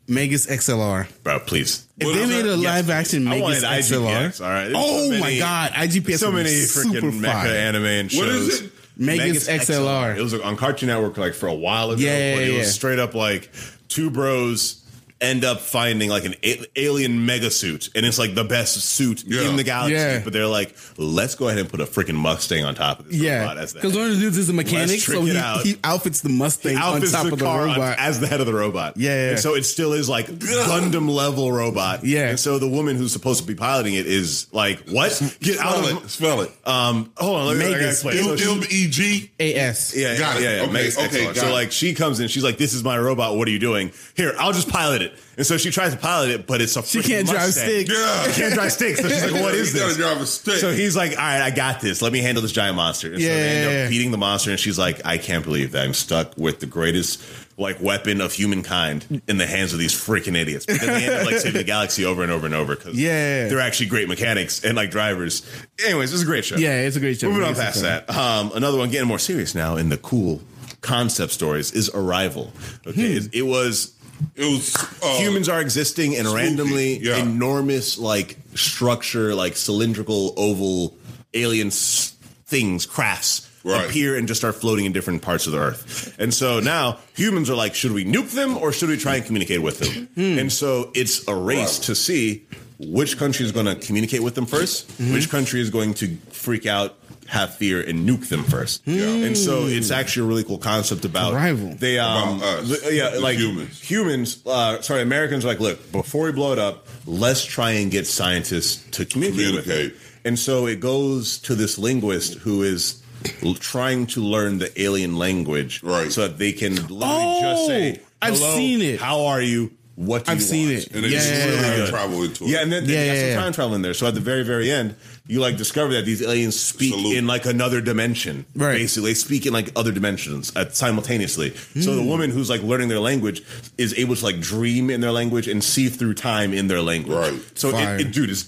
S1: Megas XLR.
S2: Bro, please.
S1: If
S3: What
S1: they
S3: is
S1: made
S3: that?
S1: a
S2: Yes,
S1: live action
S2: I
S1: Megas
S2: wanted
S1: XLR.
S2: IGPX, all right? There's
S1: Oh
S2: so
S1: my
S2: many-
S1: god, IGPS
S2: so many
S1: was super
S2: freaking mecha
S1: fire.
S2: anime and shows.
S3: What is it?
S1: Megas XLR.
S2: It was on Cartoon Network like for a while ago.
S1: Yeah,
S2: but
S1: yeah,
S2: it was
S1: yeah.
S2: straight up like two bros end up finding like an a- alien mega suit, and it's like the best suit
S3: Yeah.
S2: in the galaxy.
S1: Yeah.
S2: But they're like, let's go ahead and put a freaking Mustang on top of this
S1: Yeah,
S2: robot as the
S1: because one of the dudes is a mechanic,
S2: Let's trick
S1: so he,
S2: it out.
S1: he outfits the Mustang on
S2: outfits
S1: top of the
S2: car on-
S1: robot.
S2: as the head of the robot.
S1: Yeah, yeah, yeah.
S2: And so it still is like Gundam level robot.
S1: Yeah.
S2: And so the woman who's supposed to be piloting it is like, what? Get out
S3: Spell
S2: of
S3: it. Spell it.
S2: um. Hold on, let me I gotta
S1: Megas.
S2: explain. So she-
S3: M E G.
S1: AS.
S2: yeah,
S3: Got
S2: yeah,
S3: it.
S2: yeah, yeah.
S3: Okay,
S2: Megas
S3: okay,
S2: XLR.
S3: got
S2: So
S3: it.
S2: like she comes in, she's like, "This is my robot. What are you doing here? I'll just pilot it." it. And so she tries to pilot it, but it's a
S1: She
S2: freaking
S1: can't drive
S2: Mustang.
S1: stick.
S2: She can't drive stick. So she's like, "What is
S3: You gotta
S2: this?"
S3: drive a stick.
S2: So he's like, "All right, I got this. Let me handle this giant monster." And so they end
S1: Yeah.
S2: up beating the monster, and she's like, "I can't believe that I'm stuck with the greatest like weapon of humankind in the hands of these freaking idiots." But then they end up like saving the galaxy over and over and over because
S1: Yeah.
S2: they're actually great mechanics and like drivers. Anyways, this is a great show.
S1: Yeah, it's a great show.
S2: Moving on
S1: It's a
S2: past
S1: show.
S2: that, um, another one getting more serious now in the cool concept stories is Arrival. Okay, it, it was
S3: it was uh,
S2: humans are existing in a
S3: spooky,
S2: randomly
S3: yeah.
S2: enormous like structure, like cylindrical oval alien s- things, crafts.
S3: Right.
S2: Appear and just start floating in different parts of the earth. And so now humans are like, should we nuke them or should we try and communicate with them? And so it's a race
S3: Hmm. Wow.
S2: to see which country is going to communicate with them 1st
S3: Hmm.
S2: which country is going to freak out, have fear, and nuke them first.
S3: Hmm.
S2: And so it's actually a really cool concept about
S1: Arrival.
S2: They um,
S3: About us,
S2: the- yeah,
S3: the
S2: like
S3: humans.
S2: humans, uh, sorry, Americans are like, look, before we blow it up, let's try and get scientists to communicate,
S3: Communicate.
S2: with it. And so it goes to this linguist who is l- trying to learn the alien language
S3: Right.
S2: so that they can literally just
S1: Oh,
S2: say,
S1: I've
S2: "Hello,
S1: seen it.
S2: How are you? What do
S1: I've
S2: you
S1: seen
S2: want?"
S1: it.
S3: and they
S1: Yeah.
S3: just
S2: Really
S3: yeah.
S2: good.
S3: travel into it.
S2: Yeah, and then they
S1: Yeah,
S2: have
S1: yeah,
S2: some
S1: yeah.
S2: time travel in there. So at the very, very end, you like discover that these aliens speak
S3: Salute.
S2: in like another dimension.
S1: Right.
S2: Basically, they speak in like other dimensions at, simultaneously. So
S1: Hmm.
S2: the woman who's like learning their language is able to like dream in their language and see through time in their language.
S3: Right.
S2: So
S1: Fire.
S2: it, it dude is.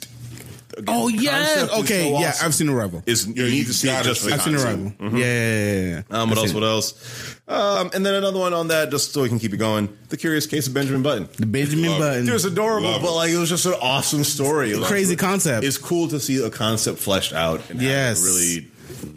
S1: Oh yes. Okay. yeah, I've seen Arrival.
S2: Is you
S3: Yeah,
S2: need
S3: you
S2: to see it
S3: gotta
S2: just for
S3: see
S2: the
S1: I've seen
S2: concept. Mm-hmm.
S1: Arrival. Yeah, yeah, yeah, yeah.
S2: Um, what
S1: I've
S2: else?
S1: seen
S2: What
S1: it.
S2: else? Um, and then another one on that, just so we can keep it going. The Curious Case of Benjamin Button.
S1: The Benjamin
S3: Love it.
S1: Button.
S2: It was adorable,
S3: Love it.
S2: but like it was just an awesome story. It was
S1: Crazy concept.
S2: It's cool to see a concept fleshed out and have it
S1: Yes.
S2: really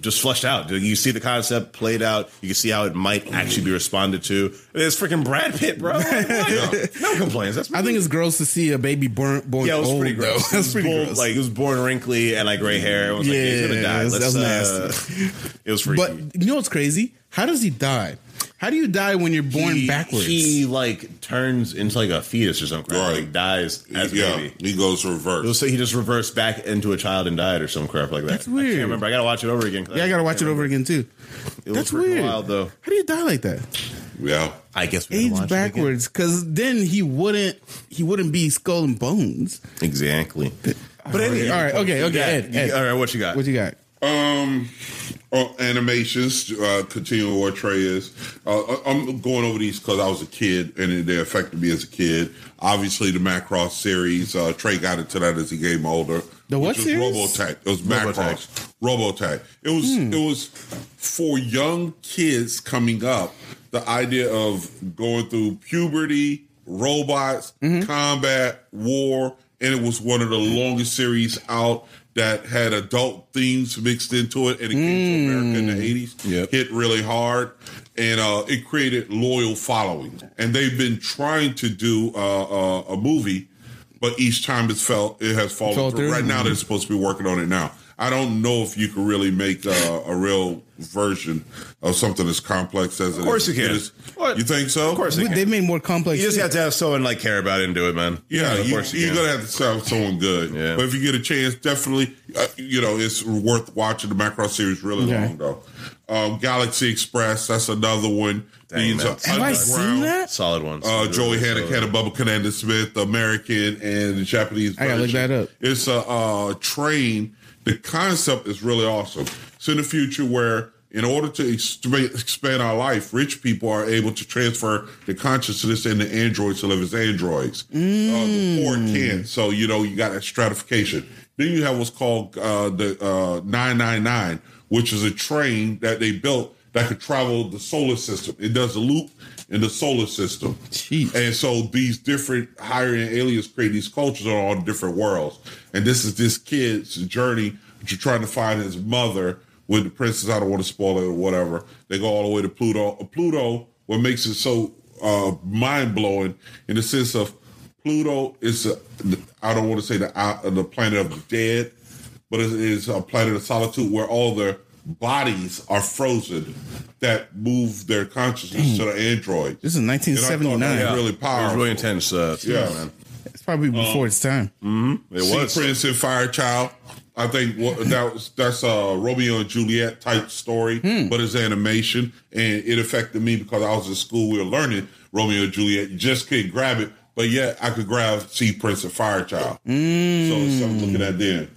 S2: just fleshed out. You see the concept played out. You can see how it might actually be responded to. It's freaking Brad Pitt, bro. Like, what? no complaints. That's
S1: I think it's gross to see a baby born born
S2: yeah, it was
S1: old.
S2: pretty
S1: though.
S2: gross.
S1: That's
S2: It was
S1: pretty
S2: bold,
S1: gross.
S2: Like it was born wrinkly and like gray hair. It was like, yeah, he's gonna
S1: Yeah,
S2: die.
S1: that was
S2: Let's, uh, it was freaky.
S1: but you know what's crazy? How does he die? How do you die when you're born
S2: he,
S1: backwards?
S2: he like turns into like a fetus or something. Right.
S3: Right.
S2: Like dies as a
S3: yeah,
S2: baby.
S3: he goes
S2: They'll
S3: reverse.
S2: say he just reversed back into a child and died or some crap like that.
S1: That's weird.
S2: I can't remember. I gotta watch it over again. 'cause
S1: yeah, I gotta watch it over again too.
S2: It
S1: That's
S2: was freaking
S1: weird.
S2: wild though.
S1: How do you die like that?
S3: Yeah,
S2: I guess we gotta watch
S1: Age
S2: it again.
S1: backwards, because then he wouldn't he wouldn't be skull and bones.
S2: Exactly. But
S1: All
S2: anyway,
S1: right, okay, okay, Ed, Ed.
S2: all right. What you got?
S1: What you got?
S3: Um, uh, animations. Uh, continuing what Trey is. Uh, I- I'm going over these because I was a kid and they affected me as a kid. Obviously, the Macross series. Uh, Trey got into that as he got older.
S1: The what
S3: which
S1: series?
S3: Was Robotech. It was Macross. Robotech. It was. It was for young kids coming up. The idea of going through puberty, robots, combat, war, and it was one of the longest series out that had adult themes mixed into it, and it came to America in the eighties.
S2: Yep.
S3: Hit really hard, and uh, it created loyal followings. And they've been trying to do uh, uh, a movie, but each time it's felt it has fallen
S1: Fell
S3: through.
S1: through?
S3: Right now, they're supposed to be working on it now. I don't know if you can really make uh, a real version of something as complex as it is.
S2: Of course you can.
S3: It is-
S2: What?
S3: You think so?
S2: Of course you
S1: They,
S2: can.
S1: made more complex.
S2: You just
S1: shit.
S2: have to have someone like care about it and do it, man.
S3: Yeah,
S2: of
S3: you,
S2: course
S3: you
S2: can.
S3: are gonna have to sell someone good.
S2: Yeah.
S3: But if you get a chance, definitely, uh, you know, it's worth watching. The Macross series really
S1: Okay.
S3: long though. Um, Galaxy Express, that's another one.
S2: Dang,
S3: These
S2: man.
S3: are
S1: Have I seen
S3: underground.
S1: that?
S2: solid ones.
S3: Uh, Joey
S2: Really
S3: Hannock
S2: solid.
S3: had a Bubba Cananda Smith, the American and the Japanese.
S1: I gotta look
S3: version.
S1: that up.
S3: It's a uh, train. The concept is really awesome. It's in the future where, in order to exp- expand our life, rich people are able to transfer the consciousness into androids to live as androids. Uh, the poor
S1: Mm.
S3: can't. So, you know, you got that stratification. Then you have what's called uh, the uh, 999, which is a train that they built that could travel the solar system. It does a loop in the solar system.
S1: Jeez.
S3: And so these different higher end aliens create these cultures on all the different worlds. And this is this kid's journey to trying to find his mother with the princess. I don't want to spoil it or whatever. They go all the way to Pluto. Pluto, what makes it so uh, mind blowing in the sense of Pluto is, a, I don't want to say the, uh, the planet of the dead, but it is a planet of solitude where all their bodies are frozen that move their consciousness to the android.
S1: This is
S3: And I
S1: 1979.
S3: thought that was really
S2: It was
S3: powerful.
S2: really intense. Uh,
S3: Yeah.
S2: yeah, man.
S1: It's probably
S2: Um,
S1: before its time.
S2: mm, It
S3: Sea
S2: was.
S3: Prince and Firechild. I think what, that was, that's a Romeo and Juliet type story,
S2: Hmm.
S3: but it's animation, and it affected me because I was in school. We were learning Romeo and Juliet. You just couldn't grab it, but But yet I could grab Sea Prince and Firechild. So it's something looking
S2: Hmm.
S3: at them.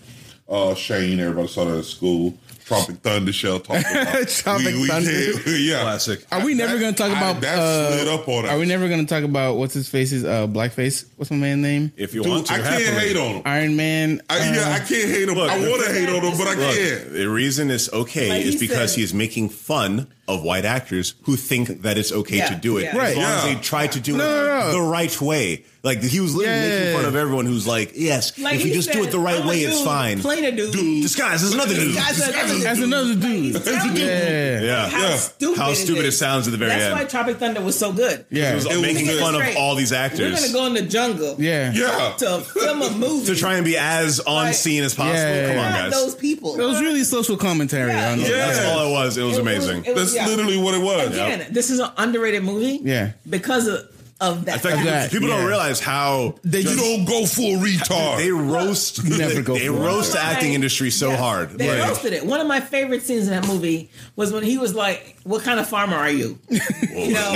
S3: Uh, Shane, everybody saw that at school. Tropic Thunder Shell talked about.
S1: Tropic Thunder.
S3: did- yeah.
S2: Classic.
S1: Are we never
S3: That-
S1: going to talk
S3: I-
S1: about?
S3: that
S1: uh,
S3: slid up on us.
S1: Are we never going to talk about what's his face's uh, blackface? What's my man's name?
S2: If you want
S3: Dude,
S2: to,
S3: I can't
S2: happily.
S3: hate on him.
S1: Iron Man. uh,
S3: I, yeah, I can't hate him.
S2: look,
S3: I want to hate on him, but I
S2: Uh-huh. Look,
S3: can't.
S2: the reason it's okay
S5: Like
S2: is
S5: he
S2: because
S5: said-
S2: he is making fun of white actors who think that it's okay
S4: Yeah,
S2: to do it.
S4: yeah.
S1: Right.
S2: As long as
S3: Yeah.
S2: they try to do
S1: No,
S2: it
S1: no, no.
S2: the right way. Like he was literally
S1: Yeah.
S2: making fun of everyone who's like, yes,
S5: Like
S2: if you
S5: he
S2: just do
S5: said,
S2: it the right
S5: I'm a
S2: way, it's
S5: dude,
S2: fine.
S5: Plain a dude.
S2: Disguise is another dude.
S5: Disguise is another
S1: That's
S5: dude.
S1: another dude.
S5: Like, he's telling you
S1: yeah.
S2: Yeah.
S5: How
S3: Yeah.
S5: stupid!
S2: How stupid
S5: it
S2: it
S5: is.
S2: sounds at the very
S5: That's
S2: end.
S5: why Tropic Thunder was so good.
S1: Yeah.
S2: It was
S3: was
S2: making
S3: good.
S2: fun of
S5: Straight.
S2: all these
S5: We're gonna
S2: actors
S5: go in the jungle
S1: Yeah.
S3: Yeah.
S5: to film a movie
S2: to try and be as on
S5: Right.
S2: scene as possible.
S1: Yeah.
S2: Come on,
S5: about
S2: guys.
S5: those people.
S1: It was really social commentary
S5: Yeah.
S1: on
S3: Yeah.
S2: That's all it was. It was
S5: It
S2: amazing.
S5: it
S3: That's
S5: yeah.
S3: literally what it was.
S5: Again, this is an underrated movie.
S1: Yeah.
S5: because of, of that.
S2: In fact,
S1: Of that,
S2: people
S1: yeah.
S2: don't realize how
S1: They
S3: You
S1: just-
S3: don't go full retard.
S2: they roast
S1: Never go
S2: they
S1: for it.
S2: roast the acting
S5: Right.
S2: industry so
S5: Yeah.
S2: hard.
S5: They
S2: Like,
S5: roasted it. One of my favorite scenes in that movie was when he was like, "What kind of farmer are you?" you know,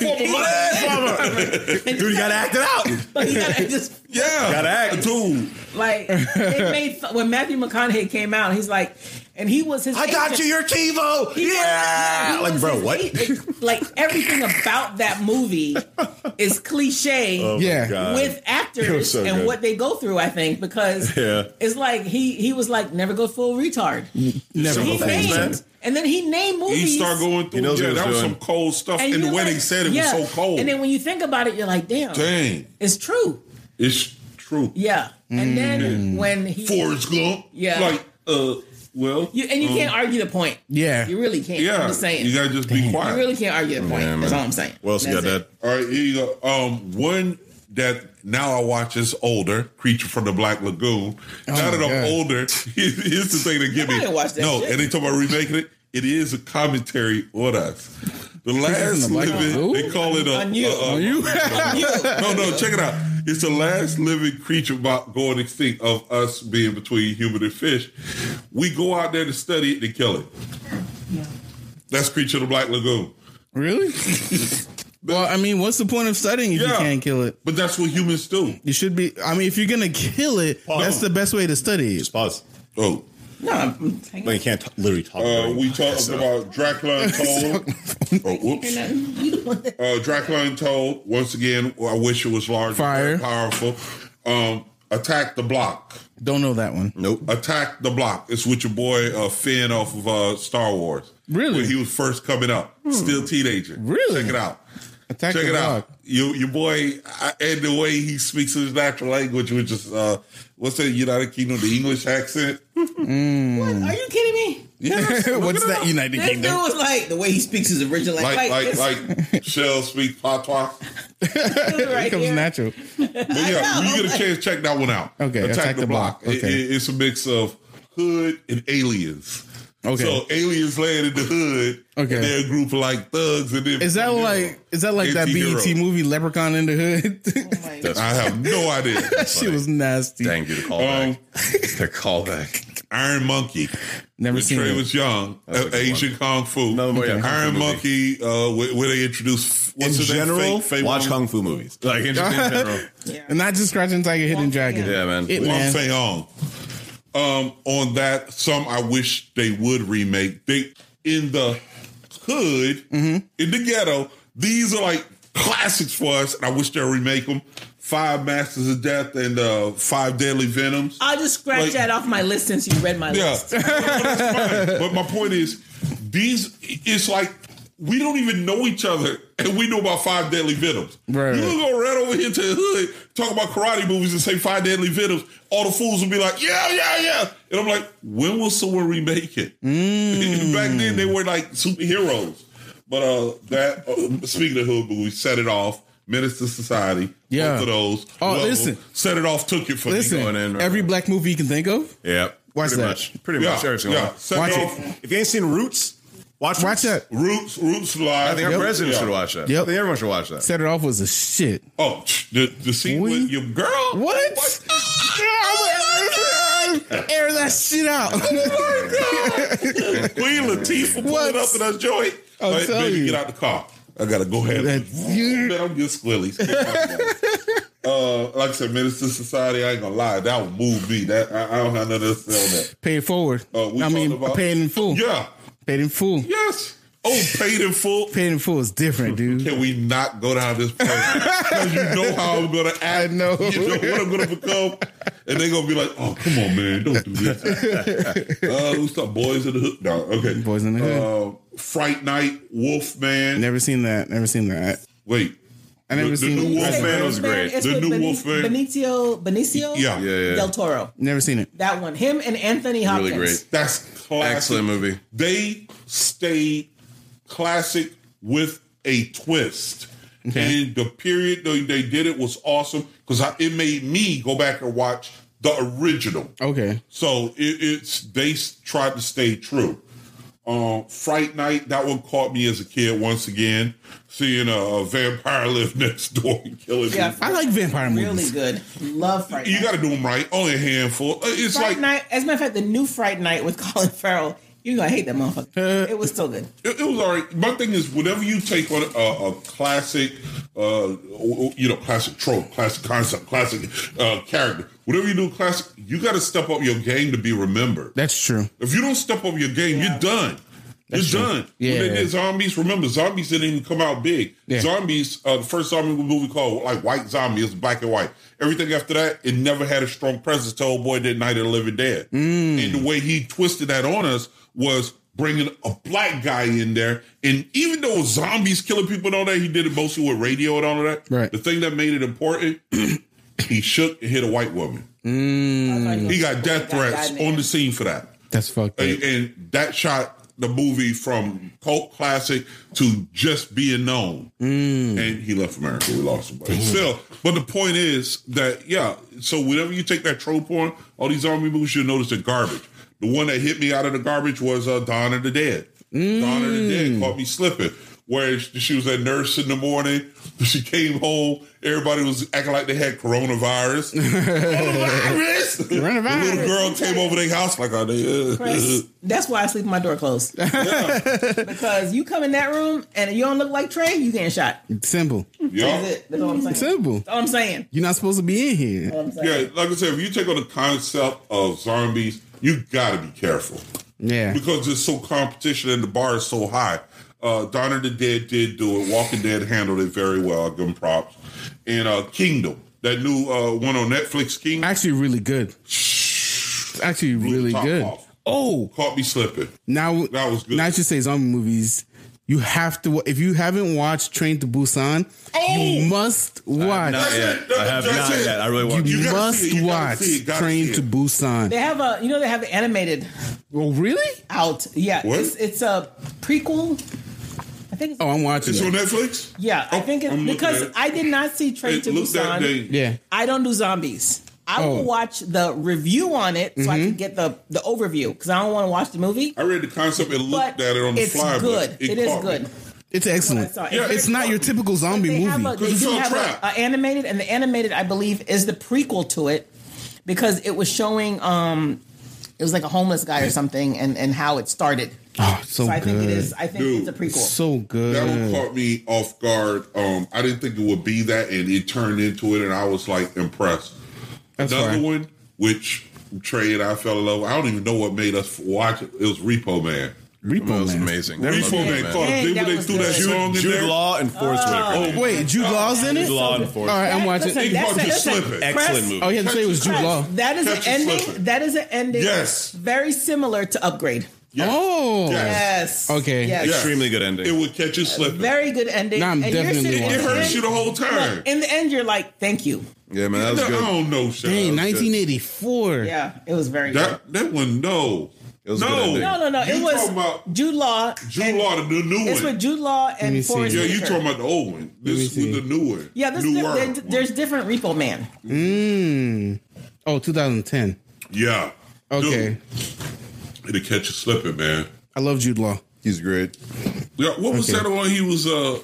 S2: Land farmer. Dude, you gotta act it out.
S5: like, he gotta just
S3: yeah.
S2: Gotta act.
S3: Dude.
S5: like it made fun. when Matthew McConaughey came out. He's like, and he was his.
S2: I got
S5: agent.
S2: you your TiVo.
S5: He was-
S2: Yeah.
S5: he
S2: Like,
S5: was
S2: bro,
S5: his
S2: what?
S5: agent. like everything about that movie is cliche.
S3: Oh
S1: Yeah.
S2: Oh God.
S5: with
S2: It was
S5: actors
S2: so
S5: and
S2: good.
S5: what they go through, I think, because
S2: Yeah.
S5: it's like he he was like never go full retard.
S1: Never
S5: he
S1: before.
S2: things, man.
S5: named, and then he named movies.
S3: He start going
S2: He
S3: through.
S2: knows
S3: yeah,
S2: what he's
S3: that was
S2: doing.
S3: some cold stuff.
S5: and
S3: And,
S5: you're
S3: the way
S5: like-
S3: they said it
S5: yeah.
S3: was so cold.
S5: And then when you think about it, you're like, damn,
S3: Dang.
S5: it's true.
S3: It's true.
S5: Yeah. And
S2: Mm-hmm.
S5: then when he
S3: Forrest Gump.
S5: Yeah.
S3: Like, uh, well.
S5: you, and you
S2: um,
S5: can't argue the point.
S1: Yeah.
S5: You really can't.
S3: yeah.
S5: I'm just saying.
S3: You
S5: You,
S3: gotta just be quiet.
S5: really can't argue the point.
S2: Yeah,
S5: That's
S2: man.
S5: all I'm saying.
S2: What else you
S5: That's
S2: got, Dad?
S5: it.
S3: All right, here you go. Um, one that now I watch is older, Creature from the Black Lagoon. now
S1: Oh my
S3: that I'm
S1: God.
S3: older, here's the thing that give me.
S5: Nobody watched that
S3: no,
S5: shit.
S3: and they talk about remaking it. It is a commentary on us. The last
S1: Black
S3: living,
S1: Lagoon?
S3: they call it a.
S5: On you.
S3: a- a-
S1: On you?
S3: no, no, check it out. It's the last living creature about going extinct of us being between human and fish. We go out there to study it and kill it. That's Creature of the Black Lagoon.
S1: Really? well, I mean, what's the point of studying if you
S3: Yeah.
S1: can't kill it?
S3: But that's what humans do.
S1: You should be. I mean, if you're gonna kill it, that's the best way to study it.
S2: Just pause.
S3: Oh.
S5: No, I'm, I'm hanging
S2: Like, you can't t- literally talk.
S3: Uh,
S2: during-
S3: we talked
S2: So,
S3: about Dracula Untold. oh, whoops. Uh, Dracula Untold. Once again, I wish it was larger,
S1: Fire.
S3: powerful. Um, attack the block.
S1: Don't know that one.
S2: Nope.
S3: Attack the block. It's with your boy uh, Finn off of uh, Star Wars.
S1: Really?
S3: When he was first coming up, still teenager.
S1: Really?
S3: Check it out.
S1: Attack
S3: Check
S1: the
S3: it
S1: dog.
S3: out. You, your boy, I, and the way he speaks his natural language, which is uh, what's that United Kingdom, the English accent.
S5: Are you kidding me?
S3: Yes. look
S1: What's
S3: it
S1: that
S3: up.
S1: United
S5: This dude
S1: Kingdom?
S5: was like the way he speaks his original like,
S3: Like, like,
S5: this
S3: like, Shell speak patois.
S5: dude right
S1: It comes
S5: here.
S1: natural.
S3: But yeah,
S5: know.
S3: when you get a chance, check that one out.
S1: Okay,
S3: Attack, the, Block. It-
S1: Okay.
S3: it- it's a mix of hood and aliens.
S1: Okay.
S3: So aliens land in the hood.
S1: Okay.
S3: And they're a group of like thugs. And then
S1: Is that like? Is that like that
S3: Anti-hero.
S1: BET movie Leprechaun in the Hood?
S5: Oh my
S3: I have no idea.
S1: she was nasty.
S2: Dang, dude, the
S3: Um,
S2: callback. the callback.
S3: Iron Monkey.
S1: Never
S3: When
S1: seen
S3: Trey
S1: it.
S3: was young,
S2: That's a
S3: uh,
S2: good
S3: Asian Kung Fu.
S2: Another one, yeah, Kung Fu
S3: Iron
S2: movie.
S3: Monkey, uh, where, where they introduce
S2: In
S3: what's his name?
S2: general,
S3: Fake- Fake
S2: watch
S3: Wong-
S2: kung fu movies. Like in general.
S1: And not just Crouching Tiger, Hidden Dragon.
S2: Yeah, man.
S1: It,
S2: Wong
S1: man.
S3: Wong Fei Hong. Um, on that, some I wish they would remake. They in the hood, in the ghetto. These are like classics for us, and I wish they'll remake them. Five Masters of Death and uh, Five Deadly Venoms.
S5: I'll just scratch
S3: Like-
S5: that off my list since you read my
S3: Yeah,
S5: list.
S3: but my point is, these it's like we don't even know each other, and we know about Five Deadly Venoms.
S1: Right.
S3: You gonna run over here to the hood, talk about karate movies, and say Five Deadly Venoms. All the fools will be like, yeah, yeah, yeah, and I'm like, when will someone remake it?
S1: Mm.
S3: Back then, they were like superheroes. But uh, that uh, speaking of hood movies, set it off. Menace to Society,
S1: Yeah.
S3: both of those.
S1: Oh,
S3: Level.
S1: listen.
S3: set it off took it for me.
S1: Listen,
S2: going in right
S1: every
S2: now.
S1: black movie you can think of,
S2: Yeah.
S1: Watch
S2: pretty
S1: that.
S2: much. Pretty
S3: Yeah,
S2: much every single
S3: yeah.
S2: one.
S3: Set
S1: Watch
S3: it
S1: it.
S3: off.
S2: If you ain't seen Roots,
S1: watch
S2: watch Roots.
S1: that.
S3: Roots, Roots Live.
S2: I think our president should watch that.
S1: Yep.
S2: I think everyone should watch that.
S1: Set It Off was a shit.
S3: Oh, the, the scene
S1: We-
S3: with your girl?
S1: What? Air that shit
S3: Oh
S1: out.
S3: Queen Latifah
S1: What?
S3: pulling up in a joint.
S1: I'll
S3: Like,
S1: tell
S3: baby,
S1: you.
S3: get out the car. I gotta go ahead.
S1: That's-
S3: Man, I'm just squilly. uh, like I said, Minister Society. I ain't gonna lie, that would move me. That I, I don't have nothing else to say on that.
S1: Pay it forward.
S3: Uh, we
S1: I mean,
S3: talked about-
S1: paid in full.
S3: Yeah,
S1: Paid in full.
S3: yes. Oh, paid in full.
S1: Paid in full is different, dude.
S3: Can we not go down this path? 'Cause you know how I'm gonna
S1: I
S3: act.
S1: know.
S3: You know what I'm gonna become. And they're gonna be like, "Oh, come on, man, don't do this." uh, who's up, boys in the hood? No, okay,
S1: Boys in the Hood.
S3: Uh, Fright Night, Wolfman.
S1: Never seen that. Never seen that.
S3: Wait,
S1: I never
S3: The- the
S1: seen.
S3: new
S1: I-
S3: Wolfman
S2: was great.
S5: It's
S3: The
S5: with
S3: new
S5: Beni-
S3: Wolfman.
S5: Benicio, Benicio
S3: yeah,
S2: Yeah, yeah.
S5: Del Toro.
S1: Never seen it.
S5: That one. Him and Anthony Hopkins.
S2: Really great.
S3: that's classic.
S2: Excellent movie.
S3: they stayed classic with a twist.
S1: Okay.
S3: And the period they, they did it was awesome because it made me go back and watch the original.
S1: Okay.
S3: So it, it's they s- tried to stay true. Um, Fright Night, that one caught me as a kid once again, seeing a, a vampire live next door and killing
S5: Yeah,
S3: people.
S1: I like vampire
S5: Really
S1: movies.
S5: good. Love Fright Night.
S3: You got to do them right. Only a handful. Uh, It's
S5: Fright
S3: like
S5: Night. As a matter of fact, the new Fright Night with Colin Farrell. You're gonna hate that motherfucker. it was still good.
S3: It, it was all right. My thing is, whenever you take on a, a classic, uh, you know, classic trope, classic concept, classic uh, character, whatever you do, classic, you got to step up your game to be remembered.
S1: That's true.
S3: If you don't step up your game, you're done. you're done.
S1: Yeah.
S3: When they did zombies, remember zombies didn't even come out big.
S1: Yeah.
S3: Zombies, uh, the first zombie movie called like White Zombie, it was black and white. Everything after that, it never had a strong presence. Till old boy did Night of the Living Dead,
S1: Mm.
S3: and the way he twisted that on us was bringing a black guy in there. And even though zombies killing people and all that, he did it mostly with radio and all of that.
S1: Right.
S3: The thing that made it important, he shook and hit a white woman. He got death threats on the scene for that
S1: That's fucked. Up.
S3: and, and that shot the movie from cult classic to just being known. And he left America. We lost him. But still, but the point is that yeah. So whenever you take that trope on all these army movies, you'll notice the garbage. The one that hit me out of the garbage was uh, Dawn of the Dead. Dawn of the Dead caught me slipping. Where she she was a nurse in the morning, she came home. Everybody was acting like they had coronavirus. coronavirus. The little girl came over their house like, "Are they?" uh,
S5: Chris, that's why I sleep with my door closed. because you come in that room and you don't look like Trey, you getting shot.
S1: Simple.
S3: Yeah.
S5: That's it. That's all I'm saying. That's
S1: Simple.
S5: all I'm saying.
S1: You're not supposed to be in here.
S5: That's all I'm
S3: Yeah,
S5: saying.
S3: like I said, if you take on the concept of zombies, you gotta be careful
S1: Yeah.
S3: because there's so competition and the bar is so high. Uh, Dawn of the Dead did do it. Walking Dead handled it very well. I give them props. And uh, Kingdom, that new uh, one on Netflix, King,
S1: Actually, really good. It's actually really
S3: top
S1: good.
S3: off.
S1: Oh,
S3: caught me slipping.
S1: now
S3: That was good.
S1: Now I should say zombie movies. You have to if you haven't watched Train to Busan, you
S3: Oh!
S1: must watch.
S2: Not yet. I have
S3: That's
S2: not
S3: it.
S2: yet. I really want
S1: you,
S2: to.
S3: You gotta
S1: must
S3: see it. You gotta
S1: watch
S3: see it. Gotta
S1: Train
S3: see it.
S1: to Busan.
S5: They have a, you know, they have the animated
S1: Oh, really?
S5: out. Yeah,
S3: What?
S5: it's it's a prequel. I think. It's,
S1: Oh, I'm watching.
S3: It's
S1: it.
S3: on Netflix.
S5: yeah, I think it's
S3: I'm looking
S5: because
S3: at it.
S5: I did not see Trey
S3: It
S5: to
S3: looked that
S5: Busan.
S3: day.
S1: Yeah.
S5: I don't do zombies.
S1: Oh.
S5: I
S1: Mm-hmm.
S5: will watch the review on it so I can get the the overview because I don't want to watch the movie.
S3: I read the concept and looked
S5: But
S3: at it on the
S5: it's
S3: fly. but
S5: good. it is
S3: caught me.
S5: good.
S1: It's excellent.
S5: That's what I saw.
S3: Yeah,
S1: It's not your typical zombie
S5: They have a-
S1: movie.
S5: they
S3: it's
S5: do
S3: all
S5: have a,
S3: trap.
S5: a animated, and the animated, I believe, is the prequel to it because it was showing. um It was like a homeless guy or something, and and how it started.
S1: Oh, so,
S5: So I
S1: good.
S5: think it is. I think it's
S3: Dude.
S5: a prequel.
S1: so
S3: That one
S1: good.
S3: caught me off guard. Um, I didn't think it would be that, and it turned into it, and I was like impressed.
S1: That's
S3: Another
S1: fine.
S3: one, which Trey and I fell in love. with. I don't even know what made us watch it. It was Repo Man.
S2: That
S1: Repo
S2: was
S1: Man.
S2: amazing. I love
S3: Repo Man,
S2: that,
S3: caught
S5: Dang,
S3: it. Did
S5: that
S3: they
S5: was
S3: threw that
S5: good.
S3: song in
S2: Jude
S3: there?
S2: Law and Forrest Whitaker.
S3: Oh,
S1: Wait, Jude Law's in it.
S2: Jude Law and
S1: All
S2: Forrest.
S1: right, I'm watching.
S5: Listen,
S3: He
S5: that's
S3: caught
S5: a-
S3: you
S5: listen,
S3: slipping.
S2: Excellent
S5: Press-
S2: movie.
S1: Oh, you had to say it was Jude
S5: Press.
S1: Law.
S5: That is
S3: Catch
S5: an
S3: you
S5: ending.
S3: slipping.
S5: That is an ending.
S3: Yes.
S5: Very similar to Upgrade.
S1: Oh,
S3: Yes.
S5: Yes.
S1: Okay.
S5: Yes.
S3: Yeah.
S2: Extremely good ending.
S3: It would catch you slipping. It,
S5: Very good ending.
S1: Now I'm
S5: you're
S1: definitely
S5: sitting
S1: watching
S5: at the
S1: it.
S3: hurts
S5: end-
S3: you the whole time.
S5: Look, in the end, you're like, "Thank you."
S2: yeah, man, that was
S3: No, I
S2: good.
S3: don't know, Sean.
S1: dang, 1984.
S5: Yeah, it was very. good.
S3: That that one, no,
S2: It was a
S3: no,
S2: good ending.
S5: No, no, no.
S3: You
S5: it was
S3: talking about
S5: Jude Law.
S3: Jude
S5: and-
S3: Law, the new new
S5: It's
S3: one.
S5: with Jude Law
S1: Let me
S5: and
S1: see.
S5: Forrest.
S3: yeah, you
S5: Whitaker.
S3: talking about the old one? This
S1: Let me
S3: with the new one.
S5: Yeah, there's di-
S3: new world.
S5: there- there's different Repo Man.
S1: Oh, 2010.
S3: yeah.
S1: Okay.
S3: Dude, it'll catch you slipping, man.
S1: I love Jude Law.
S2: He's great.
S3: Yeah, what was
S1: Okay.
S3: that one? He was a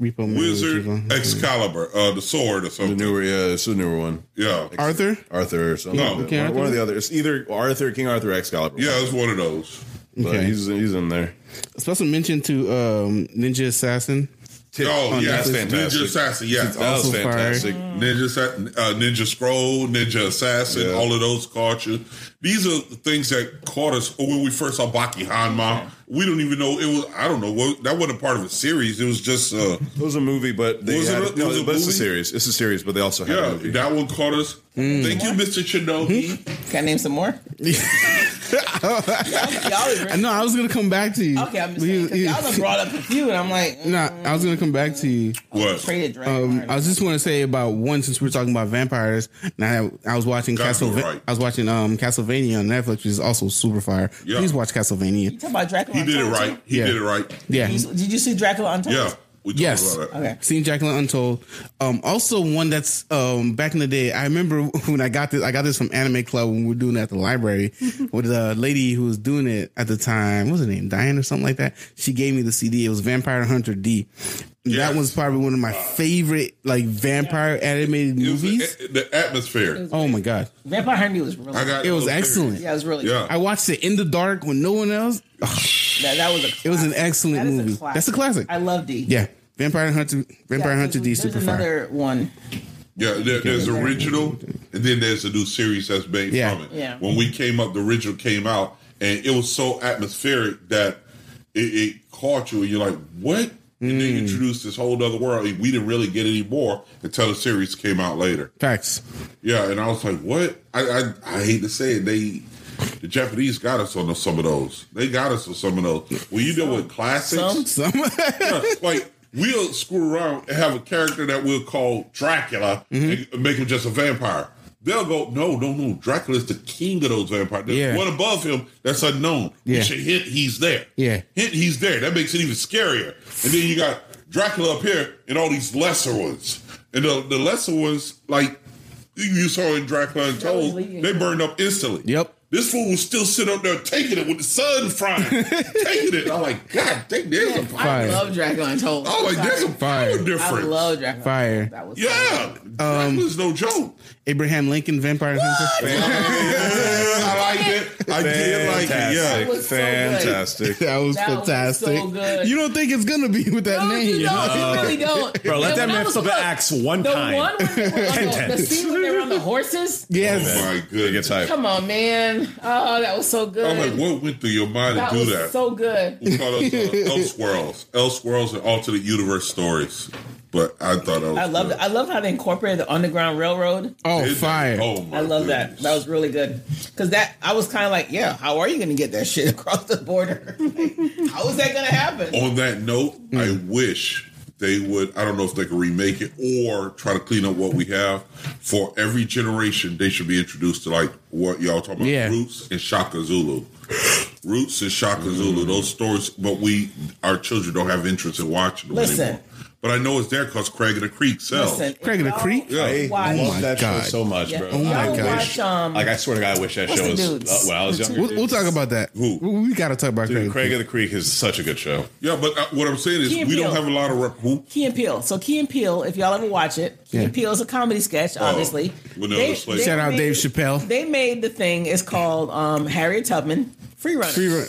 S1: Repo Man.
S3: wizard,
S1: Jude Law.
S3: Excalibur, uh, the sword or
S2: The
S3: something.
S2: newer, yeah, it's the newer one.
S3: Yeah,
S1: Arthur.
S2: Arthur or something.
S3: No.
S2: like that.
S1: King
S2: one,
S1: Arthur?
S2: one or the other. It's either Arthur, King Arthur, Excalibur.
S3: yeah, Oh, it's one of those.
S2: but
S1: Okay.
S2: he's he's in there.
S1: Special mention to um, Ninja Assassin.
S2: Tick
S3: Oh,
S2: on
S3: yeah,
S2: Netflix.
S3: it's Ninja Assassin, yeah.
S2: That was
S1: also fire.
S2: fantastic.
S3: Ninja Assa- uh, Ninja Scroll, Ninja Assassin,
S2: Yeah.
S3: all of those caught you. These are the things that caught us or when we first saw Baki Hanma. We don't even know it was. I don't know what that wasn't a part of a series. It was just uh,
S2: It was a movie, but they
S3: Was it
S2: had,
S3: a-
S2: no,
S3: was it a
S2: but it's a
S3: movie?
S2: series. It's a series, but they also had a
S3: yeah.
S2: movie.
S3: That one caught us.
S1: Mm.
S3: Thank you, Mister Shinobi.
S5: Can I name some more? y'all, y'all
S1: No, I was gonna come back to you.
S5: okay, I'm just
S1: We-
S5: saying, 'cause
S1: you-
S5: y'all done brought up a few, and I'm like, mm,
S1: Nah, I was gonna come back to you.
S3: what?
S5: traded Dragon.
S1: Um, I
S5: Um,
S1: was just want to say about one since we were talking about vampires. Now I, I was watching
S3: Gotta
S1: Castle.
S3: do it right.
S1: I was watching um Castlevania on Netflix, which is also super fire.
S3: Yeah.
S1: Please watch Castlevania.
S5: Talk about Dracula.
S3: He did it
S5: Untold,
S3: right.
S5: too?
S3: He
S1: Yeah.
S3: did it right.
S1: Yeah,
S5: You- Did you see Dracula Untold?
S3: Yeah. We talked
S1: Yes.
S3: about that.
S5: Okay.
S1: Seen Jacqueline Untold. Um, also one that's um back in the day. I remember when I got this. I got this from Anime Club when we were doing it at the library with a lady who was doing it at the time. What was her name? Diane or something like that. She gave me the CD. It was Vampire Hunter D. And
S3: Yes.
S1: That was probably one of my favorite like vampire animated
S3: It was
S1: movies.
S3: the, the atmosphere.
S1: Oh my god,
S5: Vampire Hunter was really.
S3: I got
S1: it was
S3: those
S1: excellent.
S3: pictures.
S5: yeah, it was really.
S3: Yeah.
S1: I watched it in the dark with no one else.
S5: That, that was a.
S1: It was an
S5: that
S1: excellent
S5: is
S1: movie.
S5: classic.
S1: That's a classic.
S5: I love D.
S1: yeah, Vampire Hunter. Vampire Hunter D. is
S5: There's
S1: Super fire.
S5: another one.
S3: Yeah, there, there's original, and then there's a new series that's made
S1: Yeah.
S3: from it.
S5: Yeah.
S3: When we came up, the original came out, and it was so atmospheric that it, it caught you, and you're like, "What?" And
S1: Mm.
S3: they introduced this whole other world. and We didn't really get any more until the series came out later.
S1: Facts.
S3: Yeah, and I was like, "What?" I I, I hate to say it, they. The Japanese got us on some of those. They got us on some of those. When you deal with classics,
S5: Some?
S1: Some.
S3: yeah, like we'll screw around and have a character that we'll call Dracula
S1: Mm-hmm.
S3: and make him just a vampire. They'll go, no, no, no. Dracula's the king of those vampires. There's
S1: Yeah.
S3: one above him that's unknown.
S1: Yeah.
S3: We should hint he's there.
S1: Yeah.
S3: Hint he's there. That makes it even scarier. And then you got Dracula up here and all these lesser ones. And the, the lesser ones, like you saw in Dracula and
S5: was
S3: Told,
S5: leading.
S3: they burned up instantly.
S1: Yep.
S3: This fool was still sitting up there taking it with the sun frying, taking it. I'm like, God, dang, there's a
S1: Fire.
S5: I love Dracula Untold.
S3: Oh, like there's a
S1: Fire. Um,
S3: power
S5: I
S3: difference.
S5: love Dracula.
S1: Fire.
S5: That was
S3: yeah, that was no joke.
S1: Abraham Lincoln, Vampire Hunter.
S3: I like it. I did like it. Yeah,
S5: was so good.
S2: fantastic.
S1: That was
S5: That was
S1: fantastic.
S5: so good.
S1: You don't think it's gonna be with that
S5: No,
S1: name?
S5: you don't. You really don't.
S2: Bro, let
S5: And
S2: that
S5: when I
S2: man
S5: was
S2: flip an
S5: little,
S2: axe one
S5: The
S2: time.
S5: one when they were on the, the
S2: times.
S5: scene when they were on the horses.
S1: Yes.
S3: Oh my
S2: It gets
S3: goodness.
S2: hype.
S5: Come on, man. Oh, that was so good.
S3: I'm like, what went through your mind
S5: that
S3: to do
S5: was
S3: that?
S5: so good.
S3: we call those uh, Elseworlds. Elseworlds are alternate universe stories. But I thought that was
S5: I loved.
S3: good.
S5: I love how they incorporated the Underground Railroad.
S1: Oh,
S3: Didn't they?
S1: fire.
S3: Oh my
S5: I love that.
S3: goodness.
S5: That was really good. Because that I was kind of like, yeah, how are you going to get that shit across the border? how is that going to happen?
S3: On that note,
S1: Hmm.
S3: I wish they would. I don't know if they could remake it or try to clean up what we have. For every generation, they should be introduced to like what y'all talking about
S1: Yeah.
S3: Roots and Shaka Zulu. Roots and Shaka
S1: Hmm.
S3: Zulu. Those stories, but we our children don't have interest in watching them
S5: Listen.
S3: anymore. But I know it's there because Craig and the Creek sells.
S5: Listen, if
S1: Craig of the
S5: y'all-
S1: Creek?
S2: I
S3: Yeah.
S5: Why?
S2: love
S1: Oh my
S2: that
S1: God.
S2: show so much,
S5: Yeah.
S2: bro.
S5: Y'all
S1: my
S2: I
S1: gosh.
S5: Watch, um,
S2: like I swear to God, I wish that
S5: What's
S2: show
S5: the
S2: was
S5: dudes?
S2: uh, when I was younger.
S1: We'll, we'll talk about that.
S3: Who?
S1: We we gotta talk about
S2: Dude,
S1: Craig.
S2: Craig of the Creek is such a good show.
S3: Yeah, but uh, what I'm saying is
S5: Key and
S3: we don't
S5: Peele.
S3: have a lot of rep- who
S5: Key and Peele. So Key and Peele, if y'all ever watch it, Key
S1: Yeah. Oh,
S5: and Peele is a comedy sketch, obviously.
S3: Vanilla Slice.
S1: Shout out
S5: made-
S1: Dave Chappelle.
S5: They made the thing. It's called um, Harriet Tubman Free Runner.
S1: Free run-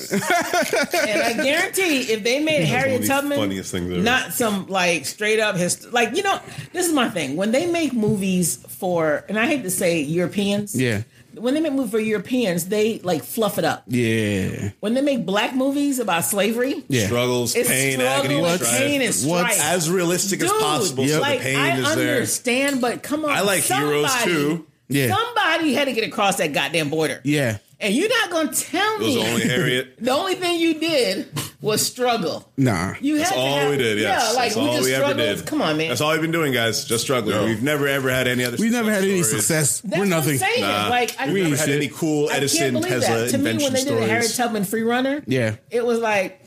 S5: And I guarantee, if they
S2: one
S5: made
S2: of
S5: Harriet
S2: the
S5: Tubman,
S2: funniest things ever.
S5: not some like straight up his like you know, this is my thing. When they make movies for, and I hate to say Europeans,
S1: yeah.
S5: When they make movies for Europeans, they like fluff it up.
S1: Yeah.
S5: When they make black movies about slavery,
S1: Yeah.
S2: Struggles,
S5: it's
S2: pain,
S5: struggle,
S2: agony,
S5: and
S2: strife.
S5: pain, and
S1: What's-
S5: strife.
S2: as realistic as
S5: Dude,
S2: possible.
S1: Yep.
S2: So
S5: like,
S2: the pain
S5: I
S2: is there.
S5: understand, but come on,
S2: I like heroes, too.
S1: Yeah.
S5: Somebody had to get across that goddamn border,
S1: Yeah.
S5: and you're not gonna tell
S2: It was
S5: me
S2: only Harriet.
S5: the only thing you did was struggle.
S1: Nah.
S5: You
S2: That's
S5: had to
S2: all
S5: have,
S2: we did. Yes.
S5: yeah, like
S2: That's
S5: we
S2: all
S5: just
S2: we ever
S5: struggled.
S2: did.
S5: Come on, man.
S2: That's all we've been doing, guys. Just struggling.
S3: No.
S2: We've never ever had any other.
S1: We've never had any
S2: stories.
S1: success.
S5: That's
S1: We're nothing.
S5: What I'm saying.
S2: Nah.
S5: like I
S2: We've never
S5: can't-
S2: had any cool
S5: I can't
S2: Edison,
S5: believe
S2: Tesla
S5: that. To me, when
S2: invention
S5: they did the Harry
S2: stories.
S5: Tubman free runner,
S1: Yeah. Mm-hmm.
S5: it was like.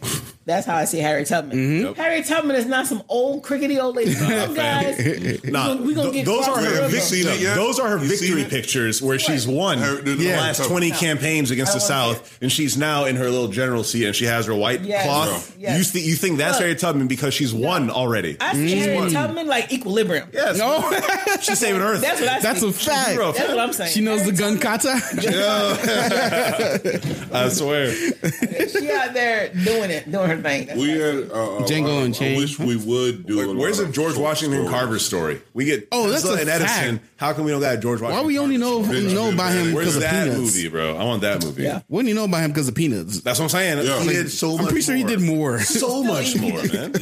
S5: That's how I see Harry Tubman.
S2: Yep.
S5: Harry Tubman is not some old crickety old lady. Come on, guys.
S2: Nah,
S5: gonna- we gonna
S2: th-
S5: get
S2: those
S5: crossed
S2: are
S5: the
S2: her
S5: river.
S2: victory.
S3: You seen it yet?
S2: Those are her
S3: You seen
S2: victory
S3: it?
S2: picters where she's won
S3: Her- the- the
S2: the
S3: Yeah.
S2: last
S3: laptop.
S2: twenty campaigns against
S5: I
S2: the
S5: wanna
S2: South, and she's now in her little general seat, and she has her white
S5: Yes.
S2: cloth.
S5: Yeah.
S2: You, th- you think that's
S5: Look.
S2: Harriet Tubman because she's won already?
S5: I
S1: Mm.
S5: see Harry Tubman like equilibrium.
S2: yes,
S1: No.
S2: she's saving Earth.
S5: That's what I
S1: That's
S5: see.
S1: a fact.
S2: Bro,
S5: That's what I'm saying.
S1: She knows the
S5: Harriet
S1: gun kata.
S2: I swear.
S5: Tubman, She out there doing it, doing her thing. That's
S3: We
S5: like-
S3: had uh, uh,
S1: Django
S3: I-
S1: and
S3: I
S1: Chain.
S3: wish we would do.
S2: Like,
S3: a
S2: where's
S3: lot
S2: the
S3: of
S2: George
S3: short
S2: Washington
S3: stories.
S2: Carver story? We get
S1: Oh, that's
S2: Tesla
S1: a
S2: and Edison.
S1: fact.
S2: How come we don't got a George Washington?
S1: Why we only know
S2: Carver story?
S1: know about him
S2: Where's
S1: because of
S2: that
S1: Peanuts?
S2: movie, bro? I want that movie.
S5: Yeah.
S1: We only know about him because of Peanuts.
S2: That's what I'm saying.
S3: Yeah.
S2: He did so
S1: I'm
S2: much
S1: pretty sure he
S2: more.
S1: did more.
S2: so much more, man.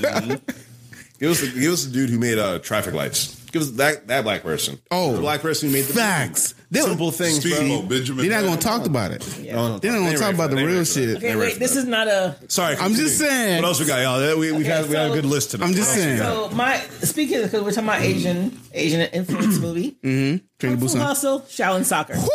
S2: Give us, the, give us the dude who made uh, traffic lights. Give us that that black person.
S1: Oh.
S2: the black person who made the
S1: Facts. They,
S2: simple things, bro. Oh,
S3: Speaking of oh, Benjamin,
S1: they're not gonna talk about it.
S2: No, no,
S1: They're not
S2: they
S1: gonna
S2: ain't
S1: talk
S2: ready
S1: about
S2: for
S1: the
S2: that. They ain't
S1: real
S2: ready for
S1: shit.
S2: that. They
S5: okay,
S2: ain't ready
S5: wait.
S2: for
S5: This
S2: that.
S5: is not a.
S2: sorry.
S1: I'm just saying.
S2: What else we got, y'all? We, we,
S5: Okay,
S2: have, we have a
S5: so-
S2: good list today.
S1: I'm just
S2: What else
S1: saying.
S2: we got?
S5: So my speaking because we're talking about Asian Asian influence movie.
S1: Train to
S5: Kung Fu
S1: Mm, Busan.
S5: Hustle, Shaolin Soccer.
S1: Woo!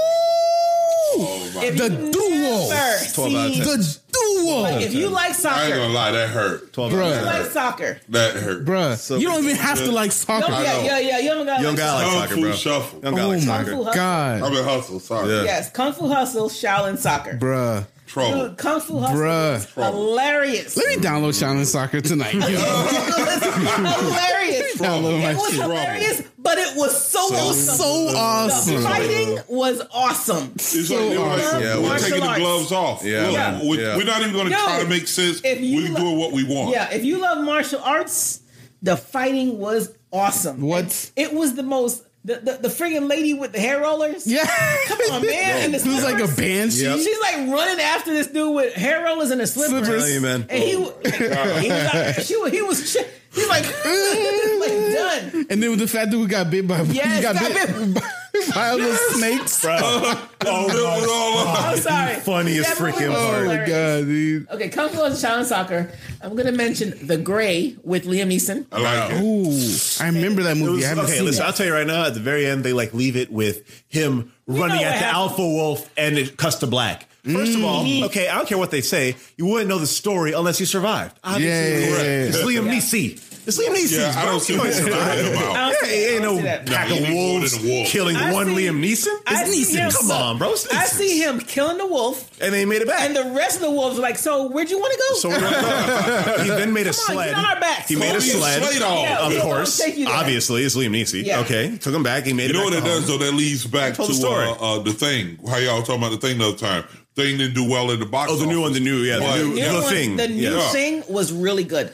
S3: Oh my
S5: If
S1: The
S5: you
S1: duo.
S5: never
S2: 12 out of
S5: seen-
S2: 10.
S1: The duo,
S5: If you like
S3: I ain't
S5: soccer,
S3: gonna lie, that hurt.
S2: Twelve
S1: Bruh.
S2: minutes.
S5: you like soccer.
S3: That hurt.
S1: bruh.
S2: So
S1: you don't even have to like
S5: No,
S1: soccer.
S5: yeah, yeah, yeah. You haven't got
S2: Young
S5: like
S2: guy
S5: soccer.
S2: like
S3: Kung
S2: soccer,
S3: Fu
S2: bro.
S3: Shuffle.
S2: Young guy
S1: Oh
S2: like
S1: my
S2: soccer. Oh.
S5: Hustle.
S1: god,
S3: I've been hustle. Sorry,
S2: Yeah.
S5: Yes, Kung Fu Hustle, Shaolin Soccer.
S1: bruh.
S3: trouble.
S5: Dude, Kung Fu Hustle
S1: Bruh.
S5: is hilarious.
S1: Let me download Shaolin Soccer tonight. yo.
S5: hilarious.
S1: Download my
S5: It was
S1: shit.
S5: hilarious, but it was so,
S1: It was
S5: awesome.
S1: so
S5: the
S1: awesome.
S5: fighting was awesome.
S3: It's like, they were like,
S5: awesome.
S2: Yeah,
S3: we're
S2: martial
S3: taking the
S5: arts.
S3: gloves off.
S2: Yeah,
S3: Look,
S2: man.
S3: we-
S2: Yeah.
S3: We're not even going to
S5: Yo,
S3: try to make sense.
S5: if you
S3: We're
S5: lo-
S3: doing what we want.
S5: Yeah, if you love martial arts, the fighting was awesome.
S1: What?
S5: It was the most the the, the friggin' lady with the hair rollers.
S1: Yeah,
S5: Come on, man. And the
S1: It was like a
S5: slippers.
S1: banshee.
S2: Yep.
S5: She's like running after this dude with hair rollers and a slippers.
S2: Tell you, man.
S5: And he, he was out, she was, he was, ch- he's like, like done.
S1: And then with the fat dude who got bit by
S5: Yes,
S1: he got,
S5: got
S1: bit, by a little snakes.
S3: Oh, that was all-
S5: I'm sorry.
S2: funniest
S5: That movie
S2: freaking
S5: was
S1: Oh my
S5: hilarious.
S1: god, dude.
S5: Okay, Kung Fu and Shaolin Soccer. I'm gonna mention The Gray with Liam Neeson.
S3: I like it.
S1: Ooh, I remember that movie. I haven't
S2: okay,
S1: seen
S2: listen,
S1: it.
S2: I'll tell you right now, at the very end, they like leave it with him running at
S5: know what
S2: the
S5: happened.
S2: Alpha Wolf and it cuts to black. First of
S3: Mm.
S2: all, okay, I don't care what they say, you wouldn't know the story unless you survived.
S1: Yeah,
S2: Obviously,
S1: yeah,
S2: correct.
S1: yeah.
S2: It's Liam Neeson. It's Liam Neeson.
S3: Yeah, I don't see what you're talking about.
S5: I
S2: Yeah,
S5: don't see-
S2: it ain't
S5: I don't
S2: no
S5: see that.
S2: pack
S3: No,
S2: of
S3: he ain't more
S2: wolves
S3: than a wolf.
S2: killing
S5: I
S2: one
S5: see-
S2: Liam Neeson.
S5: I
S2: It's
S5: see him-
S2: Neeson. Come on, bro. It's
S5: I
S2: Neeson.
S5: see him killing the wolf,
S2: And they made it back.
S5: and the rest of the wolves are like, "So where'd you want to go?"
S2: so we're gonna- he then made a
S5: Come on,
S2: sled.
S5: get on our backs.
S2: He made
S5: Come
S2: a
S5: on,
S3: Leave
S2: sled.
S3: Slade off.
S5: Yeah.
S2: Of
S5: We'll
S2: course,
S5: take you there.
S2: obviously, it's Liam Neeson.
S5: Yeah.
S2: Okay, took him back. He made
S3: You
S2: it
S3: know
S2: back
S3: what it
S2: to home.
S3: does though? That leads back to
S2: Told the story.
S3: uh, uh, the thing. How y'all talking about the thing the other time? Thing didn't do well in the box.
S2: Oh, the new
S3: office.
S2: one, the new, yeah,
S3: But-
S2: the new,
S5: new
S2: the
S5: one-
S2: thing.
S5: The new
S2: yeah.
S5: thing was really good.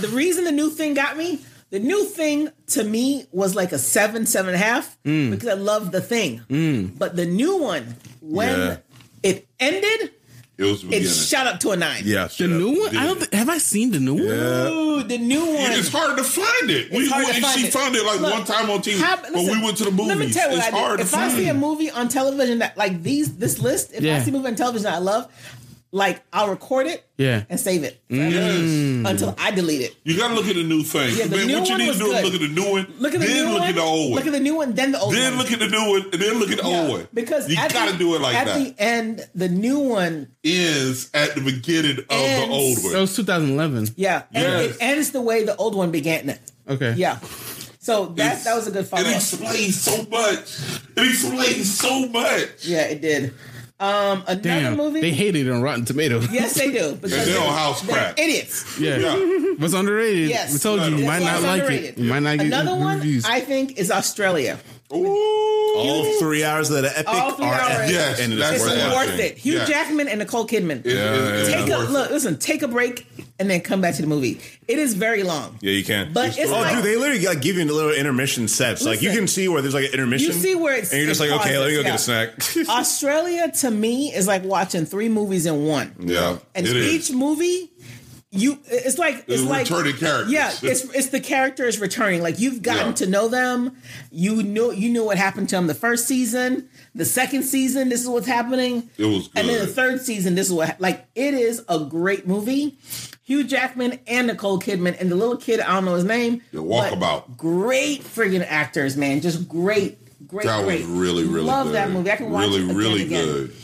S5: The reason the new thing got me, the new thing to me was like a seven, seven and a half
S2: Mm.
S5: because I loved the thing. But the new one, when
S2: Yeah.
S5: it ended,
S3: It was the
S5: it
S3: beginning.
S5: shot up to a nine.
S2: Yeah,
S1: The
S2: straight up.
S1: new one? I don't. Th- have I seen the new one?
S5: Ooh, the new one.
S3: It's hard to find it. We,
S5: hard
S3: we-
S5: to find
S3: she
S5: it.
S3: found it like
S5: Look,
S3: one time on TV,
S5: How-
S3: but
S5: listen,
S3: we went to the movies.
S5: Let me tell you
S3: it's
S5: what I
S3: hard
S5: do.
S3: to
S5: If I
S3: find.
S5: see a movie on television that like these, this list, if I
S1: Yeah.
S5: see a movie on television that I love, like I'll record it
S1: Yeah.
S5: and save it
S3: Mm. yes.
S5: until I delete it.
S3: You gotta look at the new thing.
S5: Yeah, the
S3: Man,
S5: new
S3: what you
S5: one
S3: need to
S5: was
S3: do is
S5: good.
S3: look at the new one.
S5: Look at the
S3: then
S5: new
S3: look
S5: one.
S3: at the old one.
S5: Look at the new one, then the old one.
S3: then look at the new one, and then look at the
S5: Yeah,
S3: old one.
S5: Because
S3: you
S5: at
S3: gotta
S5: the-
S3: do it like
S5: at
S3: that.
S5: the end, the new one,
S3: Is at the beginning of the
S5: Ends.
S3: old
S1: That
S3: one.
S1: was 2011.
S5: yeah, and
S3: Yes.
S5: it ends the way the old one began.
S1: Okay.
S5: Yeah, so that
S3: It's-
S5: that was a good
S3: It
S5: follow.
S3: explains so much. It explains so much.
S5: Yeah, it did. Um, another
S1: Damn.
S5: movie.
S1: They hated it on Rotten Tomatoes.
S5: yes, they do because
S3: They don't house
S5: they're
S3: crap.
S5: idiots.
S1: Yeah.
S3: Yeah.
S1: It was underrated.
S5: Yes.
S1: We told you, you might not
S5: That's
S1: like it.
S5: underrated.
S1: You might not get
S5: Another
S1: good
S5: one
S1: reviews.
S5: I think is Australia.
S3: Ooh.
S2: All three hours of that epic
S5: All three
S2: are
S5: hours.
S2: epic.
S3: Yes,
S2: and
S3: that's
S2: it's
S5: It's
S2: worth
S3: Yeah.
S2: it.
S5: worth it. Hugh
S3: Yeah.
S5: Jackman and Nicole Kidman.
S3: It- it- it's
S5: take a
S3: worth it.
S5: look. Listen, take a break and then come back to the movie. It is very long.
S2: Yeah, you can.
S5: But it's
S2: oh,
S5: like-
S2: dude, they literally like, give you a little intermission sets. like you
S5: Listen.
S2: can see where there's like an intermission.
S5: You see where it's
S2: and you're just like,
S5: it
S2: okay, let me go get a
S5: pauses,
S2: snack.
S5: Australia to me is like watching three movies in one.
S3: Yeah,
S5: And
S3: it is.
S5: each movie, you it's like it's
S3: The
S5: like
S3: returning characters.
S5: Yeah, it's it's the characters returning. Like you've gotten
S3: Yeah.
S5: to know them. You know you knew what happened to them the first season, the second season. This is what's happening.
S3: It was
S5: And then the
S3: good.
S5: third season. This is what like it is a great movie. Hugh Jackman and Nicole Kidman and the little kid I don't know his name.
S3: The
S5: but
S3: Walkabout.
S5: Great friggin' actors, man. Just great. Great,
S3: That was
S5: great.
S3: really, really
S5: Love
S3: good.
S5: that movie. I can watch
S3: really,
S5: it again
S3: really
S5: and again.
S3: good.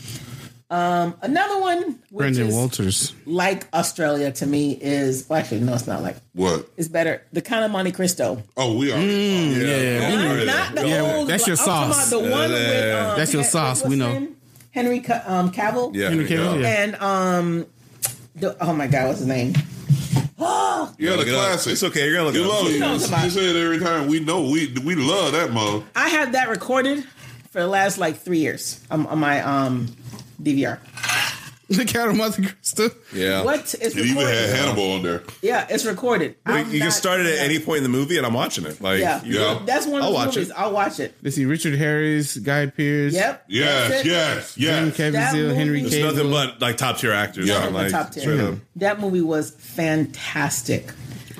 S5: Another one, which
S1: Brendan
S5: is
S1: Walters.
S5: like Australia to me, is well, actually no, it's not like
S3: What?
S5: it's better. The kind of Monte Cristo,
S3: Oh, we are. yeah,
S1: Mm, yeah.
S5: not,
S3: yeah.
S5: not the
S1: Yeah,
S5: old.
S1: that's your
S5: I'm talking
S1: sauce.
S5: about the one with, um,
S1: That's your
S5: Hen-
S1: sauce,
S5: what's
S1: we
S5: his
S1: know.
S5: name? Henry Ca- um, Cavill.
S2: yeah,
S1: Henry Cavill, yeah.
S5: And um, the, oh my God, what's his name?
S3: Yeah, the
S2: Look it up.
S3: classic.
S2: It's okay. You're gonna look
S3: You
S2: it up.
S3: love it.
S5: know
S3: You
S5: what I'm
S3: say it every time. We know. We we love that mug.
S5: I have that recorded for the last like three years on, on my um DVR.
S1: The Count of Monte Cristo.
S2: Yeah.
S5: What is
S3: It even had
S5: recorded?
S3: Hannibal on there.
S5: Yeah, it's recorded.
S2: Like,
S5: I'm
S2: you can
S5: not-
S2: start it at any point in the movie, and I'm watching it. Like,
S5: Yeah.
S2: you
S3: Yeah.
S2: know,
S5: That's one of
S2: I'll
S5: those
S2: watch
S5: movies.
S2: it.
S5: I'll watch it.
S1: Let's see Richard Harris, Guy Pierce.
S5: Yep.
S3: Yes,
S5: That's it.
S3: yes,
S1: Jim
S3: yes.
S1: Kevin
S5: That
S1: Zeal, Henry
S2: It's
S5: movie-
S1: Cavill.
S2: nothing but like top tier actors.
S3: Yeah.
S2: I'm like,
S5: Top tier.
S2: straight up.
S5: That movie was fantastic.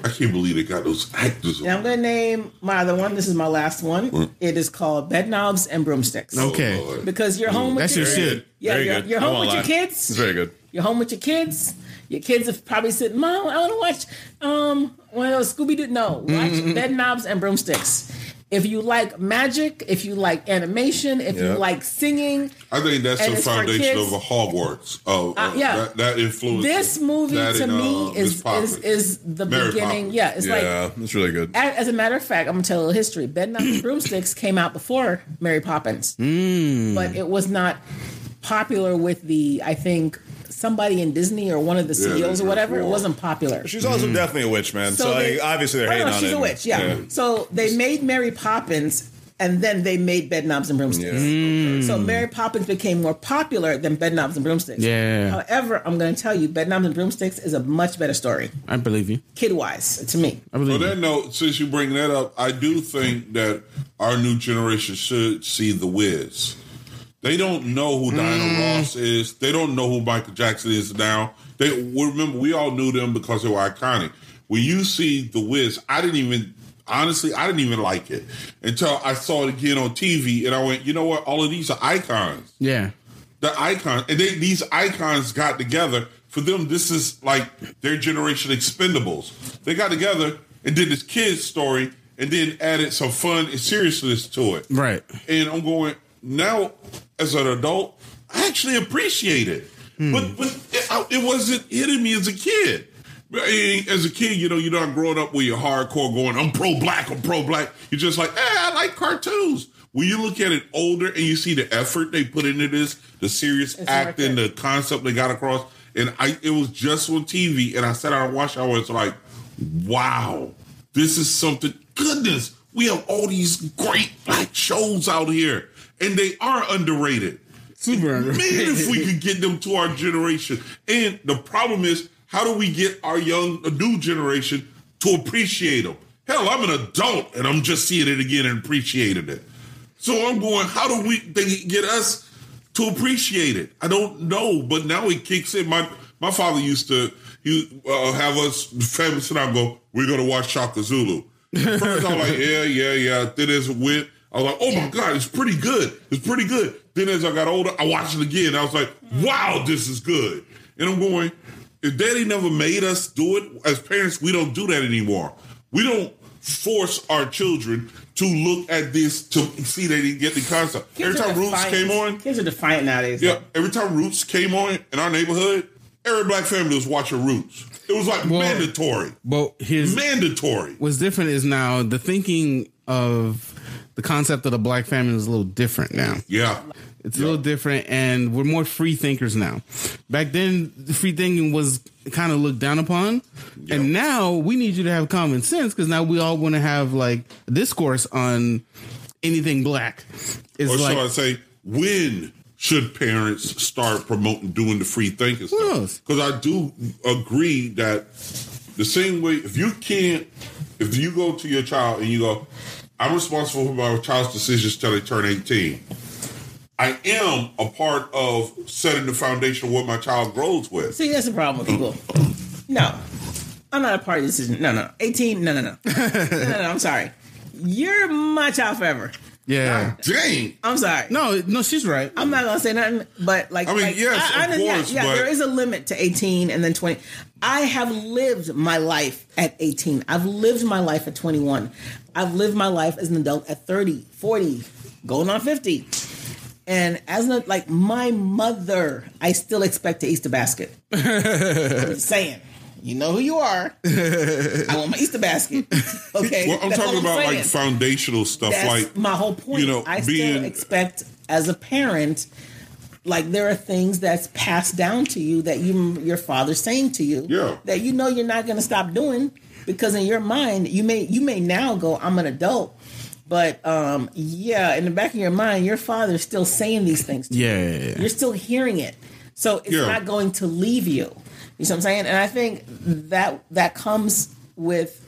S3: I can't believe they got those actors.
S5: Now I'm gonna name my other one. This is my last one. It is called Bed Knobs and Broomsticks.
S1: Okay.
S5: Because you're home with
S1: That's
S5: your,
S1: your
S2: Very
S1: shit.
S2: good.
S5: Yeah,
S2: Very
S5: you're-
S2: good.
S5: you're
S2: I
S5: home
S2: won't
S5: with your
S2: lie.
S5: kids.
S2: It's very good.
S5: you're home with your kids. Your kids have probably said, "Mom, I want to watch um one of those Scooby Doo." No, watch Bed Knobs and Broomsticks. If you like magic, if you like animation, if
S2: Yeah.
S5: you like singing,
S3: I think that's
S5: And
S3: the
S5: it's for
S3: foundation of
S5: kids.
S3: a Hogwarts. Of,
S5: Uh, yeah.
S3: that, that influence.
S5: this movie
S3: that
S5: to
S3: and,
S5: me
S3: uh,
S5: is,
S3: Miss Poppins.
S5: is is the
S3: Mary
S5: beginning.
S3: Poppins.
S5: Yeah, it's like
S2: Yeah, it's really good.
S5: A- As a matter of fact, I'm gonna tell you a little history. Bed Knobs and Broomsticks came out before Mary Poppins, but it was not popular with the. I think somebody in Disney or one of the
S3: Yeah,
S5: CEOs
S3: they
S5: or whatever. It
S3: were.
S5: wasn't popular.
S2: She's also definitely a witch, man. So,
S5: Mm. they-
S2: like, obviously they're
S5: Oh, no,
S2: hating on
S5: she's
S2: it.
S5: a witch. Yeah. So they made Mary Poppins, and then they made Bed Knobs and Broomsticks. So Mary Poppins became more popular than Bed Knobs and Broomsticks.
S1: Yeah,
S5: However, I'm going to tell you, Bed Knobs and Broomsticks is a much better story,
S1: I believe you.
S5: kid wise, to me.
S1: I
S3: On
S1: believe you.
S3: Oh, that note, since you bring that up, I do think that our new generation should see The Wiz. They don't know who Diana Ross is. They don't know who Michael Jackson is now. They we remember we all knew them because they were iconic. When you see The Wiz, I didn't even honestly I didn't even like it until I saw it again on TV, and I went, you know what? All of these are icons.
S1: Yeah,
S3: The icons, and they, these icons got together. For them, this is like their generation expendables. They got together and did this kids story, and then added some fun and seriousness to it.
S1: right.
S3: And I'm going now as an adult, I actually appreciate it, but but it, I- it wasn't hitting me as a kid. But, eh, As a kid, you know, you're not growing up where you're hardcore going, I'm pro black, I'm pro black. You're just like, eh, I like cartoons. When you look at it older and you see the effort they put into this, the serious acting, the concept they got across, and I it was just on TV and I sat out and watched, I was like, wow, this is something. Goodness, we have all these great black shows out here, and they are underrated.
S1: Super
S3: Man, if we could get them to our generation. And the problem is, how do we get our young, the new generation to appreciate them? Hell, I'm an adult and I'm just seeing it again and appreciating it. So I'm going, how do we they get us to appreciate it? I don't know, but now it kicks in. My my father used to he uh, have us family sit down and go, we're gonna watch Shaka Zulu. At First I'm like, yeah, yeah, yeah. Then as it went, I was like, oh my god, it's pretty good. It's pretty good. Then as I got older, I watched it again. I was like, wow, this is good. And I'm going, if daddy never made us do it, as parents, we don't do that anymore. We don't force our children to look at this to see they didn't get the concept.
S5: Kids
S3: every
S5: are
S3: time Roots
S5: defiant.
S3: came on,
S5: Kids are defiant nowadays.
S3: yeah, every time Roots came on in our neighborhood, every black family was watching Roots. It was like
S1: Well-
S3: mandatory.
S1: But his
S3: Mandatory.
S1: what's different is now the thinking of the concept of the black family is a little different now.
S3: Yeah.
S1: It's a little different, and we're more free thinkers now. Back then, free thinking was kind of looked down upon, and now we need you to have common sense because now we all want to have like discourse on anything black. It's
S3: Or
S1: like
S3: should I say, when should parents start promoting doing the free thinking
S1: knows?
S3: stuff? Because I do agree that the same way if you can't if you go to your child and you go, I'm responsible for my child's decisions till they turn 18. I am a part of setting the foundation of what my child grows with.
S5: See, that's the problem with people. No, I'm not a part of this decision. No, no. 18, no, no, no. no, no, no. I'm sorry. You're my child forever.
S1: yeah,
S3: Dang.
S5: I'm sorry.
S1: no, no, she's right.
S5: I'm not gonna say nothing, but like,
S3: I mean,
S5: like,
S3: yes, of
S5: yeah,
S3: course,
S5: yeah,
S3: but-
S5: there is a limit to 18 and then 20. I have lived my life at 18. I've lived my life at 21. I've lived my life as an adult at 30, 40, going on 50. And as an, like my mother, I still expect to Easter basket. I'm just saying. You know who you are. I want my Easter basket. Okay.
S3: Well, I'm
S5: That's
S3: talking
S5: all
S3: about
S5: saying.
S3: like foundational stuff
S5: That's
S3: like
S5: my whole point.
S3: you know,
S5: I
S3: being-
S5: still expect as a parent, like there are things that's passed down to you that you your father's saying to you
S3: Yeah.
S5: that you know you're not going to stop doing because in your mind you may you may now go I'm an adult, but um yeah in the back of your mind your father's still saying these things. To you.
S1: Yeah, yeah, yeah.
S5: You're still hearing it. So it's
S3: Yeah.
S5: not going to leave you. You know what I'm saying? And I think that that comes with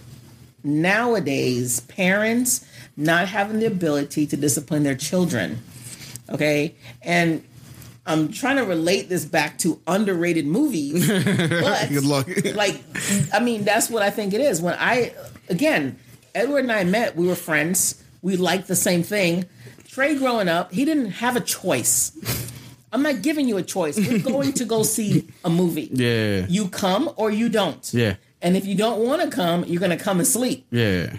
S5: nowadays parents not having the ability to discipline their children. Okay? And I'm trying to relate this back to underrated movies. But
S1: Good luck.
S5: like I mean, that's what I think it is. When I again, Edward and I met, we were friends. We liked the same thing. Trey growing up, he didn't have a choice. I'm not giving you a choice. We're going to go see a movie.
S1: Yeah.
S5: You come or you don't.
S1: Yeah.
S5: And if you don't want to come, you're going to come and sleep.
S1: Yeah.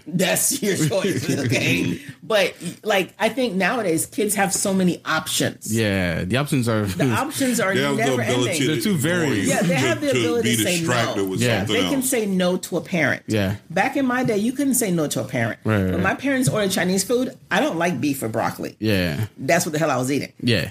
S5: That's your choice, okay? but like I think nowadays kids have so many options.
S1: Yeah. The options are.
S5: The options are
S3: They have
S5: never
S3: the ability
S5: ending.
S3: to
S1: They're too
S3: ignore
S1: varied.
S3: you,
S5: Yeah, they
S3: to-
S5: have the
S3: to
S5: ability to
S3: be
S5: say
S3: distracted
S5: no.
S3: with
S1: Yeah.
S3: something
S5: They
S3: else.
S5: can say no to a parent.
S1: Yeah.
S5: Back in my day, you couldn't say no to a parent.
S1: Right, right,
S5: When
S1: right.
S5: my parents ordered Chinese food, I don't like beef or broccoli.
S1: yeah.
S5: That's what the hell I was eating.
S1: Yeah.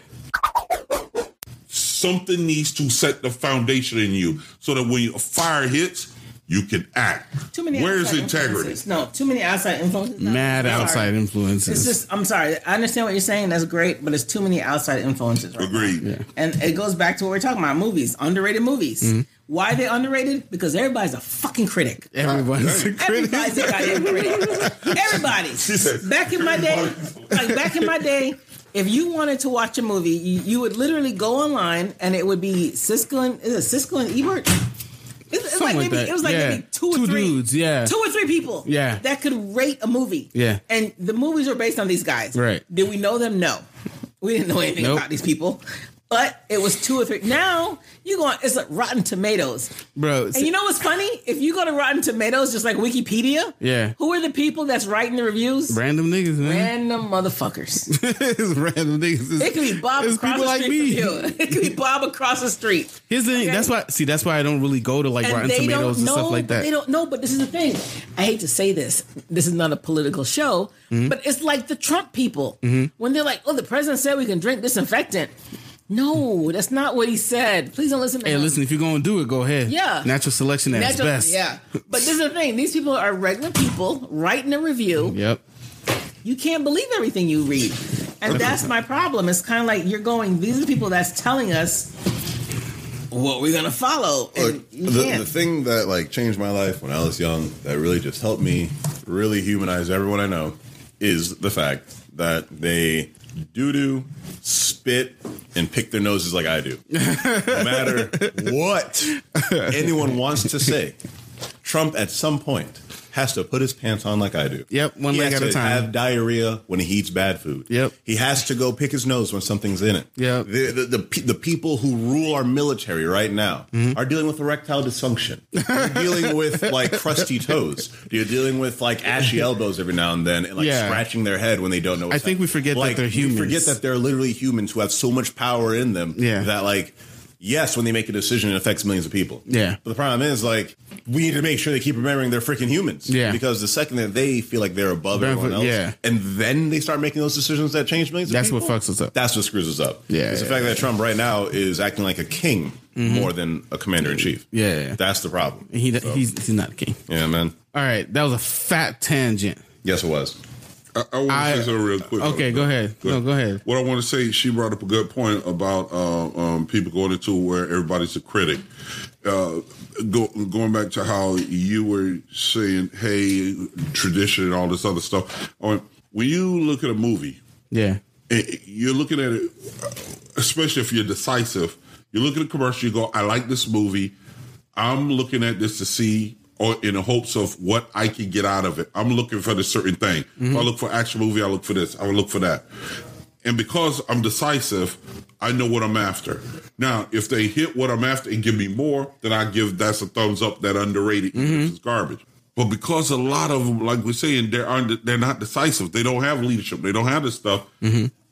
S3: something needs to set the foundation in you so that when a fire hits, you can act.
S5: Too many.
S3: Where's
S5: outside
S3: integrity?
S5: influences. No, too many outside influences. No,
S1: Mad
S5: I'm sorry.
S1: outside
S5: It's
S1: influences.
S5: just. I'm sorry. I understand what you're saying. That's great, but it's too many outside influences. Right now.
S3: Agreed.
S5: And it goes back to what we're talking about: movies, underrated movies.
S1: Mm-hmm.
S5: Why are they underrated? Because everybody's a fucking critic.
S1: Everyone's a critic.
S5: Everybody's a goddamn critic. Everybody.
S3: said-
S5: Back in my day, like back in my day, if you wanted to watch a movie, you, you would literally go online and it would be Siskel and is it Siskel and Ebert? It's, it's like
S1: Something like
S5: maybe
S1: that.
S5: it was like
S1: Yeah.
S5: maybe two or
S1: Two
S5: three
S1: dudes, yeah.
S5: two or three people,
S1: Yeah.
S5: that could rate a movie,
S1: Yeah.
S5: And the movies are based on these guys,
S1: Right.
S5: Did we know them? No, we didn't know anything
S1: Nope.
S5: about these people. But it was two or three. Now you go on. It's like Rotten Tomatoes.
S1: Bro.
S5: And you know what's funny? If you go to Rotten Tomatoes, just like Wikipedia,
S1: Yeah.
S5: who are the people that's writing the reviews?
S1: Random niggas, man.
S5: Random motherfuckers.
S1: it's random niggas. It's,
S5: It could be Bob
S1: it's
S5: across
S1: people
S5: the
S1: like
S5: street
S1: me.
S5: from you. It could be Bob across the street.
S1: Here's the thing. That's why. See, that's why I don't really go to like Rotten Tomatoes and
S5: know,
S1: stuff like that.
S5: They don't know, but this is the thing. I hate to say this. This is not a political show,
S1: Mm-hmm.
S5: but it's like the Trump people. When they're like, oh, the president said we can drink disinfectant. No, that's not what he said. Please don't listen to
S1: Hey,
S5: him.
S1: listen, if you're gonna do it, go ahead.
S5: Yeah.
S1: Natural selection at its
S5: Natural-
S1: best.
S5: Yeah. But this is the thing. These people are regular people writing a review.
S1: Yep.
S5: you can't believe everything you read. And that's my problem. It's kind of like you're going, these are the people that's telling us what we're going to follow. And
S2: Look,
S5: you
S2: the,
S5: can't.
S2: the thing that like changed my life when I was young that really just helped me really humanize everyone I know is the fact that they doo doo, spit, and pick their noses like I do. No matter what anyone wants to say, Trump at some point has to put his pants on like I do.
S1: Yep, one
S2: He
S1: leg
S2: has
S1: at a
S2: to
S1: time.
S2: Have diarrhea when he eats bad food.
S1: Yep.
S2: He has to go pick his nose when something's in it.
S1: Yep.
S2: The, the, the, pe- the people who rule our military right now
S1: Mm-hmm.
S2: are dealing with erectile dysfunction. You're dealing with like crusty toes. You're dealing with like ashy elbows every now and then and like
S1: Yeah.
S2: scratching their head when they don't know what's
S1: I think we
S2: happening.
S1: forget that
S2: Like,
S1: they're humans.
S2: We forget that they're literally humans who have so much power in them
S1: Yeah.
S2: that like yes, when they make a decision it affects millions of people.
S1: Yeah.
S2: But the problem is like we need to make sure they keep remembering they're freaking humans.
S1: Yeah.
S2: Because the second that they feel like they're above
S1: They're-
S2: everyone else,
S1: yeah.
S2: and then they start making those decisions that change millions
S1: That's
S2: of people.
S1: what fucks us up.
S2: That's what screws us up.
S1: Yeah,
S2: It's the
S1: yeah, Mm-hmm.
S2: fact that Trump right now is acting like a king more than a commander in chief.
S1: Yeah.
S2: That's the problem.
S1: And he,
S2: So,
S1: he's, he's not the king.
S2: yeah, man.
S1: All right. That was a fat tangent.
S2: Yes, it was.
S3: I, I want
S1: I-
S3: to say something real quick.
S1: Okay,
S3: though.
S1: go ahead. No, go ahead.
S3: What I want to say, she brought up a good point about uh, um, people going into where everybody's a critic. Uh, go, going back to how you were saying, hey, tradition and all this other stuff. I went, When you look at a movie,
S1: Yeah.
S3: it- you're looking at it, especially if you're decisive. You look at a commercial, you go, "I like this movie. I'm looking at this to see, or in the hopes of what I can get out of it. I'm looking for this certain thing. If I look for action movie, I look for this. I would look for that. And because I'm decisive, I know what I'm after. Now, if they hit what I'm after and give me more, then I give that's a thumbs up. That underrated even if it's garbage. But because a lot of them, like we're saying, they're under, they're not decisive. They don't have leadership. They don't have this stuff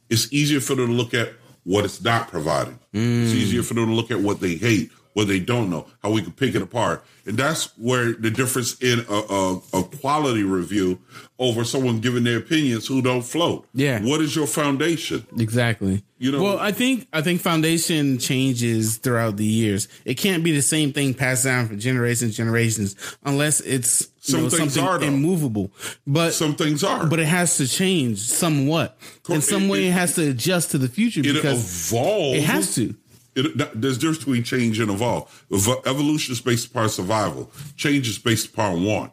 S3: it's easier for them to look at what it's not providing.
S1: Mm.
S3: It's easier for them to look at what they hate, what they don't know, how we can pick it apart. And that's where the difference in a, a, a quality review over someone giving their opinions who don't float.
S1: Yeah.
S3: What is your foundation?
S1: Exactly.
S3: You know-
S1: well, I think I think foundation changes throughout the years. It can't be the same thing passed down for generations, generations, unless it's you
S3: Some
S1: know,
S3: things
S1: something
S3: are, though.
S1: immovable. But
S3: Some things are.
S1: but it has to change somewhat. In
S3: Cor-
S1: some
S3: it-
S1: way, it,
S3: it-
S1: has to adjust to the future
S3: it
S1: because
S3: evolves.
S1: it has to.
S3: It, th- there's a difference between change and evolve. Ev- Evolution is based upon survival. Change is based upon want.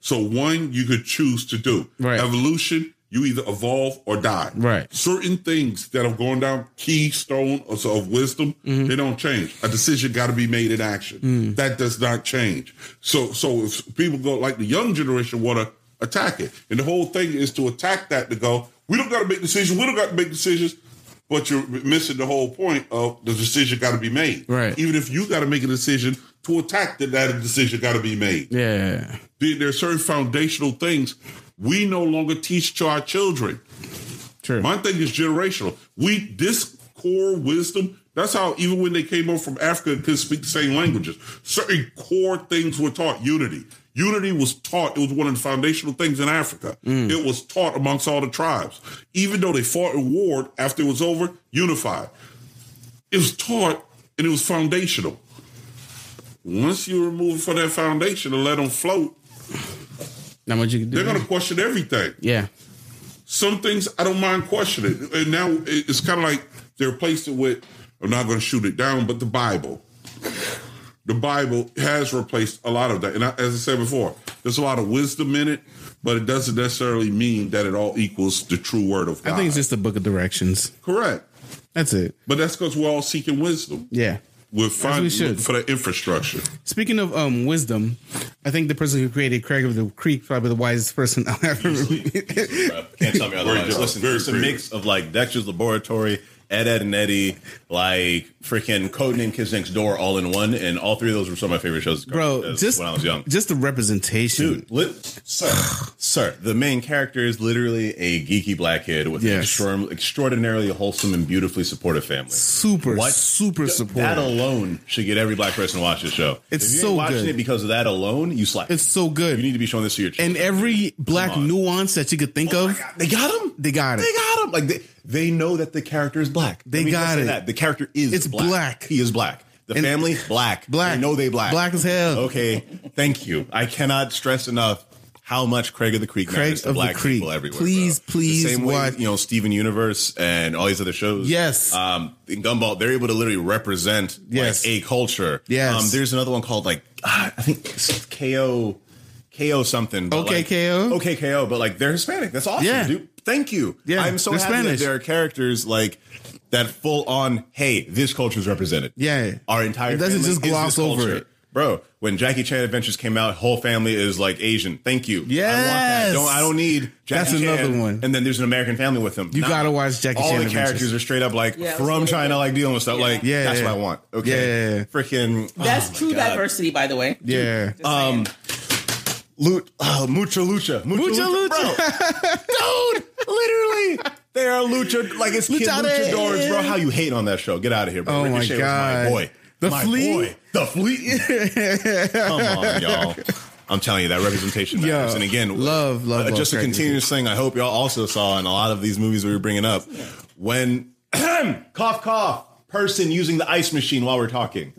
S3: So one you could choose to do.
S1: Right.
S3: Evolution, you either evolve or die.
S1: Right.
S3: Certain things that have gone down keystone of, of wisdom,
S1: Mm-hmm.
S3: they don't change. A decision got to be made in action.
S1: Mm.
S3: That does not change. So so if people go like the young generation want to attack it, and the whole thing is to attack that to go. We don't got to make decisions. We don't got to make decisions. But you're missing the whole point of the decision got to be made.
S1: Right.
S3: Even if you got to make a decision to attack that, that decision got to be made.
S1: Yeah.
S3: There, there are certain foundational things we no longer teach to our children.
S1: True.
S3: My thing is generational. We this core wisdom. That's how even when they came over from Africa and could speak the same languages. Certain core things were taught. Unity. Unity was taught. It was one of the foundational things in Africa. It was taught amongst all the tribes. Even though they fought in war after it was over, unified. It was taught and it was foundational. Once you remove it from that foundation and let them float,
S1: Not much you can do.
S3: they're going to question everything
S1: yeah.
S3: some things I don't mind questioning. And now it- it's kind of like they replaced it with, I'm not going to shoot it down, but the Bible. The Bible has replaced a lot of that. And I, as I said before, there's a lot of wisdom in it, but it doesn't necessarily mean that it all equals the true word of God.
S1: I think it's just a book of directions.
S3: correct.
S1: That's it.
S3: But that's because we're all seeking wisdom.
S1: Yeah.
S3: We're finding
S1: should.
S3: for the infrastructure.
S1: Speaking of um, wisdom, I think the person who created Craig of the Creek probably the wisest person I'll ever meet.
S2: Can't tell me
S3: Very
S2: otherwise.
S3: good.
S2: Listen,
S3: Very
S2: it's a
S3: creative.
S2: mix of like Dexter's Laboratory, Ed, Ed, and Eddie, like freaking Codename Kids Next Door all in one. And all three of those were some of my favorite shows.
S1: Bro,
S2: as-
S1: just
S2: when I was young.
S1: Just the representation.
S2: Dude, lit, sir, sir, the main character is literally a geeky black kid with an
S1: Yes.
S2: extraordin- extraordinarily wholesome and beautifully supportive family.
S1: Super,
S2: What?
S1: super
S2: That
S1: supportive.
S2: alone should get every black person to watch this show.
S1: It's
S2: if you
S1: so
S2: ain't watching
S1: good.
S2: it because of that alone, you slack.
S1: It's so good.
S2: you need to be showing this to your
S1: and
S2: children.
S1: every black
S2: on.
S1: nuance that you could think
S2: Oh my
S1: of,
S2: God, they got him.
S1: They got it.
S2: They got him. Like they, they know that the character is black.
S1: They
S2: just
S1: got
S2: say
S1: it.
S2: That. The character is
S1: It's black.
S2: He is black. The
S1: And-
S2: family black.
S1: Black.
S2: They know they black.
S1: Black as hell.
S2: Okay. Thank you. I cannot stress enough how much Craig of the Creek
S1: Craig
S2: matters to
S1: of the
S2: black
S1: Creek.
S2: people everywhere.
S1: Please,
S2: bro.
S1: please
S2: The same way,
S1: watch-
S2: you know Steven Universe and all these other shows.
S1: Yes.
S2: Um, in Gumball, they're able to literally represent like,
S1: Yes.
S2: a culture.
S1: Yes.
S2: Um, there's another one called like ah, I think it's KO. KO something. but,
S1: Okay,
S2: like-
S1: KO?
S2: Okay, KO. But like they're Hispanic. That's awesome,
S1: Yeah.
S2: dude. Thank you.
S1: Yeah,
S2: I'm so
S1: they're
S2: happy
S1: Spanish.
S2: that there are characters like that full on. Hey, this culture is represented.
S1: Yeah.
S2: our entire
S1: It doesn't
S2: family
S1: just
S2: is
S1: gloss
S2: this
S1: over
S2: culture.
S1: it.
S2: bro. When Jackie Chan Adventures came out, whole family is like Asian. Thank you. I want that.
S1: Yes.
S2: Don't I don't need Jackie
S1: That's another
S2: Chan,
S1: one.
S2: And then there's an American family with him.
S1: You gotta watch Jackie
S2: All
S1: Chan
S2: the
S1: Adventures.
S2: characters are straight up like
S4: Yeah, it was
S2: from
S4: really
S2: China,
S4: good.
S2: like dealing with stuff. Like
S1: Yeah,
S2: that's
S1: yeah.
S2: what I want. Okay,
S1: Yeah, yeah, yeah.
S2: freaking.
S4: That's
S2: oh my
S4: true
S2: God.
S4: diversity, by the way.
S1: yeah.
S4: Um,
S2: Lut, uh, mucha lucha, mucha,
S1: Mucha
S2: lucha, bro. dude. Literally, they are lucha like it's kid
S1: Luchadores.
S2: luchadors, bro. How you hating on that show? Get out of here, bro.
S1: Oh my
S2: Ricochet was
S1: God.
S2: my boy,
S1: The
S2: my
S1: Flea?
S2: boy, the flea. Come on, y'all. I'm telling you that representation
S1: Yo,
S2: matters. and again,
S1: love, love,
S2: uh,
S1: love
S2: just a
S1: Craig
S2: continuous thing. I hope y'all also saw in a lot of these movies we were bringing up when cough cough person using the ice machine while we're talking.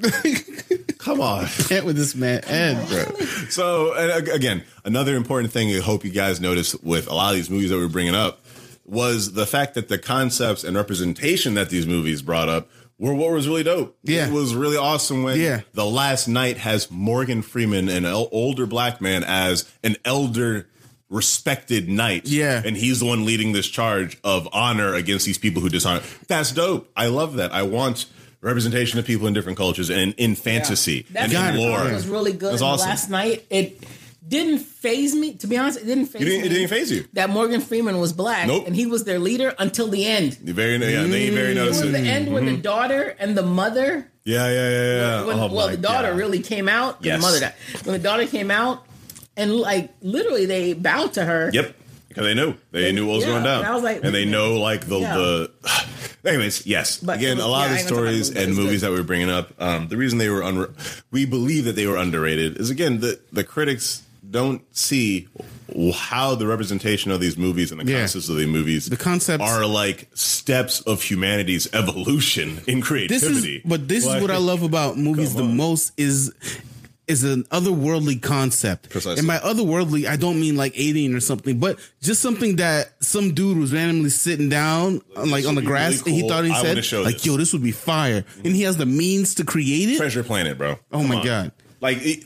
S2: Come on.
S1: Can't with this man Ed, bro.
S2: So and ag- again, another important thing I hope you guys noticed with a lot of these movies that we're bringing up was the fact that the concepts and representation that these movies brought up were what was really dope.
S1: Yeah.
S2: it was really awesome when
S1: Yeah.
S2: the Last Night has Morgan Freeman, an el- older black man, as an elder. Respected knight,
S1: Yeah.
S2: and he's the one leading this charge of honor against these people who dishonor. That's dope. I love that. I want representation of people in different cultures and in fantasy
S4: That's
S2: and
S1: what I
S2: in
S1: thought
S2: lore.
S4: It was really good.
S2: That's
S4: And
S2: awesome.
S4: Last night, it didn't phase me. To be honest, it didn't phase
S2: You didn't,
S4: me.
S2: it didn't phase you.
S4: that Morgan Freeman was black
S2: Nope.
S4: and he was their leader until the end.
S2: You very, yeah, they very
S4: Mm. It
S2: notice
S4: was
S2: it.
S4: the end where the
S2: Mm-hmm.
S4: daughter and the mother,
S2: Yeah, yeah, yeah, yeah.
S4: when,
S2: Oh,
S4: well,
S2: my
S4: the daughter
S2: God.
S4: really came out.
S2: Yes.
S4: The mother died. When the daughter came out, and like literally they bowed to her.
S2: Yep, because they knew they, knew what was
S4: yeah,
S2: going down.
S4: and I was like-
S2: and they know like the
S4: Yeah.
S2: the. Anyways, yes.
S4: But-
S2: Again, a lot
S4: yeah,
S2: of the
S4: I ain't gonna talk about
S2: stories
S4: it, but
S2: and
S4: it's good.
S2: movies that we're bringing up, um, the reason they were unre- we believe that they were underrated is again the the critics don't see how the representation of these movies and the
S1: Yeah.
S2: concepts of the movies
S1: The concepts-
S2: are like steps of humanity's evolution in
S1: This
S2: creativity.
S1: is, but this
S2: Like-
S1: is what I love about movies
S2: Come
S1: the
S2: on.
S1: most is is an otherworldly concept.
S2: Precisely.
S1: And by otherworldly, I don't mean like alien or something, but just something that some dude was randomly sitting down on, like on the
S2: would be really
S1: grass and he
S2: cool.
S1: thought he
S2: I wanna
S1: said
S2: show
S1: like,
S2: this.
S1: "Yo, this would be fire," and he has the means to create it.
S2: Treasure Planet, bro.
S1: Oh my God.
S2: Like it,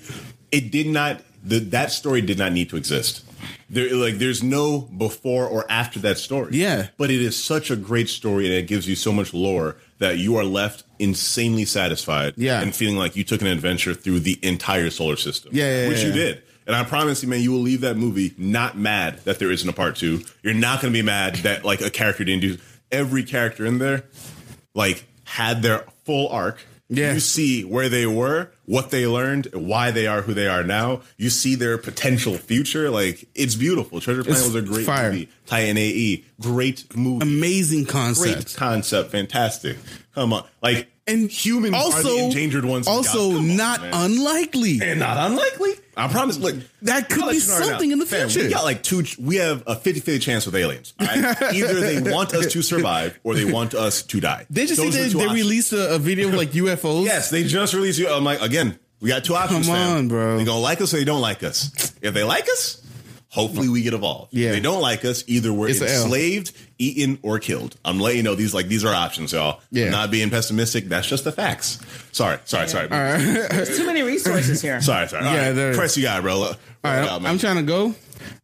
S2: it did not. The, that story did not need to exist. There, like, there's no before or after that story.
S1: Yeah.
S2: but it is such a great story, and it gives you so much lore that you are left insanely satisfied.
S1: Yeah.
S2: and feeling like you took an adventure through the entire solar system.
S1: Yeah, yeah,
S2: which you
S1: yeah.
S2: did. And I promise you, man, you will leave that movie not mad that there isn't a part two. You're not going to be mad that like a character didn't do every character in there like had their full arc.
S1: Yeah.
S2: You see where they were, what they learned, why they are who they are now. You see their potential future. Like it's beautiful. Treasure Planet
S1: It's
S2: was a great
S1: fire.
S2: movie. Titan AE, great movie,
S1: Amazing
S2: great
S1: concept.
S2: concept, fantastic. Come on, like
S1: And
S2: humans are the endangered ones. of
S1: Also,
S2: God. Come on,
S1: not
S2: man.
S1: unlikely.
S2: and not unlikely. I promise. Look,
S1: That could
S2: I'll let
S1: be
S2: you know right
S1: something
S2: now.
S1: in the
S2: Fam,
S1: future.
S2: We got like two. We have a 50-50 chance with aliens. all right? Either they want us to survive or they want us to die.
S1: They just think
S2: Those are
S1: they,
S2: the two
S1: they
S2: options.
S1: released a, a video of like UFOs.
S2: Yes, they just released you. I'm like, again, we got two options.
S1: Come
S2: fam.
S1: on, bro.
S2: They gonna like us or they don't like us. If they like us, hopefully we get evolved.
S1: Yeah.
S2: If they don't like us, either we're
S1: It's a L.
S2: enslaved, eaten, or killed. I'm letting you know these like these are options, y'all.
S1: Yeah.
S2: I'm not being pessimistic. That's just the facts. Sorry, sorry, sorry.
S6: There's too many resources here.
S2: Sorry, sorry.
S1: Yeah,
S2: Yeah,
S1: there-
S2: press you got, it, bro. All
S1: All right, I'm, I'm trying to go.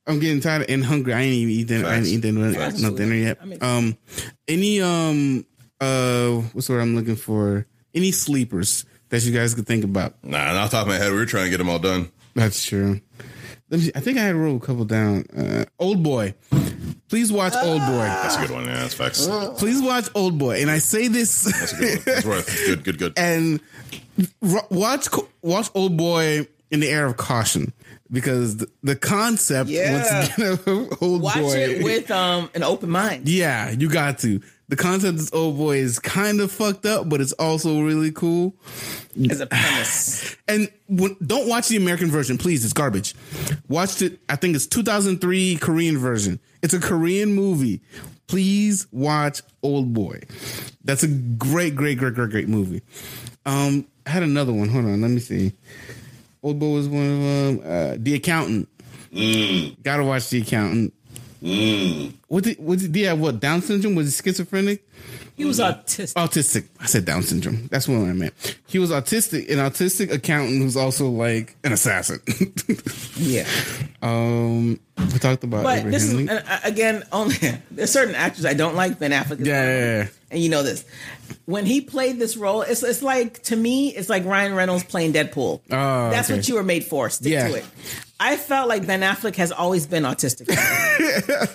S1: I'm getting tired and hungry. I ain't even eat dinner. I ain't
S2: Facts.
S1: eat dinner, no dinner yet. Um, any um uh, what's the word I'm looking for? Any sleepers that you guys could think about?
S2: Nah, not off the top of my head. We were trying to get them all done.
S1: That's true. Let me. See. I think I had wrote a couple down. Uh, old boy, please watch Old Boy.
S2: That's a good one. Yeah, that's facts.
S1: Please watch Old Boy. And I say this.
S2: That's a good one. That's worth. Good, good, good.
S1: and ro- watch co- watch old boy in the air of caution because the, the concept
S5: Yeah.
S1: once again of old
S5: Watch
S1: boy
S5: it with um an open mind.
S1: yeah you got to the concept of old boy is kind of fucked up but it's also really cool
S5: as a premise.
S1: and when, don't watch the american version please it's garbage watched it i think it's 2003 korean version it's a korean movie please watch old boy that's a great great great great great movie um i had another one hold on let me see old boy was one of them uh, the accountant gotta watch the accountant what did what did he have what down syndrome was he schizophrenic
S6: He was autistic.
S1: autistic. I said Down syndrome. That's what I meant. He was autistic, an autistic accountant who's also like an assassin.
S5: Yeah.
S1: um, we talked about
S5: But
S1: Abraham
S5: this is
S1: Lincoln.
S5: and I- again only there's certain actors I don't like Ben Affleck. is
S1: yeah,
S5: one of them.
S1: yeah, yeah.
S5: and you know this. When he played this role, it's it's like to me, it's like Ryan Reynolds playing
S1: Oh,
S5: Deadpool. That's
S1: okay.
S5: what you were made for. Stick
S1: Yeah.
S5: to it. I felt like Ben Affleck has always been autistic,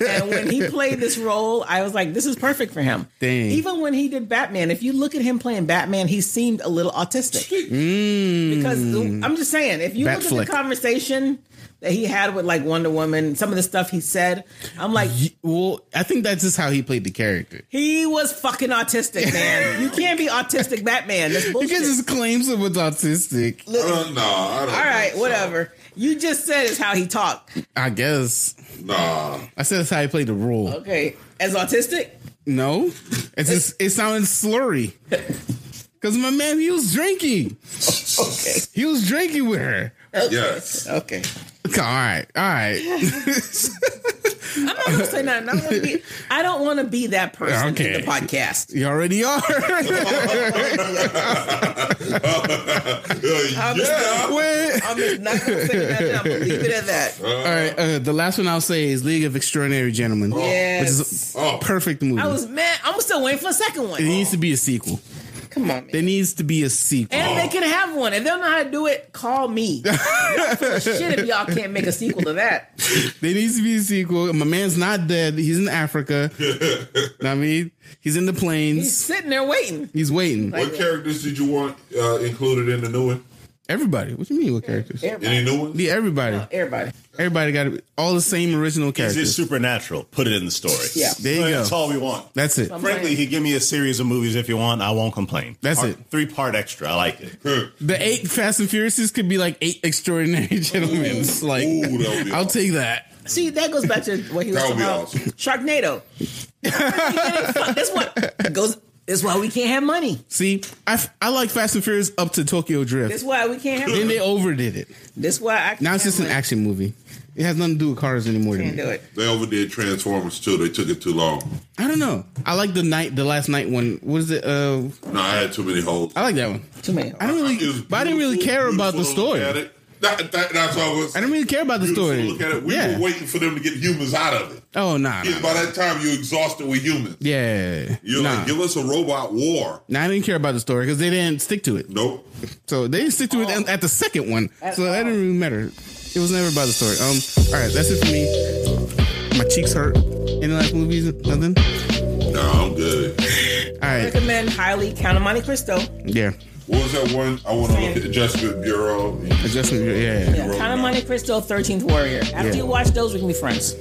S5: and when he played this role, I was like, "This is perfect for him."
S1: Dang.
S5: Even when he did Batman, if you look at him playing Batman, he seemed a little autistic.
S1: Mm.
S5: Because I'm just saying, if you look
S1: Batfleck.
S5: at the conversation that he had with like Wonder Woman, some of the stuff he said, I'm like,
S1: Ye- Well, I think that's just how he played the character.
S5: he was fucking autistic, man. you can't be autistic Batman. That's
S1: You
S5: bullshit.
S1: can just claim someone's autistic.
S3: I don't, Uh, nah, I don't
S5: All
S3: think
S5: right,
S3: so.
S5: whatever. You just said is how he talked.
S1: I guess.
S3: Nah.
S1: I said that's how he played the role.
S5: Okay, as autistic,
S1: No, it's just it sounded slurry. Cause my man, he was drinking.
S5: okay,
S1: He was drinking with her.
S3: Yes.
S5: okay.
S1: All right, all right.
S5: I'm not gonna say nothing. I don't wanna be- I don't want to be that person
S1: Okay.
S5: in the podcast.
S1: You already are.
S5: I'm just-
S3: yeah.
S1: Wait.
S5: I'm just not gonna say nothing. I'm gonna leave it at that.
S1: All right, uh, the last one I'll say is League of Extraordinary Gentlemen, which is
S5: Yes.
S1: a perfect movie.
S5: I was mad. I'm still waiting for a second one.
S1: It needs to be a sequel.
S5: Come on, man.
S1: There needs to be a sequel.
S5: And they can have one. If they don't know how to do it, call me. I don't feel shit if y'all can't make a sequel to that.
S1: There needs to be a sequel. My man's not dead. He's in Africa. Know what I mean, he's in the
S5: He's
S1: plains.
S5: sitting there waiting.
S1: He's waiting.
S3: What characters did you want uh, included in the new one?
S1: Everybody. What you mean? What characters?
S5: Everybody.
S3: Any new ones?
S1: Yeah, everybody.
S5: Everybody.
S1: Everybody got to all the same original
S2: Is it
S1: characters.
S2: supernatural? Put it in the story.
S5: Yeah.
S1: There you go.
S2: That's all we want.
S1: That's it.
S2: Frankly, he give me a series of movies if you want. I won't complain.
S1: That's
S2: Part-
S1: it.
S2: Three part extra. I like it.
S1: The eight Fast and Furiouses could be like eight extraordinary gentlemen. It's Like,
S3: Ooh, that would be
S1: I'll
S3: awesome.
S1: take that.
S5: See, that goes back to what he was talking
S3: That would be
S5: about.
S3: awesome.
S5: Sharknado. Guess what? It goes That's why we can't have money.
S1: See, I, f- I like Fast and Furious up to Tokyo Drift.
S5: That's why we can't have
S1: Then
S5: money.
S1: they overdid it.
S5: That's why I can't
S1: Now it's just an
S5: have money.
S1: action movie. It has nothing to do with cars anymore. To
S5: Can't do
S1: me.
S5: it.
S3: They overdid Transformers too. They took it too long.
S1: I don't know. I like the night, the last night one. What is it? Uh,
S3: No, I had too many holes.
S1: I like that one.
S5: Too many.
S1: I don't
S3: It was
S1: really, but I didn't really
S3: beautiful,
S1: care about the
S3: beautiful to
S1: story.
S3: look at
S1: I
S3: it. That- that- that's what I was.
S1: didn't really care about the
S3: beautiful to
S1: story.
S3: Look at it. We
S1: Yeah.
S3: were waiting for them to get humans out of it.
S1: Oh nah. nah.
S3: Yeah, By that time, you're exhausted with humans.
S1: Yeah.
S3: You're
S1: nah.
S3: like, give us a robot war.
S1: Nah, I didn't care about the story because they didn't stick to it.
S3: Nope.
S1: So they didn't stick to
S5: Oh.
S1: it at the second one. so that didn't really matter. It was never about the story. Um. All right, that's it for me. My cheeks hurt. Any last movies? Nothing.
S3: No, I'm good.
S1: All right.
S5: recommend highly Count of Monte Cristo.
S1: Yeah.
S3: What was that one? I want to look at Adjustment Bureau.
S1: Adjustment. Yeah.
S5: Yeah, Count of Monte Cristo, 13th Warrior. After
S1: Yeah.
S5: you watch those, we can be friends.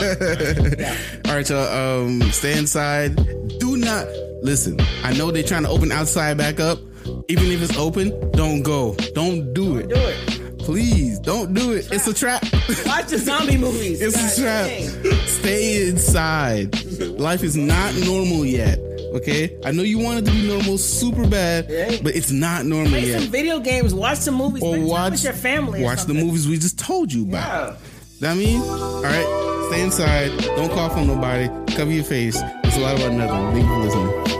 S1: All right, so um, stay inside. Do not listen. I know they're trying to open outside back up. Even if it's open, don't go. Don't do it.
S5: Do it.
S1: Please, don't do it. It's a trap.
S5: Watch the zombie movies.
S1: It's
S5: God
S1: a
S5: dang.
S1: trap. Stay inside. Life is not normal yet. Okay, I know you want it to be normal, super bad,
S5: Yeah.
S1: but it's not normal
S5: Play
S1: yet.
S5: some video games. Watch some movies.
S1: Or
S5: spend time
S1: watch
S5: with your family. or
S1: Watch the
S5: something.
S1: movies we just told you about.
S5: Yeah.
S1: Know what I mean, all right, stay inside. Don't cough on nobody. Cover your face. It's a lot about nothing. Thank you for listening.